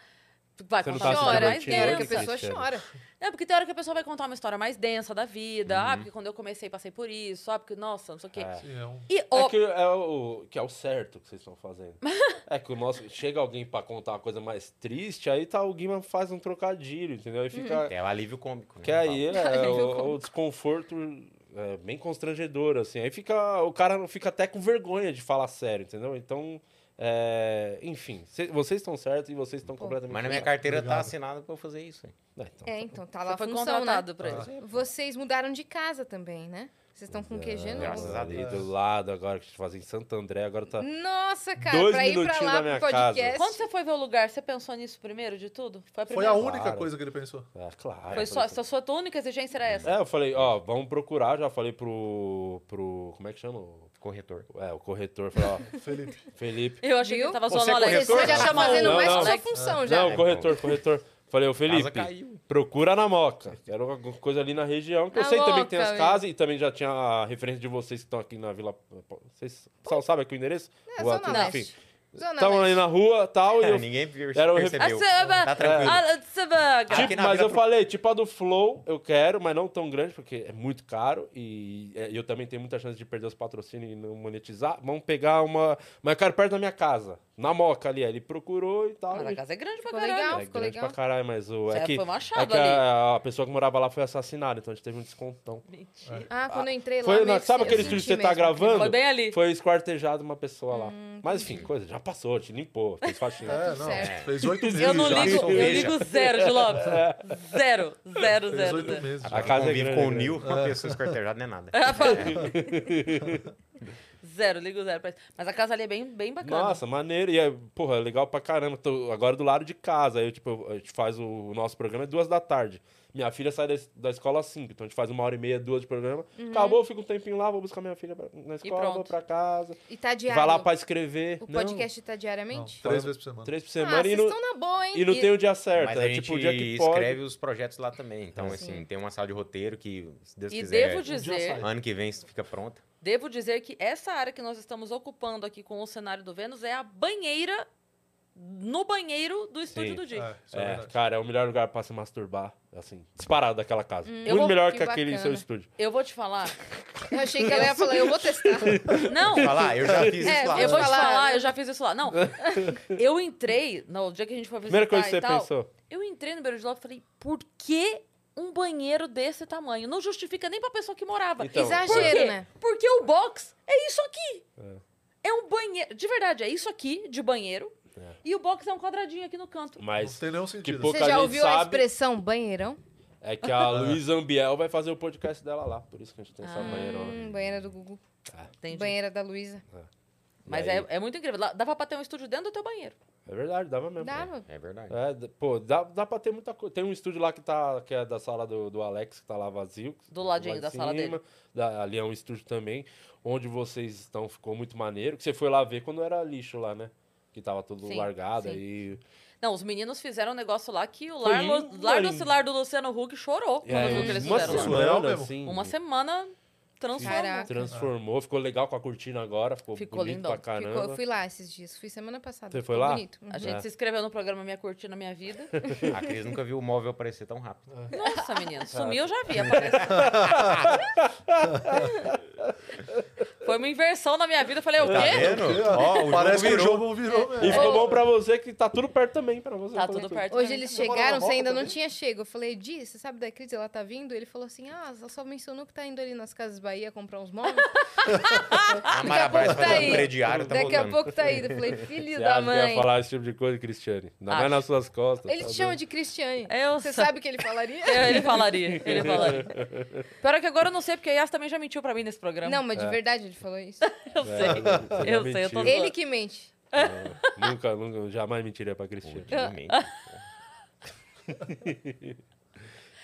B: vai
C: Você não
B: contar
C: tá se
B: uma história mais
C: divertindo,
D: Tem hora que a
B: densa.
C: Cristiano.
D: pessoa chora.
B: É, porque tem hora que a pessoa vai contar uma história mais densa da vida. Ah, porque quando eu comecei, passei por isso. Ah, porque, nossa, não sei o quê.
C: É.
F: Sim, é um-
B: E, ó,
C: É que é o, que é o certo que vocês estão fazendo. É que o nosso. Chega alguém pra contar uma coisa mais triste, aí tá, o Guima faz um trocadilho, entendeu? E fica.
E: É o alívio cômico. né?
C: Que aí é,
D: Alívio
C: o, o desconforto é, bem constrangedor, assim. Aí fica. O cara não fica até com vergonha de falar sério, entendeu? Então. é, enfim, cê- vocês estão certos e vocês estão completamente.
E: Mas na minha carteira tá assinada pra eu fazer isso. hein?
C: É, então.
D: É, então, tá lá
B: ela
D: a
B: foi
D: função, né?
B: contratado pra isso.
D: Vocês mudaram de casa também, né? Vocês estão com
C: é.
D: QG novo.
E: Graças a Deus.
C: Ali tá do lado agora, que a gente fazia em Santo André, agora
B: Hum?
C: tá.
D: Nossa, cara,
C: Dois
D: pra ir pra
C: minutinhos
D: lá
C: da minha
D: pro podcast.
B: Quando você foi ver o lugar, você pensou nisso primeiro de tudo? Foi a
F: Foi
B: primeira
F: a única
C: Claro.
F: coisa que ele pensou.
C: É, claro.
B: Foi
C: eu
B: só,
C: falei,
B: só sua única exigência era essa.
C: É, eu falei, ó, vamos procurar, já falei pro. pro. Como é que chama? O-
E: Corretor.
C: É, o corretor. Falei, ó,
F: Felipe.
C: Felipe.
B: Eu achei que
D: Viu?
B: ele tava
E: Você
B: zoando
E: é
B: o Alex.
E: corretor?
D: Você já tá
B: Chama o-
D: fazendo
C: Não,
D: mais
C: não.
D: que sua função já.
C: Não, É, corretor, corretor. Falei, ô Felipe,
E: É caiu.
C: procura na Moca. Quero alguma coisa ali na região, que eu
D: Na
C: sei também que tem
D: Moca,
C: as casas e também já tinha a referência de vocês que estão aqui na Vila. Vocês só sabem aqui o endereço?
D: É,
C: Boa,
D: Zona
C: tudo,
D: Leste. Zona
C: Estavam
D: Leste.
C: ali na rua tal, e eu.
E: É, [laughs] Ninguém perce-
C: Era o É, ref-
B: Ah,
E: percebeu.
B: você- ah,
E: Tá tranquilo.
B: ah, você- ah,
E: tá Aqui
C: Tipo,
E: na
C: mas
E: Vila
C: eu
E: Pro-
C: falei, tipo a do Flow, eu quero, mas não tão grande, porque é muito caro e é, eu também tenho muita chance de perder os patrocínios e não monetizar. Vamos pegar uma. Mas eu quero perto da minha casa, na moca ali. Aí Ele procurou e tal.
B: Mas
C: e-
B: a casa é grande pra
D: Ficou
B: caralho.
C: É
D: legal,
C: grande
D: Ah, ficou legal.
C: pra caralho, mas o.
B: Isso
C: É
B: aí
C: que,
B: foi um achado
C: é que a, a pessoa que morava lá foi assassinada, então a gente teve um descontão.
B: Mentira.
D: Ah, quando eu entrei lá.
C: Foi,
D: meio
C: na-
D: que
C: sabe
D: eu
C: aquele
D: senti
C: estúdio que você tá
D: mesmo.
C: gravando?
B: Foi bem ali.
C: Foi esquartejado uma pessoa lá.
D: Hum,
C: Mas enfim, coisa, já passou, te limpou,
D: [laughs]
C: fez faxina.
F: É, não.
D: certo.
F: Fez oito meses.
B: Eu não
F: assim, já.
B: ligo,
E: sou
B: eu
E: veja.
B: ligo zero de Lopes. Zero, zero,
F: Fez
B: zero,
F: oito
B: zero.
F: meses.
C: A
F: já.
C: casa é
E: Convive
C: grande,
E: com o
C: né?
E: Nil, uma pessoa esquartejada não
B: [laughs]
E: é nada.
B: tipo, Zero, ligo zero. pra isso. Mas a casa ali é bem, bem bacana.
C: Nossa, maneiro. E é, porra, é legal pra caramba. Tô agora do lado de casa. Aí, eu, tipo, a gente faz o, o nosso programa é duas da tarde. Minha filha sai da, es- da escola às cinco. Então a gente faz uma hora e meia, duas de programa.
D: Uhum.
C: Acabou, fica um tempinho lá, vou buscar minha filha pra- na escola, vou
B: pronto.
C: pra casa.
D: E tá diário.
C: Vai lá pra escrever.
D: O
C: Não,
D: podcast tá
F: Não,
D: diariamente?
C: Fala-
F: três vezes por semana.
C: Três por
D: Ah,
C: semana e,
D: vocês
C: não,
D: estão na boa, hein?
C: e não tem o dia certo.
E: Mas
C: é
E: a gente
C: tipo o dia que pode.
E: escreve os projetos lá também. Então, assim, tem uma sala de roteiro que, se Deus
B: Ah, E
E: quiser, um
B: devo dizer,
E: ano que vem fica pronta.
B: devo dizer que essa área que nós estamos ocupando aqui com o cenário do Vênus é a banheira no banheiro do estúdio
C: Sim.
B: do Di.
F: É, isso é
C: É,
F: verdade.
C: cara, é o melhor lugar pra se masturbar. Assim, disparado daquela casa.
B: Hum, Eu vou-
C: Muito melhor
D: que
C: que, aquele
D: bacana.
C: seu estúdio.
B: Eu vou te falar.
D: Eu achei que ela ia falar, eu vou
C: [laughs]
D: testar.
C: Então,
B: Não,
E: Falar, eu já fiz
D: [laughs] É,
E: isso lá.
B: eu vou te
D: falar,
B: falar,
D: né?
B: eu já fiz isso lá. Não, eu entrei, no dia que a gente foi visitar então.
C: Primeira coisa que
B: e
C: você
B: tal,
C: pensou.
B: Eu entrei no banheiro de Lopes e falei, por que um banheiro desse tamanho? Não justifica nem pra pessoa que morava.
C: Então,
B: Por
D: Exagero,
B: quê?
D: né?
B: Porque o box é isso aqui. É. um banheiro. De verdade, é isso aqui de banheiro. E o box é um quadradinho aqui no canto.
C: Mas
F: Não tem nenhum
C: que
F: sentido.
C: pouca
D: Você já
C: gente
D: ouviu a
C: sabe.
D: expressão banheirão?
C: É que
F: [laughs]
C: a Luísa Ambiel vai fazer o podcast dela lá, por isso que a gente tem
B: Ah.
C: essa banheirona.
D: Hum, banheira do Gugu.
C: É.
B: Entendi.
D: Banheira da Luísa.
B: Mas
C: E aí-
B: é, é muito incrível. Lá- Dava pra ter um estúdio dentro do teu banheiro.
C: É verdade, dava mesmo.
D: Dava.
E: É verdade.
C: É, d- pô, dá, dá pra ter muita coisa. Tem um estúdio lá que, tá, que é da sala do, do Alex, que tá lá vazio.
B: Do
C: lá
B: ladinho
C: em
B: da sala dele.
C: Da- ali é um estúdio também, onde vocês estão, ficou muito maneiro. Que você foi lá ver quando era lixo lá, né? Que tava tudo
B: Sim,
C: largado
B: sim.
C: e...
B: Não, os meninos fizeram um negócio lá que o
C: Foi
B: lar,
C: lindo,
B: lar
C: lindo.
B: do celar do Luciano Huck chorou quando viu o que eles
C: uma
B: fizeram. lá.
F: semana.
C: semana,
F: é mesmo.
C: É, assim,
B: Uma semana transformou.
D: Caraca.
C: transformou. Ficou legal com a cortina agora, ficou,
B: Ficou
C: bonito
B: lindão.
C: pra
B: Ficou,
C: caramba.
D: Ficou- eu fui lá esses dias, fui semana passada.
C: Você
D: ficou
C: foi lá?
D: Bonito. Uhum.
B: A gente
C: É.
B: se inscreveu no programa Minha Cortina Minha Vida.
E: A Cris nunca viu o móvel aparecer tão rápido. né?
B: Nossa,
C: [laughs]
B: menino, sumiu, eu já vi, apareceu. [laughs] Foi uma inversão na minha vida. Eu falei, o
E: Tá
B: quê?
E: vendo? Ó, o jogo
F: Parece que o
E: virou.
F: jogo virou
B: É,
F: mesmo.
C: E ficou bom pra você que tá tudo perto também, pra você.
B: Tá
C: fazer
B: tudo perto.
D: Uhum. Hoje eles
F: Você mora na
D: chegaram, você
F: Moca
D: ainda não
F: também?
D: tinha chego. Eu falei, Di, você sabe da crise, ela tá vindo? Ele falou assim, ah, ela só mencionou que tá indo ali nas Casas Bahia comprar uns móveis.
C: Tá
E: A Marabras
D: pouco tá
E: fazendo
D: aí.
E: prediário, tá
D: Daqui a
E: voltando.
D: pouco tá indo. Eu
C: [laughs]
D: falei, filho
C: Você
D: da
C: acha que
D: mãe.
C: ia falar esse tipo de coisa, Cristiane? Ainda mais
B: Acho.
C: nas suas costas.
D: Ele
C: tá
D: te chama
C: doido?
D: de Cristiane.
F: É,
B: Eu,
D: Você sabe o que ele
F: [laughs]
D: falaria?
B: eu- [laughs] ele falaria,
C: [laughs]
B: ele falaria. Pior é que agora eu não sei, porque a Yas também já mentiu pra mim nesse
F: É.
B: programa.
D: Não, mas de verdade ele falou isso.
B: [laughs] eu sei.
C: É, você
B: Eu
C: já
B: sei, eu tô-
C: mentiu.
D: Ele que mente.
C: É, Nunca, nunca, jamais mentiria pra Cristiane.
D: tá.
E: Obviamente.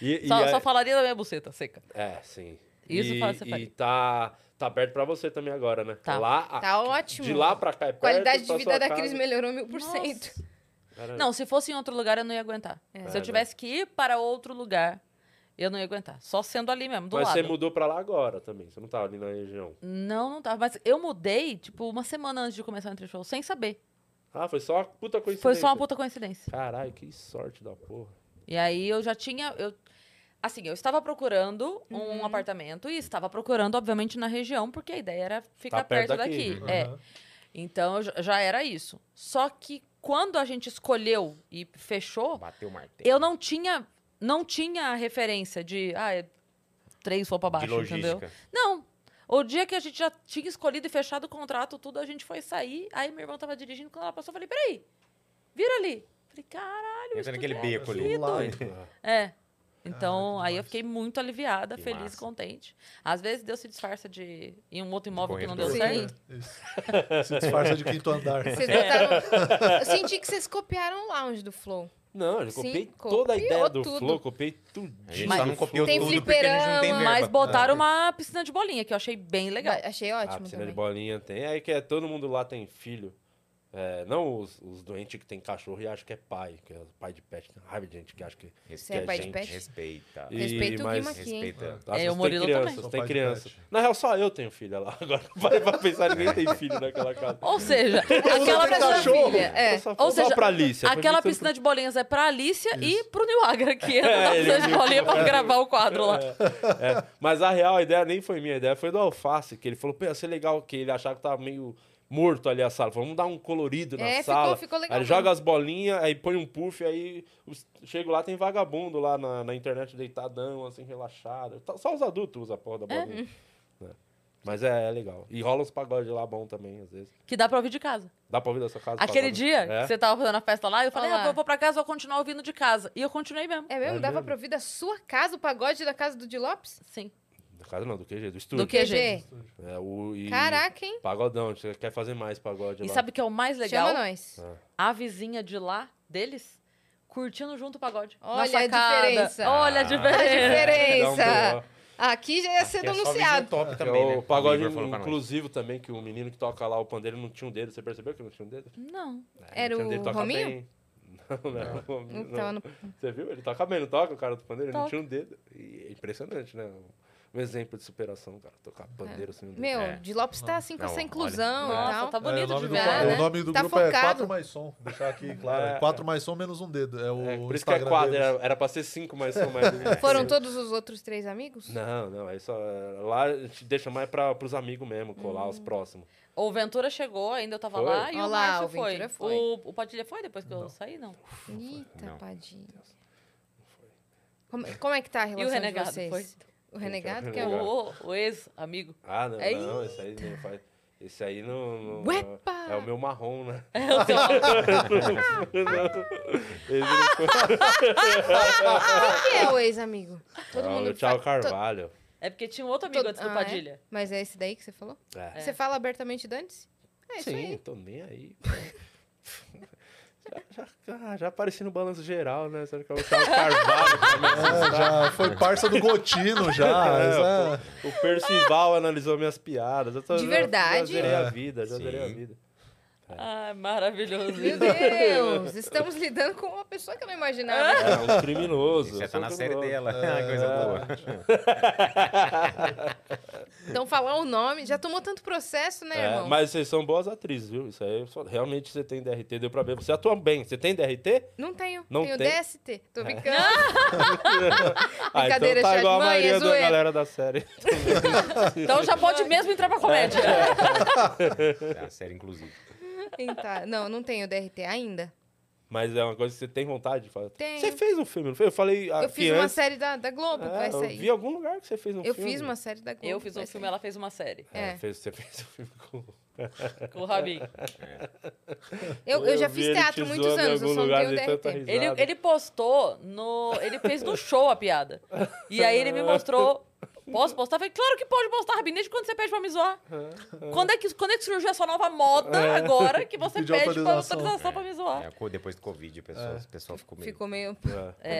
C: E- e
B: Só,
C: a-
B: só falaria da minha buceta seca.
C: É, sim.
B: Isso
C: e,
B: fala- você
C: E
B: faria.
C: tá, tá perto pra você também agora, né?
B: Tá.
C: Lá, a-
D: Tá ótimo.
C: De lá pra cá é perto.
D: Qualidade de
C: pra
D: vida
C: sua
D: da
C: casa.
D: Cris melhorou mil por cento.
C: Caramba.
B: Não, se fosse em outro lugar, eu não ia aguentar.
D: É.
B: Se eu tivesse que ir para outro lugar, eu não ia aguentar. Só sendo ali mesmo, do
C: Mas
B: lado.
C: você mudou pra lá agora também. Você não tava ali na região.
B: Não, não tava. Mas eu mudei, tipo, uma semana antes de começar o Entre Show, sem saber.
C: Ah, foi só uma puta coincidência.
B: Foi só uma puta coincidência.
C: Caralho, que sorte da porra.
B: E aí eu já tinha. Eu, assim, eu estava procurando um apartamento e estava procurando, obviamente, na região, porque a ideia era
E: Tá
B: ficar
C: perto
B: perto,
C: daqui,
B: daqui.
C: né?
B: É. Então já- já era isso. Só que quando a gente escolheu e fechou,
E: Bateu o martelo.
B: eu não tinha. Não tinha a referência de. Ah, é três foi pra
E: De
B: baixo, entendeu?
E: logística.
B: Não. O dia que a gente já tinha escolhido e fechado o contrato, tudo, a gente foi sair. Aí meu irmão tava dirigindo, quando ela passou, eu falei, peraí, vira ali. Falei, caralho, é eu
E: Entra naquele
B: estudei
E: beco
B: aqui,
E: ali.
B: doido." É. Então,
F: Caralho,
B: aí eu
F: demais.
B: fiquei muito aliviada,
E: Ah, Que
B: feliz,
E: massa.
B: contente. Às vezes Deus se disfarça de em um outro imóvel que não deu
E: corretor.
B: certo.
F: Isso. Se disfarça de quinto andar.
B: tá
D: Vocês
C: [laughs]
D: botaram... Eu senti que vocês copiaram o lounge do Flow.
C: Não, eu
D: Sim,
C: copiei toda a
D: copiou
C: ideia do
D: tudo.
C: Flow, copiei tudo.
E: A gente
B: Mas-
E: só não copiou
D: Tem
E: tudo porque a gente não tem
D: fliperama,
E: verba.
B: Mas botaram
C: Ah.
B: uma piscina de bolinha, que eu achei bem legal.
D: Mas Achei
C: A
D: ótimo
C: piscina de
D: também.
C: bolinha tem. Aí que é, todo mundo lá tem filho. É, não os, os doentes que tem cachorro e acham que é pai, que é pai de pet. Tem raiva de gente que acha que.
D: Você é
E: Ah, Respeita,
D: pai de
E: gente,
D: pet?
E: Respeita.
C: E-
D: Respeita o
C: mas-
D: Guima aqui, hein?
E: Respeita.
C: Tá,
B: É,
C: vocês
B: o
C: têm
B: Murilo
C: criança,
B: também.
C: vocês
F: Sou
C: têm
F: pai de
C: criança.
F: pet.
C: Na real, só eu tenho filha lá. [laughs] Agora vai pra pensar, ninguém tem filho naquela casa.
B: Ou
C: [laughs]
B: seja,
F: mundo
B: aquela
F: tem
B: piscina,
F: cachorro.
D: É.
C: Eu só,
B: ou
C: só
B: seja,
C: pra Alicia. foi
B: aquela
C: muito-
B: piscina de bolinhas é pra Alicia e pro Niwagra,
C: [laughs]
B: que entra
C: É,
B: na piscina
C: ele-
B: de bolinha pra gravar o quadro lá.
C: É, mas a real, a ideia nem foi minha, a ideia foi do Alface, que ele falou, pô, ia ser legal, que ele achava que tava meio morto ali a sala. Falou, vamos dar um colorido na
D: É, ficou-
C: sala.
D: ficou legal
C: Aí ele
D: mesmo.
C: joga as bolinhas, aí põe um puff, aí os- chego lá, tem vagabundo lá na, na internet deitadão, assim, relaxado. Tá- Só os adultos usam a porra da
D: É.
C: bolinha. né? Mas é, é legal. E rola uns pagodes lá bom também, às vezes.
B: Que dá pra ouvir de casa.
C: Dá pra ouvir da sua casa?
B: Aquele
C: pagode?
B: dia
C: É.
B: que você tava fazendo a festa lá, eu falei,
D: Olha lá.
B: ah, eu vou pra casa, vou continuar ouvindo de casa. E eu continuei mesmo.
D: É mesmo?
C: É
D: Dava
C: mesmo.
D: pra ouvir da sua casa o pagode da casa do Di Lopes?
B: Sim.
C: Da casa não, do QG, do estúdio.
B: Do QG.
C: É, o, e...
D: Caraca, hein?
C: Pagodão, você quer fazer mais pagode
B: E
C: lá.
B: sabe o que é o mais legal?
D: Chama nós.
B: a vizinha de lá, deles, curtindo junto o pagode. na
D: Olha a
B: sacada.
D: diferença.
F: Ah.
B: Olha a
D: A
F: [laughs]
B: diferença.
C: Dá um B.O.
D: diferença. Aqui já ia ser
E: Que é só
D: denunciado.
E: vizinho top
C: Que é
E: também, né?
C: o pagode
E: Igor falou pra nós.
C: inclusivo também, que o menino que toca lá o pandeiro não tinha um dedo. Você percebeu que não tinha um dedo?
B: Não.
C: É,
D: Era
C: não tinha um
D: o
C: toca
D: Rominho? Então.
C: bem. Não, não, era o
D: Não
C: Rominho, não.
D: tava no-
C: Você viu? Ele toca bem, não toca o cara do pandeiro? Ele não
B: Toca.
C: tinha um dedo. E é impressionante, né? Um exemplo de superação, cara. Tocar pandeiro sem um dedo.
D: É. Meu,
E: É.
D: Di Lopes tá assim com
E: Não,
D: essa
E: olha.
D: inclusão e
B: Nossa,
D: tal.
B: tá bonito
F: É, o nome
B: de ver,
F: do, grupo-
B: né?
F: O nome do
D: Tá
F: grupo é
D: focado.
F: 4 mais som. Vou Deixar aqui claro.
C: É.
F: 4 mais som menos um dedo. É o
C: É, por isso que é
F: Instagram
C: quadro,
F: deles.
C: era, era pra ser cinco, mas
D: [laughs]
C: são mais.
D: Foram todos os outros três amigos?
C: Não, não, é só. Lá a gente deixa mais pra, pros amigos mesmo, colar
D: Hum.
C: os próximos.
B: O Ventura chegou, ainda eu tava
C: Foi?
B: lá, e
D: Olha
B: o
D: lá,
B: Márcio
D: o
B: foi.
D: Ventura foi.
B: O, o Padilha foi depois que eu saí, não.
D: Eita,
E: Não.
D: padinha. Como, como é que tá a relação
B: E o Renegado
D: de vocês?
B: foi.
D: O renegado que é o...
B: O, o- o ex-amigo. [laughs]
C: Ah, não,
B: É
C: não, esse aí não faz. Esse aí não. não-
D: Uepa!
C: é o meu marrom,
D: [laughs]
C: né?
B: É o seu
C: Ele não foi.
D: Quem é o ex-amigo? Todo
C: Ah,
D: mundo
C: o Tchau
D: fa-
C: Carvalho.
B: É porque tinha um outro
D: to-
B: amigo antes do
D: Ah, é?
B: Padilha.
D: Mas é esse daí que você falou?
C: É.
D: Você fala abertamente Dantes? [laughs] É isso
C: Sim,
D: aí.
C: tô nem aí. [laughs] já, já, ah, já apareci no balanço geral, né? Sabe que é o Tchau Carvalho? pra
D: [laughs]
C: me
F: É,
C: assustar.
F: [laughs] já foi parça do Gotino já.
C: É,
F: mas [laughs] é-
C: O Percival analisou minhas piadas. Eu tô-
D: De
C: já-
D: verdade?
C: Já zerei a
F: É.
C: vida, já
E: Sim.
C: zerei a vida.
B: Ai, maravilhoso.
D: Meu Deus, estamos lidando com uma pessoa que eu não imaginava. [laughs]
C: É um criminoso.
E: Você
C: sou um
E: tá na série
C: criminoso.
E: dela. [laughs] Coisa boa.
D: Então, falar o nome, já tomou tanto processo, né,
C: É,
D: irmão?
C: mas vocês são boas atrizes, viu? Isso aí, só- realmente você tem DRT, deu pra ver. Você atua bem. Você tem DRT?
D: Não tenho.
C: Não
D: tenho
C: tem? É.
D: DST. Tô brincando.
C: [laughs] Ah,
D: Brincadeira,
C: então tá
D: chat.
C: igual
D: Mãe,
C: a
D: é
C: maioria da
D: zoeira.
C: galera da série. [laughs]
B: Então já pode mesmo entrar pra comédia.
E: É a série, inclusive.
D: Tá, Não, não tenho DRT ainda.
C: Mas é uma coisa que você tem vontade de fazer.
D: Tenho.
C: Você fez um filme, não fez? Eu falei
D: Eu
C: aqui
D: fiz uma
C: antes.
D: série da, da Globo que vai
C: É, eu
D: sair.
C: vi em algum lugar que você fez um
D: Eu
C: filme.
D: fiz uma série da Globo.
B: Eu fiz
D: que
B: um
D: vai
B: filme,
D: sair.
B: ela fez uma série.
C: É,
D: É.
C: fez- você [laughs] fez um filme com...
B: Com o Rabin.
D: Eu, eu já
C: vi
D: fiz
C: ele te
D: teatro muitos
C: zoando em
D: anos, eu um
C: algum
D: só não
C: lugar tá
D: tenho
C: de tanta
D: DRT.
B: Ele,
C: risada.
B: ele postou no. Ele fez no show a piada. E aí ele me mostrou. Posso postar? Eu falei, claro que pode postar, Rabin. Desde quando você pede pra me zoar? Quando é que, quando é que surgiu essa nova moda agora que você
F: Pedir
B: pede pra
F: autorização.
B: autorização pra me zoar?
E: É, co- depois do Covid, a pessoa, o pessoal ficou meio...
D: Ficou meio.
C: É.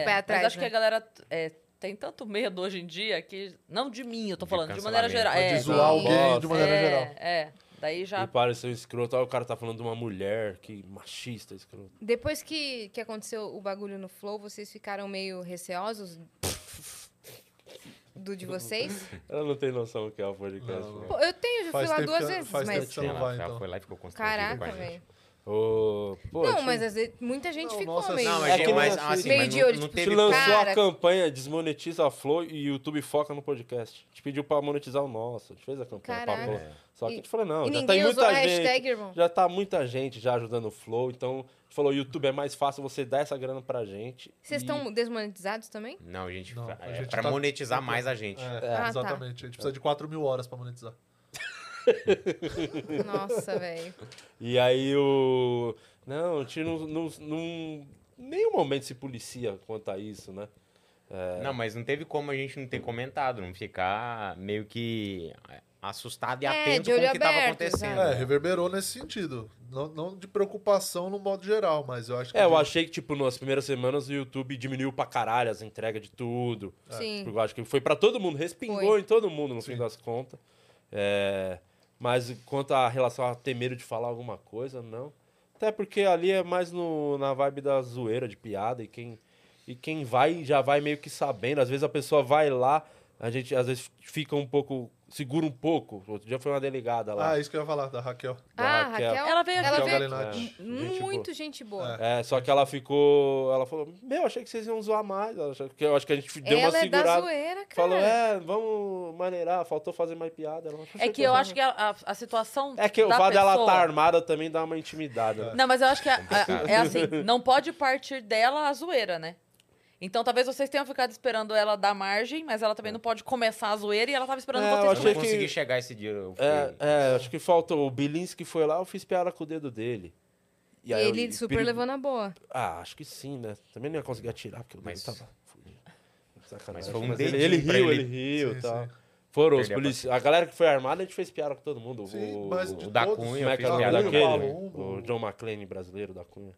D: [laughs]
B: É,
D: pé atrás,
B: mas acho
D: né?
B: que a galera é, tem tanto medo hoje em dia que. Não de mim, eu tô
E: De
B: falando, de maneira geral.
E: cancelamento.
B: É,
F: De zoar
C: não,
F: alguém de
C: bosta.
F: maneira
B: é,
F: geral.
B: é. Daí já.
C: E pareceu escroto. Olha, o cara tá falando de uma mulher que machista, escroto.
D: Depois que, que aconteceu o bagulho no Flow, vocês ficaram meio receosos do de vocês?
C: Ela não tem noção do que é o podcast.
F: Não,
C: né?
D: Pô, eu tenho, já fui
F: Faz
D: lá
F: tempo
D: duas
F: que-
D: vezes,
F: faz tempo
D: mas.
F: que você não
E: Ela
F: vai,
E: já
F: então.
E: foi lá e ficou constrangida com a
D: Caraca,
E: gente.
D: velho.
C: Ô, pô,
D: Não,
C: te-
D: mas às vezes muita gente
F: Não,
D: ficou
F: nossa,
D: meio.
E: Não,
C: mas É que nem
E: mas,
C: assim,
E: assim,
D: meio
E: mas
D: de
E: não,
D: olho,
E: não
D: tipo,
C: te
E: teve...
D: lan-
C: lançou
D: cara.
C: a campanha desmonetiza a Flow e o YouTube foca no podcast. Te pediu pra monetizar o nosso. A gente fez a campanha pra
D: Caraca.
C: Flow. Só que
D: E-
C: a gente falou, não,
D: e
C: já tem
D: ninguém usou a
C: muita gente.
D: hashtag, irmão.
C: Já tá muita gente já ajudando o Flow, então a gente falou, YouTube é mais fácil você dar essa grana pra gente.
D: Vocês
C: E-
D: estão desmonetizados
C: [laughs]
D: também?
E: Não, a gente...
F: Não,
E: é,
F: a gente
E: pra
F: tá-
E: monetizar mais a gente.
F: É,
D: Ah, tá.
F: exatamente. A gente precisa de 4 mil horas pra monetizar.
D: Nossa, velho.
C: E aí o. Não, a gente não. não, não- nenhum momento se policia quanto a isso, né?
E: Não, mas não teve como a gente não ter comentado, não ficar meio que assustado e
D: É,
E: atento
D: de
E: com o
D: olho
E: que tava
D: aberto,
E: acontecendo.
F: É, reverberou nesse sentido. Não, não de preocupação no modo geral, mas eu acho que.
C: É, eu
F: de- um
C: achei que, tipo, nas primeiras semanas o YouTube diminuiu pra caralho as entregas de tudo. Tipo,
D: Sim.
C: Eu acho que foi pra todo mundo, respingou
D: É. Foi.
C: em todo mundo, no fim
F: Sim.
C: das contas. É, mas quanto à relação a ter medo de falar alguma coisa, não. Até porque ali é mais no, na vibe da zoeira, de piada, e quem, e quem vai já vai meio que sabendo. Às vezes a pessoa vai lá, a gente às vezes fica um pouco, segura um pouco. Outro dia foi uma delegada lá.
F: Ah, isso que eu ia falar, da Raquel.
D: Ah,
C: da
D: Raquel.
B: Ela veio aqui.
D: Ela
F: Raquel
D: veio aqui.
F: Galinatti.
C: [laughs] Gente
D: Muito gente boa.
C: É, só que ela ficou. Ela falou: Meu, achei que vocês iam zoar mais. Ela achou- que Eu acho que a gente deu
D: Ela
C: uma
D: é da
C: segurada.
D: zoeira, cara.
C: falou: É, vamos maneirar, faltou fazer mais piada. Ela achou
B: É que eu acho que a, a- a situação.
C: É que o
B: da
C: fato dela
B: pessoa-
C: estar armada também dá uma intimidada. né?
B: Não, mas eu acho que a- a- é assim, não pode partir dela a zoeira, né? Então talvez vocês tenham ficado esperando ela dar margem, mas ela também não pode começar a zoeira e ela tava esperando
C: É, eu
E: Eu
B: vocês.
E: não
C: achei que-
E: consegui chegar esse dia. Eu fiquei...
C: É, é, acho que faltou. O Bilinski foi lá, eu fiz piada com o dedo dele.
D: E
C: aí eu-
D: ele super
C: perigo-
D: levou na boa.
C: Ah, acho que sim, né? Também não ia conseguir atirar, porque o dedo
E: Mas-
C: tava fudido. Sacanagem.
E: Mas foi um
C: ele,
E: dedinho
C: ele
E: pra
C: riu,
E: ele-
C: ele riu
F: Sim,
C: e tal.
F: sim.
C: Foram os
E: Perdeu a
C: policiais. A galera que foi armada, a gente fez piada com todo mundo. O-
F: Sim,
C: o,
F: mas
C: o
F: de
E: o da
F: todos,
E: Cunha,
C: Como é que é o
E: Fez
C: nome
E: piada
F: Palumbo,
E: com
C: daquele?
E: ele,
C: O John McClane brasileiro da Cunha.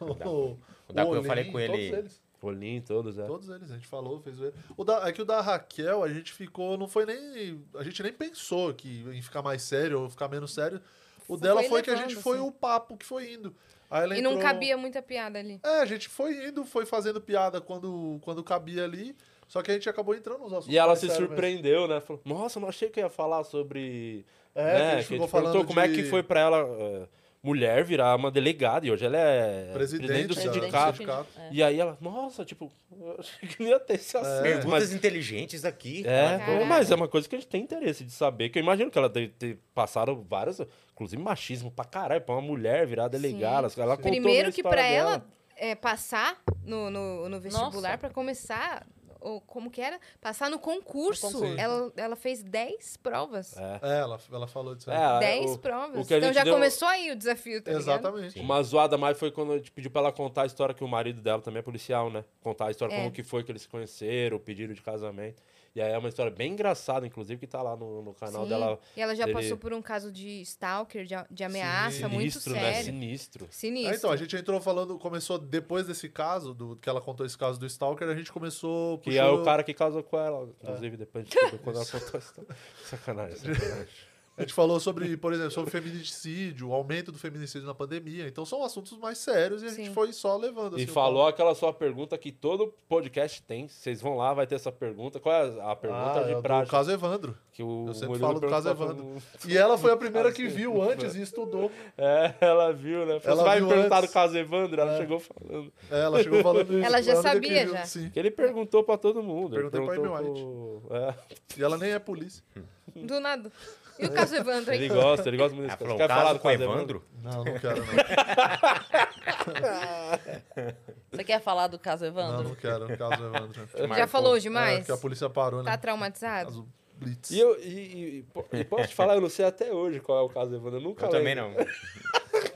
F: O,
E: O da Cunha, eu
F: Olim,
E: falei com ele-
F: Todos eles.
C: Rolim, todos, é.
F: Todos eles, a gente falou, fez o. o da, é que o da Raquel, a gente ficou. Não foi nem. A gente nem pensou que em ficar mais sério ou ficar menos sério. O dela
D: Foi
F: foi que a gente
D: levando,
F: foi
D: assim.
F: o papo que foi indo. Aí ela
D: E não
F: entrou-
D: cabia muita piada ali.
F: É, a gente foi indo, foi fazendo piada quando, quando cabia ali. Só que a gente acabou entrando nos assuntos.
C: E ela
F: mais
C: se
F: sérios mesmo.
C: surpreendeu, né? Falou, nossa, não achei que eu ia falar sobre...
F: É,
C: né?
F: que a gente
C: que
F: ficou
C: te perguntou
F: falando
C: como é
F: de-
C: que foi pra ela, eh, mulher, virar uma delegada. E hoje ela é
F: Presidente,
C: do
F: da-
C: sindicato.
F: do sindicato.
C: E aí ela, nossa, tipo, eu achei que não ia ter
F: É.
C: esse assunto.
E: Perguntas
C: é. mas...
E: inteligentes aqui.
C: É,
D: Caraca.
C: mas é uma coisa que a gente tem interesse de saber, que eu imagino que ela deve ter passado várias, inclusive machismo pra caralho, pra uma mulher virar delegada. Ela contou
D: Primeiro
C: meio a
D: que
C: história
D: pra
C: dela.
D: ela é, passar no, no, no vestibular,
B: Nossa.
D: pra começar, ou como que era? Passar no concurso.
F: No concurso.
D: Ela, ela fez 10 provas.
F: É, ela, ela falou disso aí.
C: É,
D: 10
C: o-
D: provas.
C: o que a
D: então
C: gente
D: já
C: deu-
D: começou aí o desafio, tá ligado?
F: Exatamente.
C: Uma zoada mais foi quando a gente pediu pra ela contar a história que o marido dela também é policial, né? Contar a história
D: É.
C: como que foi que eles se conheceram, o pedido de casamento. E aí é uma história bem engraçada, inclusive, que tá lá no, no canal
D: Sim.
C: dela.
D: E ela já
C: dele-
D: passou por um caso de stalker, de, a- de ameaça, muito
C: Sinistro, né?
D: sério.
C: Sinistro.
F: É,
D: Sinistro.
F: então, a gente entrou falando, começou depois desse caso, do, que ela contou esse caso do Stalker, a gente começou.
C: Que
F: puxando- [laughs]
C: é o cara que casou com ela, inclusive, depois de tudo, quando ela contou a história. Sacanagem, sacanagem.
F: A gente falou sobre, por exemplo, sobre feminicídio, o aumento do feminicídio na pandemia. Então são assuntos mais sérios e a gente
D: Sim.
F: foi só levando.
C: E
F: assim, o
C: falou aquela sua pergunta que todo podcast tem. Vocês vão lá, vai ter essa pergunta. Qual é a a
F: papo.
C: pergunta
F: Ah, é
C: de
F: do
C: praxe?
F: caso Evandro.
C: Que o
F: Eu sempre
C: Murilo
F: falo do
C: perguntou
F: caso
C: pra
F: Evandro.
C: todo mundo.
F: E ela foi a primeira que
C: Caso
F: viu
C: Evandro.
F: antes e estudou.
C: É, [laughs] ela viu, né? Você
F: Ela
C: vai
F: viu
C: me perguntar
F: antes.
C: do caso Evandro? Ela
F: É.
C: chegou falando.
F: É, Ela chegou falando isso.
D: Ela já
F: Ela
D: sabia,
F: queria-
D: já.
F: Sim.
C: Que ele perguntou pra todo mundo. Ele
F: Perguntei pra
C: perguntou pro- É.
F: E ela nem é polícia.
D: Do nada. E o
C: [laughs]
D: caso Evandro,
C: Ele
D: hein?
C: gosta, ele gosta muito
E: Ela
C: desse
E: falou,
C: caso. Quer falar
E: o caso
C: do
E: com
C: caso é
E: Evandro?
F: Não, não quero, não.
B: Você quer falar do caso
F: Não,
B: Evandro?
F: não quero, no caso Evandro.
D: Já falou
F: É,
D: demais?
F: porque a polícia parou, né?
D: Tá traumatizado?
F: Caso Blitz.
C: E, eu, e, e- e po- e posso te falar, eu não sei até hoje qual é o caso Evandro. Eu nunca
E: Eu também
C: lembro.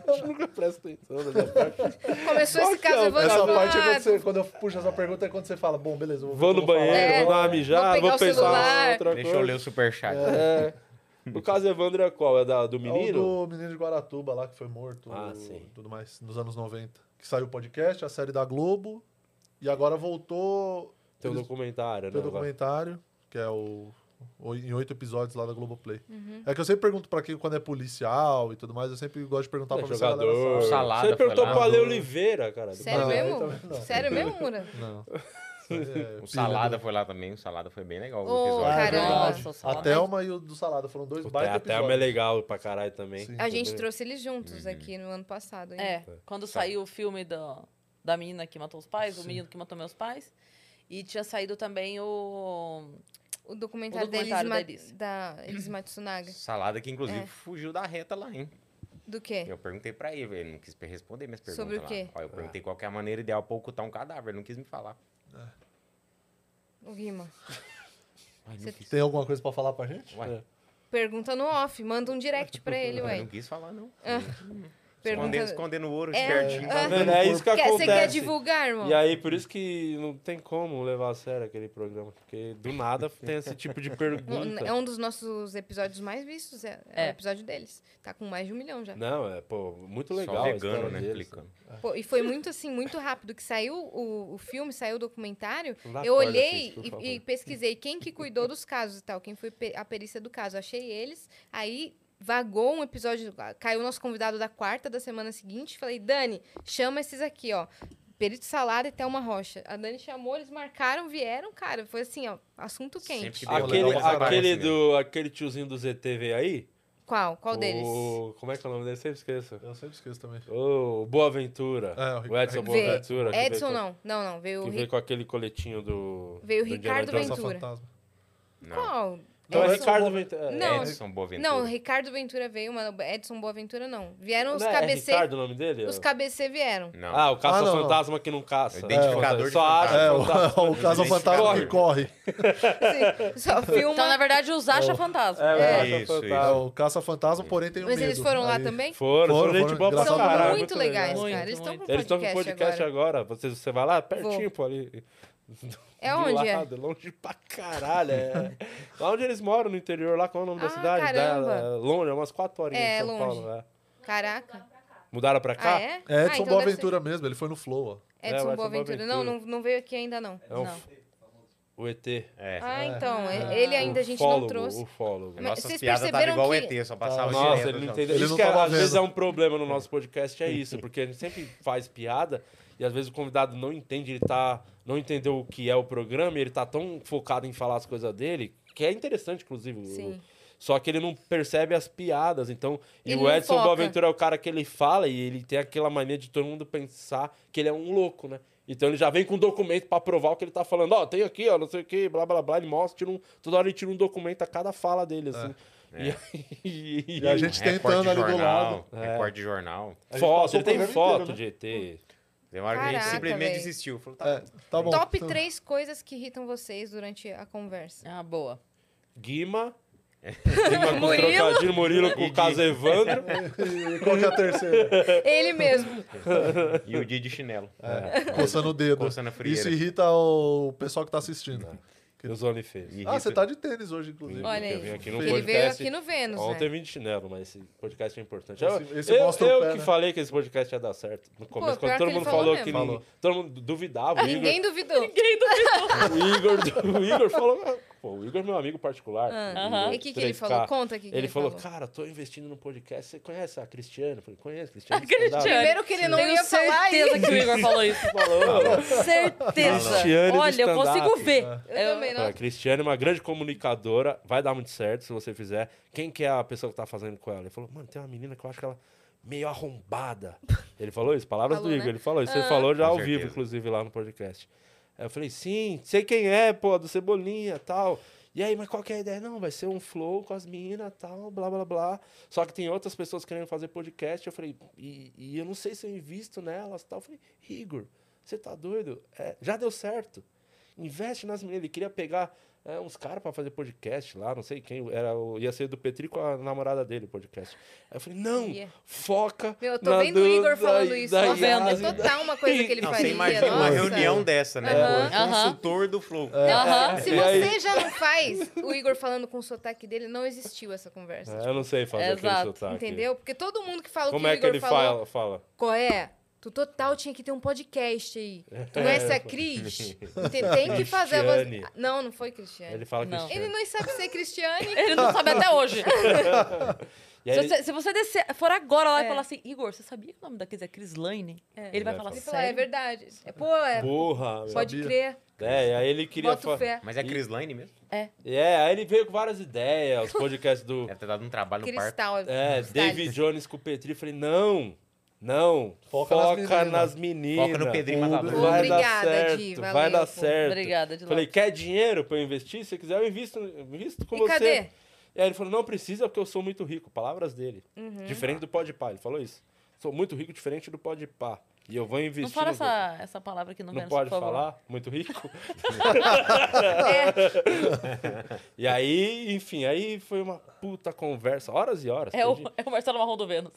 E: não.
C: Eu nunca [laughs] presto atenção nessa parte.
D: Começou
C: Qual
D: esse
C: que é o-
D: caso Evandro
F: Essa
D: do
F: parte é quando,
D: nada.
F: você, quando eu puxo essa pergunta é quando você fala, bom, beleza, eu vou,
C: Vou no
F: eu falar.
C: banheiro,
D: É,
C: vou dar uma mijada,
D: pegar
C: vou
D: o
C: pensar
D: celular.
C: em outra
E: Deixa eu ler
C: coisa.
E: o superchat.
C: É. O caso Evandro é qual? É da, do
F: É o
C: menino?
F: do menino de Guaratuba lá que foi morto
C: Ah,
F: e
C: sim.
F: tudo mais, nos anos 90. Que saiu o podcast, a série da Globo. E agora voltou
C: Tem um
F: eles-
C: documentário, né?
F: pelo
C: agora?
F: documentário, que é o. o- Em oito episódios lá da Globoplay.
D: Uhum.
F: É que eu sempre pergunto pra quem quando é policial e tudo mais, eu sempre gosto de perguntar pra
C: É,
F: ver se a galera
C: jogador.
F: sabe.
E: Salada
C: Você perguntou
E: foi lá. né?
C: pro Ale Oliveira, cara. do
D: Sério
F: Não,
C: Brasil.
D: mesmo?
F: aí também não.
D: Sério mesmo, Mura?
C: [laughs]
F: Não. Isso aí
C: Um
F: é
E: O
F: pilha
E: Salada foi lá também, o Salada foi bem legal. o
D: Ô,
E: episódio.
F: cara.
D: caramba.
F: verdade.
B: Nossa, só
F: A Thelma e o do Salada foram dois
C: Puta,
F: baita
C: A Thelma é
F: episódios.
C: legal pra caralho também.
F: Sim.
D: A gente trouxe eles
C: Uhum.
D: juntos aqui no ano passado. hein?
B: É,
C: Tá.
B: quando saiu o filme do, da menina que matou os pais, o menino que matou meus pais. E tinha saído também o.
D: O documentário,
B: O documentário
D: da,
B: da
D: Elis, Ma- da Elis Matsunaga.
E: Salada que, inclusive, fugiu da reta lá, hein?
D: Do quê?
E: Eu perguntei pra ele, ele não quis responder minhas perguntas
D: É. Sobre o quê?
E: lá. Ó, eu
C: Ah.
E: perguntei qual que é a maneira ideal pra ocultar um cadáver, ele não quis me falar.
D: O Rima.
E: Ai, não,
D: Cê-
E: quis.
F: Tem alguma coisa pra falar pra gente? É.
E: Ué,
D: Pergunta no off, manda um direct pra ele,
E: ele não
D: ué.
E: quis falar, não. Escondendo,
D: Pergunta.
E: escondendo o ouro
D: É,
E: de pertinho.
D: ah.
E: tá
C: Mano,
E: vendo?
C: é isso que
D: Quer,
C: acontece.
D: você quer divulgar, irmão?
C: E aí, por isso que não tem como levar a sério aquele programa. Porque do nada tem esse tipo de
D: Um-
C: pergunta.
D: É um dos nossos episódios mais vistos, é, é
B: É.
D: o episódio deles. Tá com mais de um milhão já.
C: Não, é, pô, muito legal.
E: Só
C: a
E: vegano,
C: história
E: né?
C: deles.
E: Clicando.
D: Pô, e foi muito assim, muito rápido. Que saiu o, o filme, saiu o documentário.
C: Lá
D: eu
C: fora,
D: olhei
C: gente, por
D: e-
C: favor.
D: e, pesquisei quem que cuidou dos casos e tal, quem foi pe- a perícia do caso. Achei eles, aí vagou um episódio, caiu nosso convidado da quarta da semana seguinte. Falei, Dani, chama esses aqui, ó. Perito Salada e Thelma Rocha. A Dani chamou, eles marcaram, vieram, cara. Foi assim, ó, assunto quente.
E: Sempre que deu
C: Aquele,
E: legal, eles
C: aquele,
E: aparecem mesmo.
C: do, aquele tiozinho do ZT veio aí?
D: Qual? Qual
C: o,
D: deles?
C: Como é que é o nome dele? Sempre esqueço.
F: Eu sempre esqueço também.
C: O Boa Ventura.
F: É, o
C: É, o, Edson né?
F: Ricardo-
C: Boa Ventura. que
D: Edson,
C: veio
D: não. Não, não. Veio
C: com-
D: o
C: Que
D: Ri-
C: veio com aquele coletinho do.
D: Veio o
C: do Indiana
D: Ricardo
C: Jones.
F: Caça
D: Ventura.
F: Fantasma.
E: Tá.
D: Qual?
C: Então é
D: Edson
C: Ricardo
F: Boa-
C: Ventura. é.
D: Não,
E: Edson Boaventura.
D: Não, o Ricardo Ventura veio, mas o Edson Boaventura não. Vieram os
C: Não é
D: cabeceiros.
C: Ricardo o nome dele?
D: Os cabecê vieram.
C: Ah, o
E: Não.
F: Ah, não, não.
C: caça-fantasma que não caça.
E: Identificador
C: É,
E: de
C: Só acha
F: É,
E: fantasma.
C: fantasma.
F: [laughs] o, o caso fantasma que corre.
D: Sim, só
B: Então, na
D: filma.
B: verdade, os acha fantasma.
C: É,
E: É,
C: o
E: isso,
F: É,
C: caça-fantasma.
F: o caça fantasma, porém tem um
D: Mas eles
F: medo.
D: foram lá
F: Aí-
D: também?
C: Foram,
F: Foram,
C: foram gente
F: foram,
C: boa pra
D: São
C: caralho.
F: Caraca,
D: muito legais,
B: legal.
D: cara.
B: Muito,
D: Eles estão com
B: muito.
C: Eles estão com
D: podcast,
C: podcast
D: agora.
C: agora. Você, você vai lá pertinho,
D: Vou.
C: pô, ali.
D: É
C: [laughs] do
D: onde é?
C: lado, Longe pra caralho.
D: [laughs]
C: É. lá onde eles moram, no interior, lá, qual é o nome da
D: Ah,
C: cidade?
D: caramba.
C: Da- é longe, é umas quatro horinhas
D: É,
C: de São
D: longe.
C: Paulo. é.
D: Caraca.
C: Mudaram pra cá?
D: Ah, é?
F: É
D: ah,
F: Edson
D: então deve
F: Boaventura mesmo, ele foi no Flow, ó.
D: ser
C: É, o Edson
D: Edson Boaventura. Não, não,
C: Boaventura.
D: não veio aqui ainda, não.
C: É um-
B: Não.
C: O ET.
E: É.
D: Ah, então. é- Ele ainda a gente não
C: Ufólogo,
D: trouxe.
C: Ufólogo.
D: Mas
E: Nossas
D: vocês
E: piadas tava
D: perceberam
E: igual o
D: que-
E: ET, só passava
C: Nossa,
E: direto,
C: ele não
E: só.
C: entendeu.
F: Ele
C: Isso
F: não
C: que é-
F: tava
C: às vezes
F: vendo.
C: é um problema no nosso podcast, é isso, porque a gente sempre faz piada e às vezes o convidado não entende, ele tá. não entendeu o que é o programa, e ele tá tão focado em falar as coisas dele, que é interessante, inclusive. o-
D: Sim.
C: Só que ele não percebe as piadas, então. E
D: Ele
C: o
D: não
C: Edson
D: foca.
C: Boaventura é o cara que ele fala e ele tem aquela mania de todo mundo pensar que ele é um louco, né? Então ele já vem com um documento pra provar o que ele tá falando. Ó, tem aqui, ó, não sei o que, blá blá blá. Ele mostra, tira um, toda hora ele tira um documento a cada fala dele, assim. E, aí-
F: E a
C: tá
F: gente
E: Um repórter
F: tentando
E: de
F: ali do
E: jornal,
F: lado.
D: É.
E: Repórter de jornal.
F: A gente
C: Foto,
F: passou
C: ele
F: o
C: tem
F: programa
C: foto
F: inteiro,
C: de ET.
E: Tem uma hora que a gente
D: Caraca,
E: simplesmente
D: véi.
E: desistiu. Falou, tá,
F: É, tá bom. [laughs]
D: Top
F: Então,
D: três coisas que irritam vocês durante a conversa.
B: Ah, boa.
C: Guima. Guima com
D: Murilo.
C: trocadilho, Murilo com
E: E
C: o caso Evandro.
F: e Qual que é a terceira?
D: Ele mesmo.
E: E o dia de chinelo.
C: É.
F: Coçando o dedo.
E: Coçando a frieira.
F: Isso irrita o pessoal que tá assistindo. quê?
C: Nos OnlyFans.
E: Me
F: Ah, você
E: irrita-
F: tá de tênis hoje, inclusive.
D: Olha
C: Eu
D: aí.
C: vim aqui no
D: Ele veio
C: podcast.
D: aqui no Vênus,
C: Ontem
D: né?
C: eu vim de chinelo, mas esse podcast é importante.
F: Esse-
C: eu
F: esse
C: eu,
F: mostra o
C: eu
F: pé,
C: que
F: né?
C: falei que esse podcast ia dar certo. No começo,
D: pior
C: quando
D: que
C: todo
D: ele
C: mundo
D: falou
C: falou,
D: mesmo. Ah,
C: que
F: Falou.
C: ninguém- todo mundo duvidava. o Igor,
D: Ninguém tá- duvidou.
C: [laughs] o, Igor, o Igor falou. "Ah, Pô, o Igor é meu amigo particular.
B: aham.
D: Ah, E o que, que ele falou? Conta o que, que
C: Ele, falou, cara, tô investindo num podcast. Você conhece a Cristiane? Eu falei, conheço a Cristiane.
B: A Cristiane.
C: stand-up."
D: Primeiro que ele não
B: Tenho
D: ia falar
B: certeza
D: isso.
B: que o Igor falou
C: [laughs]
B: isso.
C: Falou.
B: certeza.
C: Cristiane do
B: Olha, eu
C: stand-up.
B: consigo ver.
D: Eu, também não.
C: Falei, A Cristiane é uma grande comunicadora, vai dar muito certo se você fizer. Quem que é a pessoa que tá fazendo com ela? Ele falou, mano, tem uma menina que eu acho que ela é meio arrombada. Ele falou isso, palavras
D: Falou,
C: do Igor,
D: né?
C: ele falou isso. Ele falou já
E: Com
C: ao
E: certeza.
C: vivo, inclusive, lá no podcast. Aí eu falei, sim, sei quem é, pô, do Cebolinha tal. E aí, mas qual que é a ideia? Não, vai ser um flow com as meninas tal, blá, blá, blá. Só que tem outras pessoas querendo fazer podcast. Eu falei, e, e eu não sei se eu invisto nelas tal. Eu falei, Igor, você tá doido? É, já deu certo. Investe nas meninas. Ele queria pegar é, uns caras pra fazer podcast lá, não sei quem. Era, o- ia ser do Petri com a namorada dele, o podcast. Aí eu falei, não,
D: Ia.
C: foca.
D: Meu, eu tô
C: na
D: vendo
C: do-
D: o Igor
C: da-
D: falando isso.
C: da
D: Tô vendo. é
C: Yas e da-
D: Total uma coisa que ele
E: Não,
D: faria.
E: você imagina uma
D: nossa.
E: reunião dessa, né?
D: Aham.
E: Pô, Consultor do Flow.
C: É.
B: Aham.
D: Se
C: E
D: você já não faz o Igor falando com o sotaque dele, não existiu essa conversa. tipo,
C: É, eu não sei fazer
B: Exato,
C: aquele sotaque.
D: Entendeu? Porque todo mundo que fala o
C: Como
D: que o
C: é que
D: Igor
C: ele
D: falou,
C: fala? fala?
D: qual é? Tu total tinha que ter um podcast aí. Tu conhece a Cris? Tem- Tem que fazer a
C: É. Cristiane.
D: voz... Não, não foi Cristiane.
C: [laughs] Ele fala
B: Não.
C: Cristiane.
D: Ele não sabe ser Cristiane.
B: Ele não sabe até hoje.
C: E aí
B: Se
C: ele-
B: você, se você descer, for agora lá e
D: É.
B: falar assim, Igor, você sabia que o nome da Cris é Cris Lane? Ele
D: É.
B: vai
C: Ele vai
B: falar,
D: Ele
B: sério?
D: falou, é verdade. É, pô, é,
C: Porra, meu.
D: pode
F: sabia.
D: crer,
C: É, e aí ele queria
D: bota
C: falar.
D: fé.
E: Mas é a Cris Lane mesmo?
C: É, aí ele veio com várias ideias, os podcasts
E: [laughs]
C: do
E: Deve ter dado um trabalho no parto.
D: Cristal.
C: é, David Jones com o Petri. Eu Falei, não, não,
F: Foca
C: foca,
F: nas
C: nas meninas.
E: Foca no Pedrinho Matador.
C: Vai dar
D: Obrigada,
C: certo,
D: Di,
C: vai
D: valeu,
C: dar
D: pô.
C: certo.
B: Obrigada, de
C: Falei, quer dinheiro pra eu investir? Se quiser, eu invisto, invisto com
D: E
C: você.
D: cadê?
C: E aí ele falou, não precisa porque eu sou muito rico. Palavras dele.
B: Uhum.
C: Diferente do pode pá, ele falou isso. Sou muito rico, diferente do pode pá. E eu vou investir.
B: Não fala
C: no grupo."
B: essa, essa palavra que não,
C: Não
B: vem,
C: pode
B: por favor.
C: falar, muito rico.
D: É,
C: E aí, enfim, aí foi uma puta conversa, horas e horas.
B: É o,
C: perdi.
B: é o Marcelo Marrom do Vênus.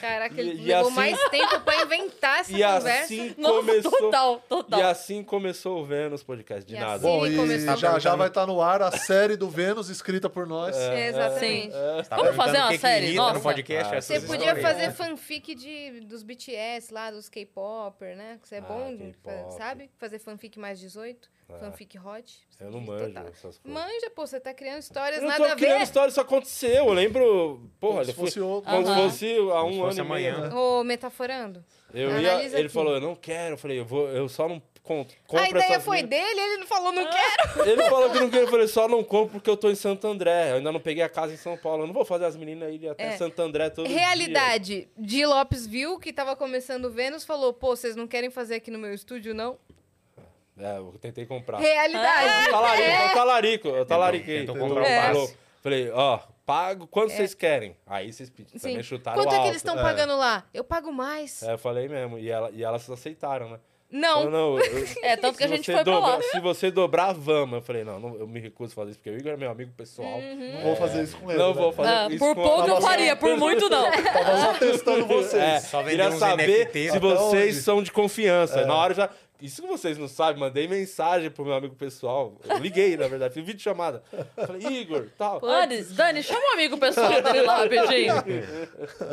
D: Caraca, ele
C: E- e
D: levou
C: assim-
D: mais tempo pra inventar essa
C: [laughs] E
D: conversa.
B: [laughs]
C: assim
B: Nossa,
C: [laughs] começou.
B: total,
C: E
B: total. É,
C: assim começou o Vênus Podcast, de
D: E
C: nada.
D: assim-
F: Bom,
D: Ele
F: e
D: começou a
F: já, já
E: perguntar-
F: vai estar no ar a série do Vênus, escrita por nós.
D: É, exatamente.
E: Você tá
B: Vamos
E: perguntando
B: fazer
E: o
B: uma
E: que que
B: série?
E: irrita
B: Nossa.
E: no podcast?
C: Ah,
E: essas
D: Você podia
E: histórias.
D: fazer fanfic de, dos BTS lá, dos K-popper, né? Que você é
C: Ah,
D: bom, de-
C: K-pop.
D: sabe? Fazer fanfic mais 18,
C: Ah.
D: fanfic hot.
C: Eu não
D: fanfic
C: manjo
D: total.
C: essas coisas.
D: Manja, pô, você tá criando histórias
C: Eu não
D: nada
C: tô
D: a
C: criando
D: ver.
C: história, isso aconteceu. Eu lembro. Porra,
F: Como
C: ele
F: se
C: foi.
F: fosse outro.
C: Como se
B: Aham.
C: fosse há um
E: Como se fosse
C: ano e meio.
E: amanhã.
D: Ô, metaforando.
C: Eu ia,
D: Analisa
C: ele
D: aqui.
C: falou, eu não quero. Eu falei, eu, vou, eu só não com- compro
D: a ideia
C: essas
D: foi
C: minas. Ah,
D: dele, ele não falou, não quero.
C: Ele falou que não queria. Eu falei, só não compro porque eu tô em Santo André. Eu ainda não peguei a casa em São Paulo. Eu não vou fazer as meninas irem até
D: É.
C: Santo André todo dia.
D: Realidade, Di Lopes viu que tava começando o Vênus, falou, pô, vocês não querem fazer aqui no meu estúdio, não?
C: É, eu tentei comprar. Ah,
D: Realidade.
C: Talarico,
B: É.
C: eu talarico, eu talariquei.
E: Tentou
C: Todo
E: comprar
C: mundo
E: um passe.
C: falou. Falei, ó, pago quanto
B: É.
C: vocês querem. Aí vocês pediram, também chutaram
D: Quanto
C: Tá alto.
D: é que eles estão pagando lá? Eu papago mais.
C: É, eu falei mesmo. E, ela- e elas aceitaram, né?
D: Não.
C: Falou, não,
B: [laughs]
C: eu-
B: É, tanto que a
C: se
B: gente
C: você
B: foi pra lá.
C: dobrar- Se você dobrar, vamos. Eu falei, não, não, eu me recuso a fazer isso, porque o Igor é meu amigo pessoal.
F: Não vou fazer isso com ele.
C: Não é
F: né?
C: vou fazer
B: Uhum. Ah,
C: isso.
B: por
C: com-
B: pouco eu
F: nossa-
B: faria, por muito
C: [laughs]
B: não.
F: Tava só testando vocês.
C: É,
E: Só vender
C: queria
E: uns
C: saber
E: NFT.
C: se
E: Até
C: vocês
F: onde?
C: são de confiança. Na hora eu já. Isso que vocês não sabem, mandei mensagem pro meu amigo pessoal. Eu liguei, na verdade, fiz vídeo chamada. Falei, Igor, tal.
B: Dani, Dani, chama um amigo pessoal dele lá
C: [laughs]
B: rapidinho.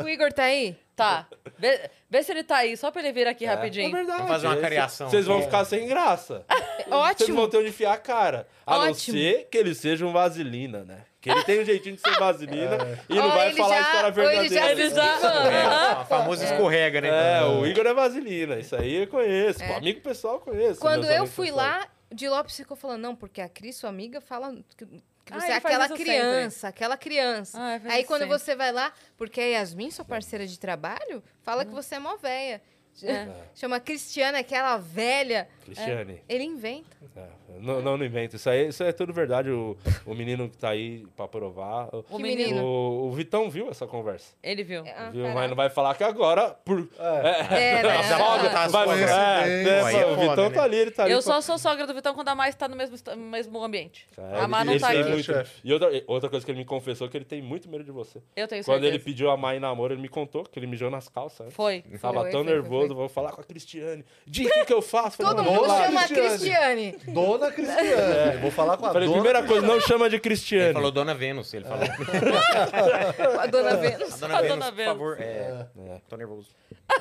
D: O Igor tá aí?
B: Tá. Vê, vê se ele tá aí, só pra ele vir aqui
C: É
B: rapidinho.
C: verdade.
E: Vamos fazer uma
C: Esse-
E: cariação.
C: Vocês vão
E: É.
C: ficar sem graça. Vocês
D: Ótimo.
C: vão ter onde enfiar a cara. A não
D: Ótimo.
C: ser que ele seja um vaselina, né? Que ele tem um jeitinho de ser vaselina e não
D: Ou
C: vai
D: ele
C: falar
D: já-
C: a história
D: ou ele já
C: verdadeira.
B: Ele tá, já.
E: É, a famosa escorrega, né?
C: É, o Igor é vaselina. Isso aí eu conheço. Pô, amigo pessoal eu
D: É.
C: conheço.
D: Quando
C: meus
D: eu
C: amigos
D: fui
C: pessoal.
D: lá, o Di Lopes ficou falando, não, porque a Cris, sua amiga, fala que, que
B: Ah,
D: você é
B: ele faz
D: aquela
B: isso
D: criança, aquela criança.
B: Ah, faz
D: Aí
B: isso
D: quando
B: sempre.
D: você vai lá, porque a Yasmin, sua parceira de trabalho, fala
B: Ah.
D: que você é mó
B: [laughs]
D: véia. É. Chama Cristiana, aquela velha.
C: Cristiane.
D: Ele inventa.
C: É, não, não, não invento. Isso aí isso aí é tudo verdade. O, o menino que tá aí pra provar. O,
B: O
D: Que
B: menino.
D: menino.
C: o- o Vitão viu essa conversa.
B: Ele viu.
D: Ah,
C: viu?
D: caraca.
C: Mas não vai falar que agora. Por... [laughs]
D: É, né?
E: Mas
C: Sogra,
E: tá
C: vai-
E: suas
C: é,
F: coincidências.
C: é,
E: Aí é
C: o
E: foda,
C: Vitão
E: né?
C: tá ali, ele tá ali.
B: Eu
C: pra-
B: só sou sogra do Vitão quando a Mai está no mesmo, esta- no mesmo ambiente.
C: É,
B: a Mai
C: ele-
B: não
C: ele
B: tá
C: tem
F: é
B: aqui.
C: muito-
F: chefe.
C: E outra, outra coisa que ele me confessou é que ele tem muito medo de você.
B: Eu tenho certeza.
C: Quando ele pediu a Mai em namoro, ele me contou que ele mijou nas calças. né?
B: Foi.
C: Tava
D: é Foi,
C: tão
D: foi, foi,
C: nervoso,
D: foi.
C: vou falar com a Cristiane. Diz o que, que eu faço. Falei,
D: Todo
C: "Não,
D: mundo
C: vou lá." [laughs]
D: chama a Cristiane.
F: Dona dona Cristiane. Vou falar com a
C: Falei,
F: dona.
C: primeira coisa, não chama de
E: Ele
C: Cristiane.
E: falou Dona Vênus, ele
C: É.
E: falou.
D: A dona Vênus.
E: A [laughs] Dona
B: A Dona
E: Vênus, por
B: Vênus.
E: favor. É, tô nervoso.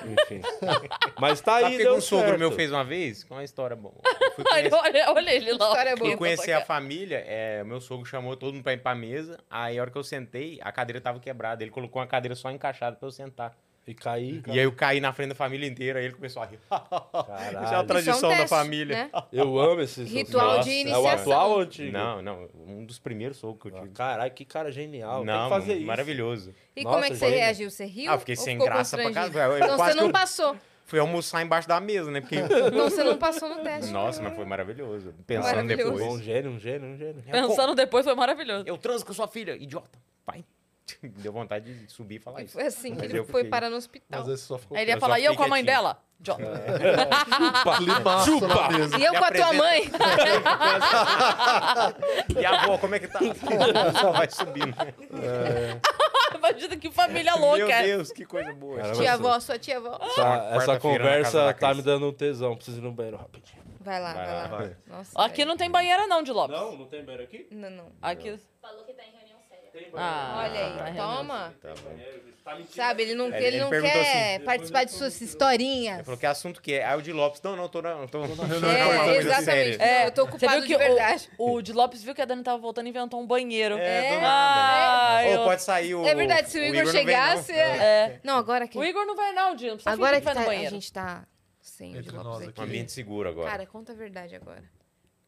C: Enfim. [laughs] Mas tá
E: Sabe
C: aí,
E: o que que
C: deu
E: um sogro
C: certo.
E: meu fez uma vez? Com uma história boa. Fui
B: Olha,
E: conhecer,
B: [laughs] olha, olha ele lá.
D: História boa.
E: fui conhecer a família, é, meu sogro chamou todo mundo pra ir pra mesa. Aí a hora que eu sentei, a cadeira tava quebrada. Ele colocou uma cadeira só encaixada pra eu sentar.
C: E caí.
E: E aí eu caí na frente da família inteira, aí ele começou a rir. [laughs]
C: Caralho.
E: Isso é a
D: Isso é
E: tradição
D: um
E: da
D: teste,
E: família.
D: né?
C: Eu amo esse sogro.
D: Ritual
C: Nossa,
D: de
C: É o
D: iniciação.
C: atual ou antigo?
E: Não, não, um dos primeiros sogros que eu
C: Ah,
E: tive.
C: Caralho, que cara genial. Tem
E: não,
C: que fazer isso.
E: maravilhoso.
D: E
C: Nossa,
D: como é que você
C: gente.
D: reagiu? Você riu?
E: Ah, eu fiquei
D: ou
E: sem
D: ficou
E: graça pra
D: constrangido?
E: casa, eu- eu
D: Então
E: quase
D: você não
E: que eu-
D: passou.
E: Fui almoçar embaixo da
D: [laughs]
E: mesa, né? Porque.
D: Então você não passou
E: [laughs]
D: no teste.
E: Nossa, mas foi maravilhoso. Pensando
D: Maravilhoso.
C: Um
E: depois.
C: gênio, um gênio, um gênio.
E: É
B: Pensando depois foi maravilhoso.
E: Eu transo com sua filha, idiota. Pai. [laughs] Deu vontade de subir e falar
D: E
E: isso.
D: foi assim que
E: Mas
D: ele
E: eu
D: foi
E: fiquei-
D: parar no hospital.
F: Mas esse só ficou
B: Aí ele ia
E: Eu
B: falar,
E: só
B: e eu com a
E: fiquei
B: mãe
E: quietinho. É.
B: dela? John.
F: climaço na mesa.
D: E eu com a tua
E: apresenta- [laughs]
D: mãe.
E: E a avó, como é
D: [laughs]
E: que tá? Só vai subindo.
B: [laughs] Imagina que
D: Tá
B: família louca. é.
E: Meu Deus, que coisa boa.
C: Cara,
D: Tia avó, sua tia avó.
C: Essa, Ah, essa
E: Quarta-feira na casa
C: conversa
E: da
C: tá
E: Cris.
C: me dando um tesão. Preciso ir no banheiro rapidinho.
D: Vai lá, vai,
E: Vai
D: lá.
E: lá,
D: Nossa,
B: Aqui não tem banheira não, de Lopes.
C: não tem banheiro aqui?
D: velho. não. não.
B: Aqui...
K: Falou que tá em reunião séria.
B: Ah,
D: Olha
B: tá
D: aí,
B: reunido.
D: toma.
E: Tá bom.
D: Sabe, ele não,
E: Ele-
D: ele
E: ele
D: não
E: perguntou
D: quer
E: assim.
D: participar de suas
E: Ele
D: historinhas.
E: falou que assunto que é. Aí o de Lopes, não, não, tô na. Tô...
D: É,
E: assim,
D: exatamente.
E: séria.
D: É, eu tô
B: Você
D: ocupado
B: viu
D: de
B: que
D: verdade.
B: o, o de Lopes viu que a Dani tava voltando e inventou um banheiro.
E: É, do
B: Ah,
E: nada.
B: eu-
E: Ou pode sair o.
D: É verdade, se o Igor,
E: não vem,
D: chegasse.
E: não.
D: é. Não, agora que.
B: O Igor não vai não, Dinho. Não precisa
D: Agora
B: fingir
D: que
B: vai
D: tá-
B: no
D: a
B: banheiro.
D: gente tá sem o de
F: Entre
D: Lopes
F: nós
E: Um
F: aqui.
D: aqui.
E: ambiente seguro agora.
D: Cara, conta a verdade agora.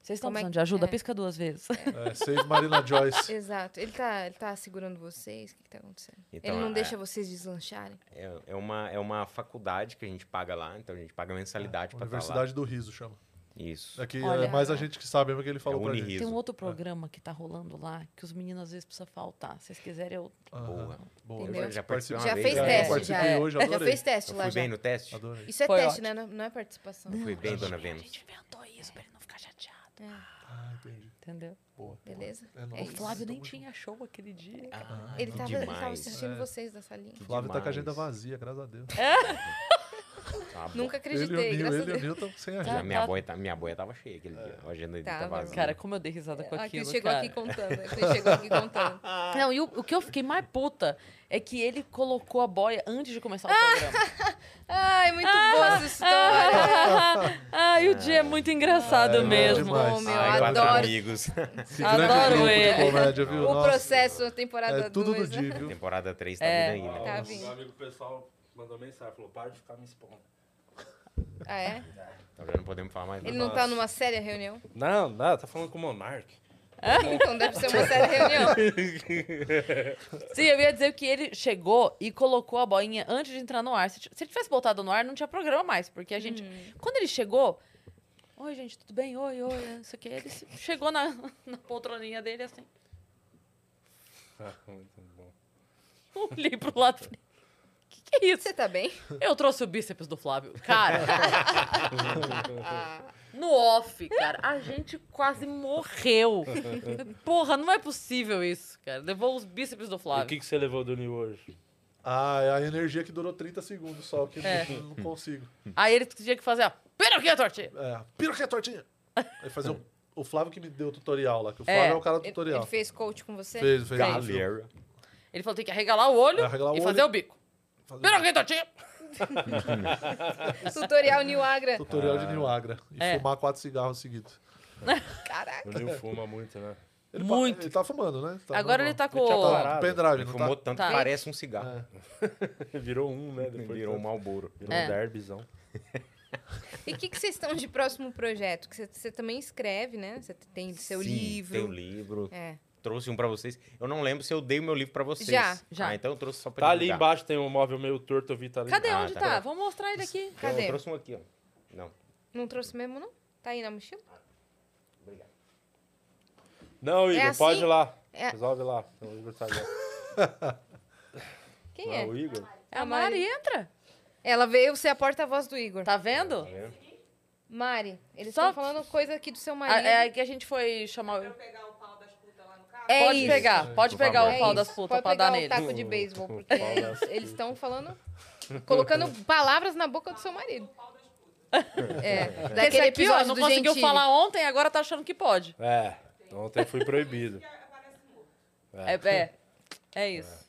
B: Vocês estão
D: Como é
B: precisando
D: que-
B: de ajuda?
D: é.
B: Pisca duas vezes.
F: É, save Marina Joyce.
D: Exato. Ele tá, ele tá segurando vocês? O que, que tá acontecendo?
E: Então,
D: ele não
E: é-
D: deixa vocês deslancharem?
E: É, é uma, é uma faculdade que a gente paga lá, então a gente paga mensalidade pra estar lá.
F: É, Universidade do Riso chama.
E: Isso.
F: É que
B: Olha.
F: é mais a gente que sabe mesmo que ele falou
E: É
F: pra gente.
E: Unirriso.
B: Tem um
E: Isso.
B: outro programa que tá rolando lá que os meninos às vezes precisam faltar. Se vocês quiserem, eu.
F: Aham.
E: Boa.
F: Boa.
D: Entendeu?
E: Eu já participei uma
D: já
E: vez,
D: fez
E: né?
F: é Eu
D: teste, já. é.
F: participei hoje,
D: [laughs] Já
F: adorei.
D: fez teste
E: Eu
D: lá
E: fui
D: já.
E: bem no teste?
F: Adorei.
D: Isso é
B: Foi
D: teste,
B: ótimo.
D: né? Não, não é participação.
E: Eu fui bem, dona
B: A
E: Vênus.
B: gente inventou isso pra ele não ficar chateado.
F: Ah, entendi.
B: Entendeu?
F: Boa.
D: Beleza?
F: É nóis.
B: O Flávio nem
F: Tamo junto.
B: tinha show aquele dia.
D: Ele
E: Ah,
D: tava, assim, ele tava
E: demais.
D: assistindo
F: É.
D: vocês da salinha.
F: O Flávio tá com a
E: Demais.
F: agenda vazia, graças a Deus.
E: Tá bom.
D: Nunca
F: ele
D: acreditei,
F: e o Nil,
D: graças
F: ele
D: a
F: e
D: Deus.
F: o Nil estão sem
E: Já
F: agenda.
E: minha, boia, ta- minha boia tava cheia aquele dia. A agenda dele
D: Tava,
E: tá vazia.
B: Cara, como eu dei
F: um
B: risada com
D: A
B: aquilo.
D: Cris chegou
B: cara.
D: É, aqui contando. A Cris chegou aqui
F: [laughs]
D: contando.
B: Não, e o, o que eu fiquei mais puta é que ele colocou a boia antes de começar o programa.
D: Ai, muito boa
F: Ah,
D: essa história.
B: [laughs] Ai, o dia é muito engraçado
F: não,
B: mesmo.
F: demais.
D: Bom, meu,
E: Ai, quatro
D: adoro.
E: amigos. [laughs]
F: Que
B: Adoro
F: grande grupo
B: ele.
F: de comédia, viu?
D: O
F: Nossa,
D: processo, a temporada
F: É tudo do
D: 2.
F: dia, viu?
E: Temporada 3 tá
B: É.
E: vindo aí, né?
D: Tá
C: Um
D: vindo.
C: amigo pessoal mandou mensagem, falou, para de ficar me expondo.
D: Ah, é?
E: Então já não podemos falar mais
D: Ele
E: nada.
D: não tá numa séria reunião?
C: Não, não, tá falando com o Monark.
D: Então deve ser uma séria
F: [laughs]
D: reunião.
B: Sim, eu ia dizer que ele chegou e colocou a boinha antes de entrar no ar. Se, t- se ele tivesse botado no ar, não tinha programa mais, porque a gente. Quando ele chegou. Oi, gente, tudo bem? Oi, oi, né, não sei o que. Ele se- chegou na, [laughs] na poltroninha dele assim.
C: Muito bom.
B: [laughs] Olhei pro lado e falei: que, que é isso?
D: Você tá bem?
B: Eu trouxe o bíceps do Flávio. Cara.
D: Ah.
B: No off, cara, a gente quase morreu. Porra, não é possível isso, cara. Levou os bíceps do
C: E
B: Flávio.
C: o que, que você levou do Nil hoje?
F: Ah, é a energia que durou 30 segundos só, que
B: É.
F: eu não consigo.
B: Aí ele tinha que fazer a piroquinha tortinha.
F: É, pira que é tortinha! Aí fazer
E: É.
F: o, o Flávio que me deu o tutorial lá, que o
B: É,
F: Flávio é, o cara do
D: Ele-
F: tutorial.
D: Ele fez coach com você?
F: Fez, fez.
E: Galera.
B: Ele falou: tem que arregalar o olho
F: Arregalar o
B: e fazer
F: olho.
B: o bico.
F: Fazer
B: Piroquinha tortinha.
D: Tutorial New Agra.
F: Tutorial de Nilagra. E
B: É.
F: fumar quatro cigarros seguidos.
D: Caraca.
C: O Nil fuma muito, né?
F: Ele
B: Muito.
F: Pa, ele tá fumando, né? Tá
B: Agora
F: normal.
B: ele tá com.
C: Ele tinha parado.
F: Tá com pendrive,
E: Ele
F: não
E: fumou
F: tá?
E: tanto
B: Tá.
E: que parece um cigarro.
C: Virou um, né? Depois
E: Virou um
C: tanto-
E: malboro.
C: Virou
B: É.
C: um derbizão.
D: E o que, que vocês estão de próximo projeto? Que você- você também escreve, né? Você tem seu
E: Sim,
D: livro.
E: Tem um livro.
D: É.
E: Trouxe um pra vocês. Eu não lembro se eu dei o meu livro pra vocês.
D: Já,
B: já.
E: Ah, então eu trouxe só pra
C: Tá ali
E: divulgar.
C: embaixo, tem um móvel meio torto, eu vi, tá ali.
B: Cadê?
E: Ah,
B: Onde tá?
E: tá.
B: Vamos mostrar ele aqui.
E: Então,
D: Cadê?
E: Eu trouxe um aqui, ó. Não.
D: Não trouxe mesmo, não? Tá aí na mochila?
C: Não, Igor,
D: É assim?
C: pode ir lá.
D: É-
C: Resolve lá. O Igor tá ali.
D: Quem
C: Não,
D: é?
C: o Igor?
B: A Mari entra.
D: Ela veio ser a porta-voz do Igor.
B: Tá vendo?
D: Mari, eles
B: Só-
D: estão falando coisa aqui do seu
B: A-
D: marido.
B: É aí que a gente foi chamar. o-
D: É
B: pode
D: isso.
B: pegar, pode
E: Por
B: pegar
E: favor.
B: o
D: É
B: pau
D: isso.
B: das putas
D: Pode
B: pra dar
D: pegar
B: nele.
D: o taco de
C: [laughs]
D: beisebol, porque [laughs]
C: Pau das [laughs]
D: eles estão falando... Colocando palavras na boca do seu marido. É,
B: Esse
D: daquele
B: aqui, ó,
D: episódio
B: não
D: do
B: conseguiu
D: Gentili.
B: falar ontem, agora tá achando que pode.
C: É, ontem fui proibido.
B: É, é, é isso.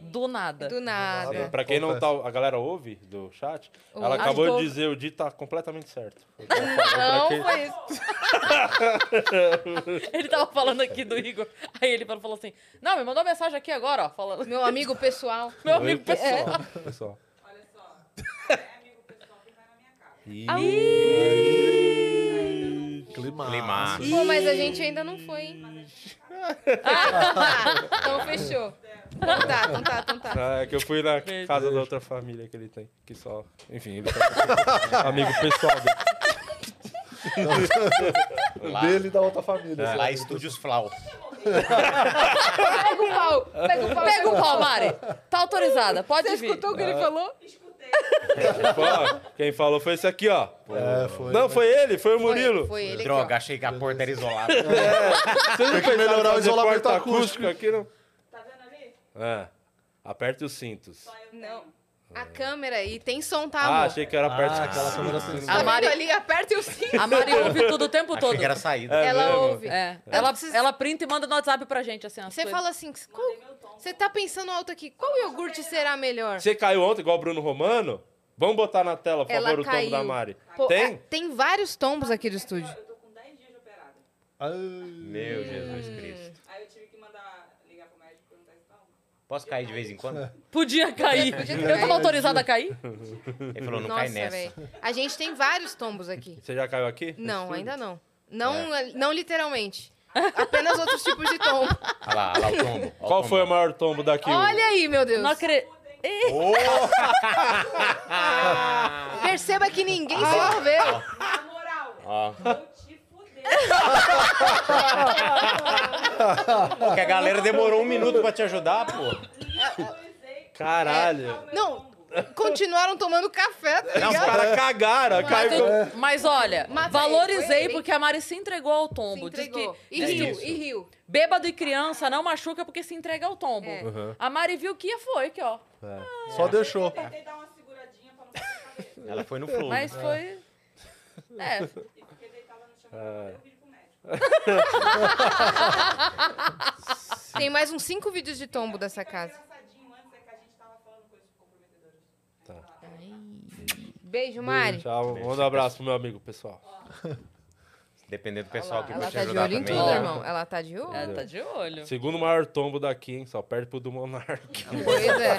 B: Do nada.
D: Do nada.
C: Pra quem não tá. A galera ouve do chat? Ela
B: Ouve.
C: acabou
B: Acho
C: de dizer, o Di tá completamente certo.
D: Não, foi isso.
B: [laughs] Ele tava falando aqui do Igor. Aí ele falou assim: Não, me mandou mensagem aqui agora, ó.
D: [laughs]
B: Falando.
D: Meu amigo pessoal.
B: Meu amigo pessoal.
C: pessoal. [laughs]
D: Ah,
F: Clima.
E: Climaço.
D: Pô, mas a gente ainda não foi, hein? Ah, então fechou. Então tá, então tá, então tá.
C: Ah, É que eu fui na casa da outra família que ele tem. Que só. Enfim, ele tá [laughs] amigo pessoal dele.
E: Lá,
F: Dele e da outra família. assim.
E: É, lá Estúdios Flau.
D: Pega o pau, pega o pau.
B: Pega o pau, Mari. Tá autorizada, pode
D: Você
B: vir.
D: escutou o que ele falou?
C: Ó, Quem falou foi esse aqui, ó.
F: É, foi.
C: Não, foi ele, foi o Murilo.
D: Foi, foi ele. aqui, é
E: Droga, achei que a porta era isolada.
C: Vocês não
F: Tem que
C: pensaram
F: melhorar o
C: fazer
F: isolamento
C: porta
F: acústico.
C: aqui, não? Tá vendo ali? É. Aperte os cintos.
D: ó. Não. A câmera e tem som, tá,
C: Ah,
D: amor?
C: achei que era aperte
E: Ah,
C: os cintos.
E: aquela câmera
D: Tá
B: A
D: vendo
B: Mari-
D: ali, aperta o cinto.
B: A Mari ouve tudo o tempo
E: achei
B: todo.
E: que era saída.
D: Ela
C: mesmo?
D: ouve.
B: É. Ela, ela printa e manda no WhatsApp pra gente, assim. as
D: Você
B: coisas.
D: fala assim, qual- você tá pensando alto aqui, qual iogurte será melhor?
C: Você caiu ontem, igual o Bruno Romano? Vamos botar na tela, por
D: Ela
C: favor, o
D: caiu.
C: tombo da Mari.
D: Pô,
C: Tem?
D: ah, tem vários tombos aqui do estúdio.
F: Ai,
E: Meu Jesus Cristo. Posso cair de vez em quando?
B: Podia cair.
D: Podia
B: Eu
D: cair.
B: tava autorizada a cair?
E: Ele falou, não cai
D: Nossa,
E: nessa.
D: velho. A gente tem vários tombos
C: [laughs]
D: aqui.
C: Você já caiu aqui?
D: Não, ainda não. Não, não literalmente. Apenas outros tipos de tombo.
E: Olha lá, olha lá o tombo. Olha o
C: Qual
E: tombo.
C: foi o maior tombo daqui?
D: Olha aí, meu Deus.
B: Não acredito.
D: Perceba que ninguém se envolveu.
E: Ó. Pô, que a galera demorou um minuto pra te ajudar, pô.
C: Caralho.
D: Não, continuaram tomando café, tá
C: Os
D: ligado?
C: caras cagaram,
B: Mas,
C: caiu.
B: eu- mas olha,
D: Mas aí, foi
B: valorizei
D: ele.
B: porque a Mari se entregou ao
D: Se
B: tombo. Diz
D: entregou.
B: que
D: E
E: É
D: riu,
E: isso.
D: e riu.
B: bêbado e criança não machuca porque se entrega ao tombo.
D: É.
B: A Mari viu que ia foi, que ó. [laughs]
F: Só deixou. É,
E: Ela foi no flow. né?
B: Mas foi. É,
E: É.
D: [laughs] Tem mais uns cinco vídeos de tombo dessa casa.
E: Tá.
D: Beijo, Mari.
C: Tchau, manda um abraço pro meu amigo, pessoal.
E: Dependendo do pessoal que
D: Ela
E: vai te
D: tá de
E: ajudar
D: olho em
E: também. né?
D: tudo, irmão. Ela tá de olho.
B: ela tá de olho.
C: Segundo maior tombo daqui, hein? Só perde pro do Monark.
D: Pois é.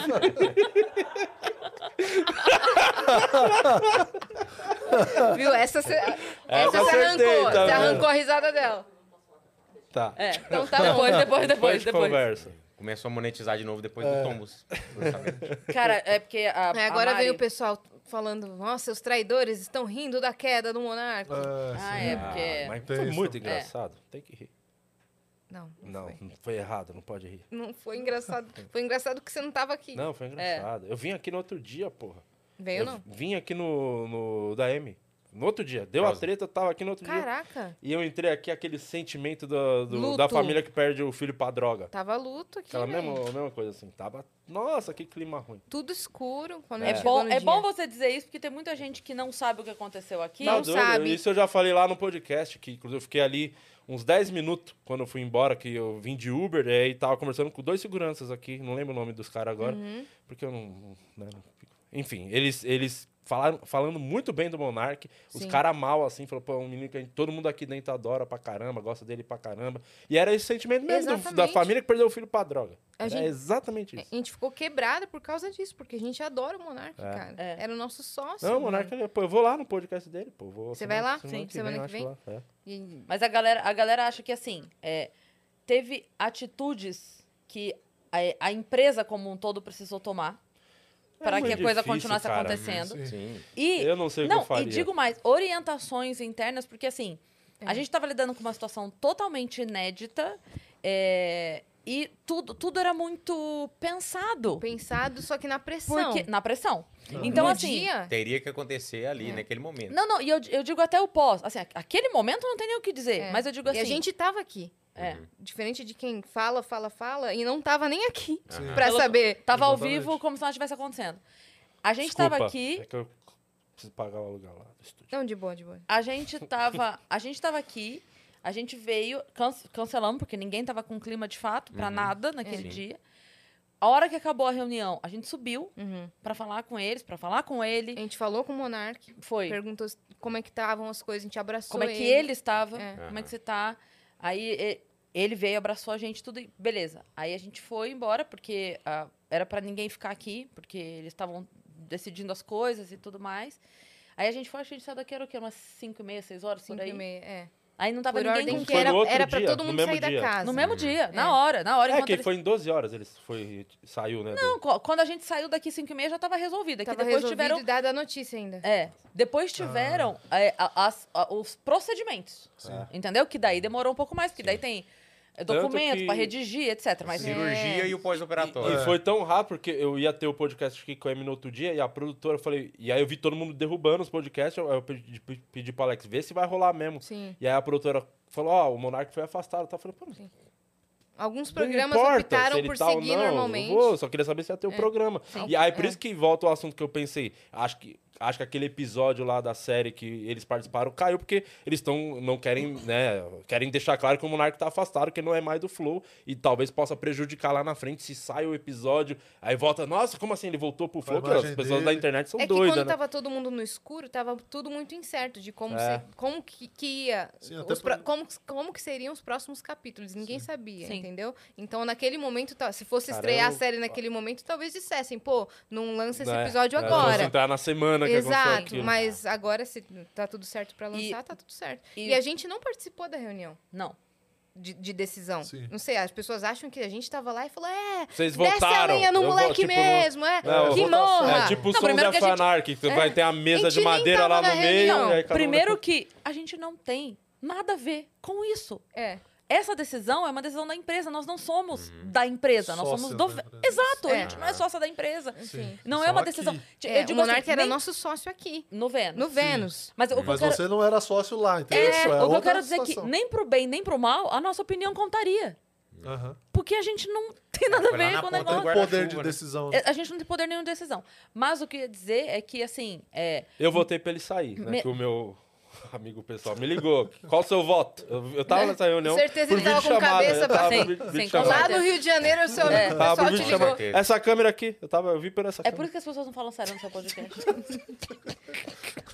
D: Viu? Essa você
C: Essa eu
D: arrancou.
C: acertei, tá
D: você
C: vendo?
D: arrancou a risada dela.
C: Tá. [laughs]
B: É, então tá depois, depois,
C: Depois
B: depois,
C: de
B: depois.
C: conversa.
E: Começou a monetizar de novo depois
C: É.
E: do tombos.
C: [laughs]
B: Cara, é porque a.
D: É, agora
B: a Mari...
D: veio o pessoal falando: Nossa, os traidores estão rindo da queda do monarca.
B: Ah, é,
C: Ah,
B: porque.
C: mas foi
F: Tem
C: muito
F: isso.
C: engraçado. Tem que rir.
D: Não, não,
C: Não,
D: foi.
C: foi errado, não pode rir.
D: Não foi engraçado. Foi engraçado que você não tava aqui.
C: Não, foi engraçado. Eu vim aqui no outro dia, porra.
D: Veio,
C: eu
D: não?
C: vim aqui no, no da M. No outro dia. Deu a
E: Causa.
C: treta, eu tava aqui no outro dia.
D: Caraca,
C: E eu entrei aqui aquele sentimento do, do-
D: Luto.
C: da família que perde o filho pra droga.
D: tava luto aqui.
C: Aquela
D: velho.
C: mesma, a mesma coisa assim. Tava. Nossa, que clima ruim.
D: Tudo escuro. Quando a
B: É
D: gente
B: bom,
D: chegou no
B: é bom
D: dia.
B: você dizer isso, porque tem muita gente que não sabe o que aconteceu aqui.
D: Não
C: Tá doido?
D: sabe.
C: Isso eu já falei lá no podcast, que inclusive eu fiquei ali uns 10 minutos quando eu fui embora, que eu vim de Uber, né, e aí tava conversando com dois seguranças aqui, não lembro o nome dos caras agora,
D: Uhum.
C: porque eu não. não- né, não fico- Enfim, eles. eles falaram- falando muito bem do Monark, os
D: Sim.
C: caras mal, assim, falou, pô, é um menino que a gente- todo mundo aqui dentro adora pra caramba, gosta dele pra caramba. E era esse sentimento mesmo do- da
D: Exatamente.
C: família que perdeu o filho pra droga.
D: A
C: Era
D: gente- É
C: exatamente isso.
D: A gente ficou quebrada por causa disso, porque a gente adora o Monark, cara.
B: É.
D: Era o nosso sócio.
C: Não, o
D: mano.
C: Monark, é, pô, eu vou lá no podcast dele, pô. Vou,
D: Você vai lá? Sim. Semana
C: eu
D: que
C: acho
D: vem?
C: lá, é.
D: E-
B: Mas a galera, a galera acha que assim, é, teve atitudes que a, a empresa como um todo precisou tomar
C: É
B: para que a
C: muito
B: coisa
C: difícil,
B: continuasse
C: cara. é,
B: acontecendo.
E: Sim.
B: E
C: Eu não sei o que eu
B: não, e
C: faria.
B: digo mais, orientações internas, porque assim,
D: É.
B: a gente estava lidando com uma situação totalmente inédita é, e tudo, tudo era muito pensado
D: Pensado, só que na pressão.
B: porque na pressão. Então
D: No
B: assim,
D: dia,
E: Teria que acontecer ali, naquele momento.
B: não, não, e eu, eu digo até o pós, assim, aquele momento não tem nem o que dizer,
D: É.
B: mas eu digo assim,
D: E a gente tava aqui.
C: Uhum.
B: é.
D: Diferente de quem fala, fala, fala e não tava nem aqui pra
B: Pelo-
D: saber.
B: Tava ao
F: Exatamente.
B: vivo como se nada estivesse acontecendo. A gente
C: Desculpa,
B: tava aqui.
C: é que eu preciso pagar o aluguel lá do estúdio.
D: Não, de boa, de boa.
B: A gente tava, a gente tava aqui, a gente veio, can- cancelamos, porque ninguém tava com clima de fato, pra nada naquele
E: Sim.
B: dia. A hora que acabou a reunião, a gente subiu
D: Uhum.
B: pra falar com eles, pra falar com ele.
D: A gente falou com o Monark,
B: Foi.
D: perguntou se- como é que estavam as coisas, a gente abraçou
B: como é que ele estava,
D: É.
B: como é que você tá. Aí e- ele veio, abraçou a gente, tudo, e- beleza. Aí a gente foi embora, porque ah, era pra ninguém ficar aqui, porque eles estavam decidindo as coisas e tudo mais. Aí a gente foi, acho que a gente saiu daqui, era o quê? Umas 5 e meia, 6 horas
D: Cinco
B: por aí.
D: e meia, é.
B: Aí não tava
D: Por
B: ninguém
D: ordem
B: com
D: que
C: Foi
D: era,
C: no outro
D: era
C: dia,
D: pra todo
C: no
D: mundo
C: mesmo
D: sair
C: dia.
D: da casa.
B: No
F: Uhum.
B: mesmo dia,
D: É.
B: na hora, na hora.
C: É
B: enquanto
C: que
B: eles-
C: foi em 12 horas, eles foi, saiu, né?
B: Não, co- quando a gente saiu daqui 5 e meia já tava resolvido. É que
D: Tava
B: depois
D: resolvido
B: tiveram...
D: e dada a notícia ainda.
B: É,
F: Ah.
B: depois tiveram é, a- as- a- os procedimentos,
D: É.
B: entendeu? Que daí demorou um pouco mais, porque daí tem é,
C: Tanto
B: documento
C: que-
B: pra redigir, etc. Mas é,
E: Cirurgia e o
C: E
E: pós-operatório.
C: foi tão rápido, porque eu ia ter o podcast aqui com a Amy no outro dia, e a produtora, eu falei... E aí eu vi todo mundo derrubando os podcasts, eu, eu pedi, pe- pedi pro Alex ver se vai rolar mesmo.
D: Sim.
C: E aí a produtora falou, ó, o Monark foi afastado. Tá? Eu falei, pô, não
D: Alguns
C: Não
D: programas
C: importa se
D: optaram
C: ele
D: por
C: tá ou
D: seguir
C: não, eu
D: normalmente.
C: vou, só queria saber se ia ter o programa. E aí, por
D: É.
C: isso que volta ao assunto que eu pensei. Acho que, acho que aquele episódio lá da série que eles participaram caiu, porque eles estão. não querem, né? Querem deixar claro que o Monarca tá afastado, que não é mais do Flow. E talvez possa prejudicar lá na frente se sai o episódio. Aí volta, nossa, como assim? Ele voltou pro Flow? Que
F: imagem
C: as pessoas
F: dele.
C: da internet são
D: É que
C: doidas,
D: quando
C: né?
D: tava todo mundo no escuro, tava tudo muito incerto de como,
C: É.
D: se- como que, que ia,
F: Sim, até
D: os pro-
F: por-
D: como, como que seriam os próximos capítulos. Ninguém sabia,
B: Sim.
D: entendeu? Então, naquele momento, tá- se fosse
C: Cara,
D: estrear a
C: eu-
D: série naquele momento, talvez dissessem, pô, não lança esse
C: Né?
D: episódio
C: Né? Vamos
D: agora.
C: entrar na semana que aconteceu
D: Exato,
C: aquilo.
D: mas agora se tá tudo certo pra lançar,
B: E-
D: tá tudo certo. E...
B: e-
D: a gente não participou da reunião
B: Não.
F: um
D: de, de decisão.
F: Sim.
D: Não sei, as pessoas acham que a gente tava lá e falou, é,
C: Vocês
D: desce a
C: votaram.
D: linha no
C: Eu vou,
D: moleque
C: tipo, no-
D: mesmo, é,
C: Não,
D: que
C: votação.
D: morra.
C: É tipo o
B: Não,
C: Sons
B: primeiro
C: of
B: que a gente-
C: Anarchy, que vai ter a
D: É. A
C: mesa
D: gente
C: de
D: nem
C: madeira lá
D: tava
C: no
D: na
C: meio.
D: reunião.
C: e aí cada um
B: Primeiro que a gente não tem nada a ver com isso.
D: É.
B: Essa decisão é uma decisão da empresa. Nós não somos da empresa, nós
F: Uhum. Sócios
B: somos do.
F: da empresa.
B: Exato, a
D: É.
B: gente não é sócia da empresa.
D: Sim.
B: Não
F: Só
B: é uma
F: aqui.
B: decisão. assim,
D: É, o Monark era
B: nem-
D: nosso sócio aqui,
B: No Vênus.
D: no Vênus.
B: Mas, o que eu
F: Mas
B: quero-
F: você não era sócio lá, entendeu? Isso, é
B: o que eu
F: outra
B: quero dizer é que,
F: situação.
B: nem pro bem, nem pro mal, a nossa opinião contaria.
F: Aham.
B: Porque a gente não [laughs] tem nada a
E: foi lá
B: ver
E: na
B: com o
E: ponta do
B: negócio.
F: Tem
E: guarda-chuva,
F: poder de
E: né?
F: decisão.
B: É, A gente não tem poder nenhum de decisão. Mas o que eu ia dizer é que, assim, é,
C: Eu votei pra ele sair, né?
B: Me-
C: Que o meu amigo pessoal me ligou. Qual o seu voto? Eu, eu tava nessa reunião.
D: Certeza
C: por
D: ele tava com
C: videochamada,
D: cabeça
C: eu
D: pra-
C: é, tava por
B: Sim,
C: vi-
B: sim,
C: videochamada.
B: com
D: Lá do Rio de Janeiro, o
B: É.
D: seu o
C: Tava por
D: pessoal te ligou.
C: videochamada. Essa câmera aqui, eu, tava, eu vi por essa
B: é por
C: câmera.
B: isso que as pessoas não falam sério no seu
E: [laughs]
B: podcast.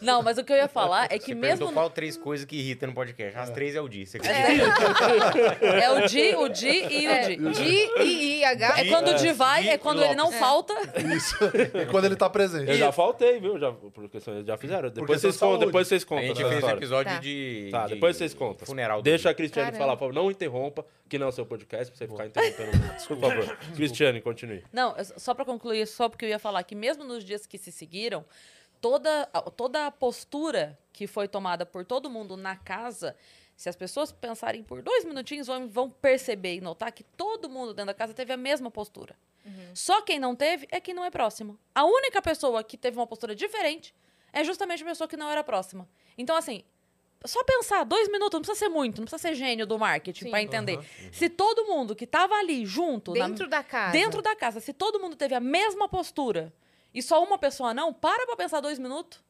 B: não, mas o que eu ia falar é que
E: Você
B: mesmo.
E: perguntou qual três coisas que irritam no podcast. As três é o dia. Você acredita?
B: É o Di, o Di e o Di.
D: Di e IH.
B: É quando o Di vai,
E: Di
B: é quando ele não
E: Lopes.
B: falta.
F: Isso. E quando ele tá presente.
C: Eu já faltei, viu? Já, porque vocês já fizeram. Depois
F: questão
C: vocês,
F: de
C: contam,
F: saúde.
C: depois vocês
E: A
C: contam.
E: gente
C: essa
E: fez um
C: história.
E: episódio
D: Tá.
E: de.
C: Tá,
E: de
C: depois vocês contam.
E: Funeral do
C: Deixa a
E: Dudu.
C: Cristiane
D: Caramba.
C: falar, por favor. Não interrompa, que não é o seu podcast, pra você ficar interrompendo. Por
E: [laughs]
C: favor. Cristiane, continue.
B: Não, eu- só pra concluir, só porque eu ia falar que mesmo nos dias que se seguiram, toda, a- toda a postura que foi tomada por todo mundo na casa, se as pessoas pensarem por dois minutinhos, vão, vão perceber e notar que todo mundo dentro da casa teve a mesma postura.
D: Uhum.
B: Só quem não teve é quem não é próximo. A única pessoa que teve uma postura diferente é justamente a pessoa que não era próxima. Então, assim, só pensar dois minutos, não precisa ser muito, não precisa ser gênio do marketing
D: Sim.
B: pra entender. Se todo mundo que tava ali junto, na-
D: Dentro da casa.
B: Dentro da casa, se todo mundo teve a mesma postura e só uma pessoa não, para pra pensar dois minutos.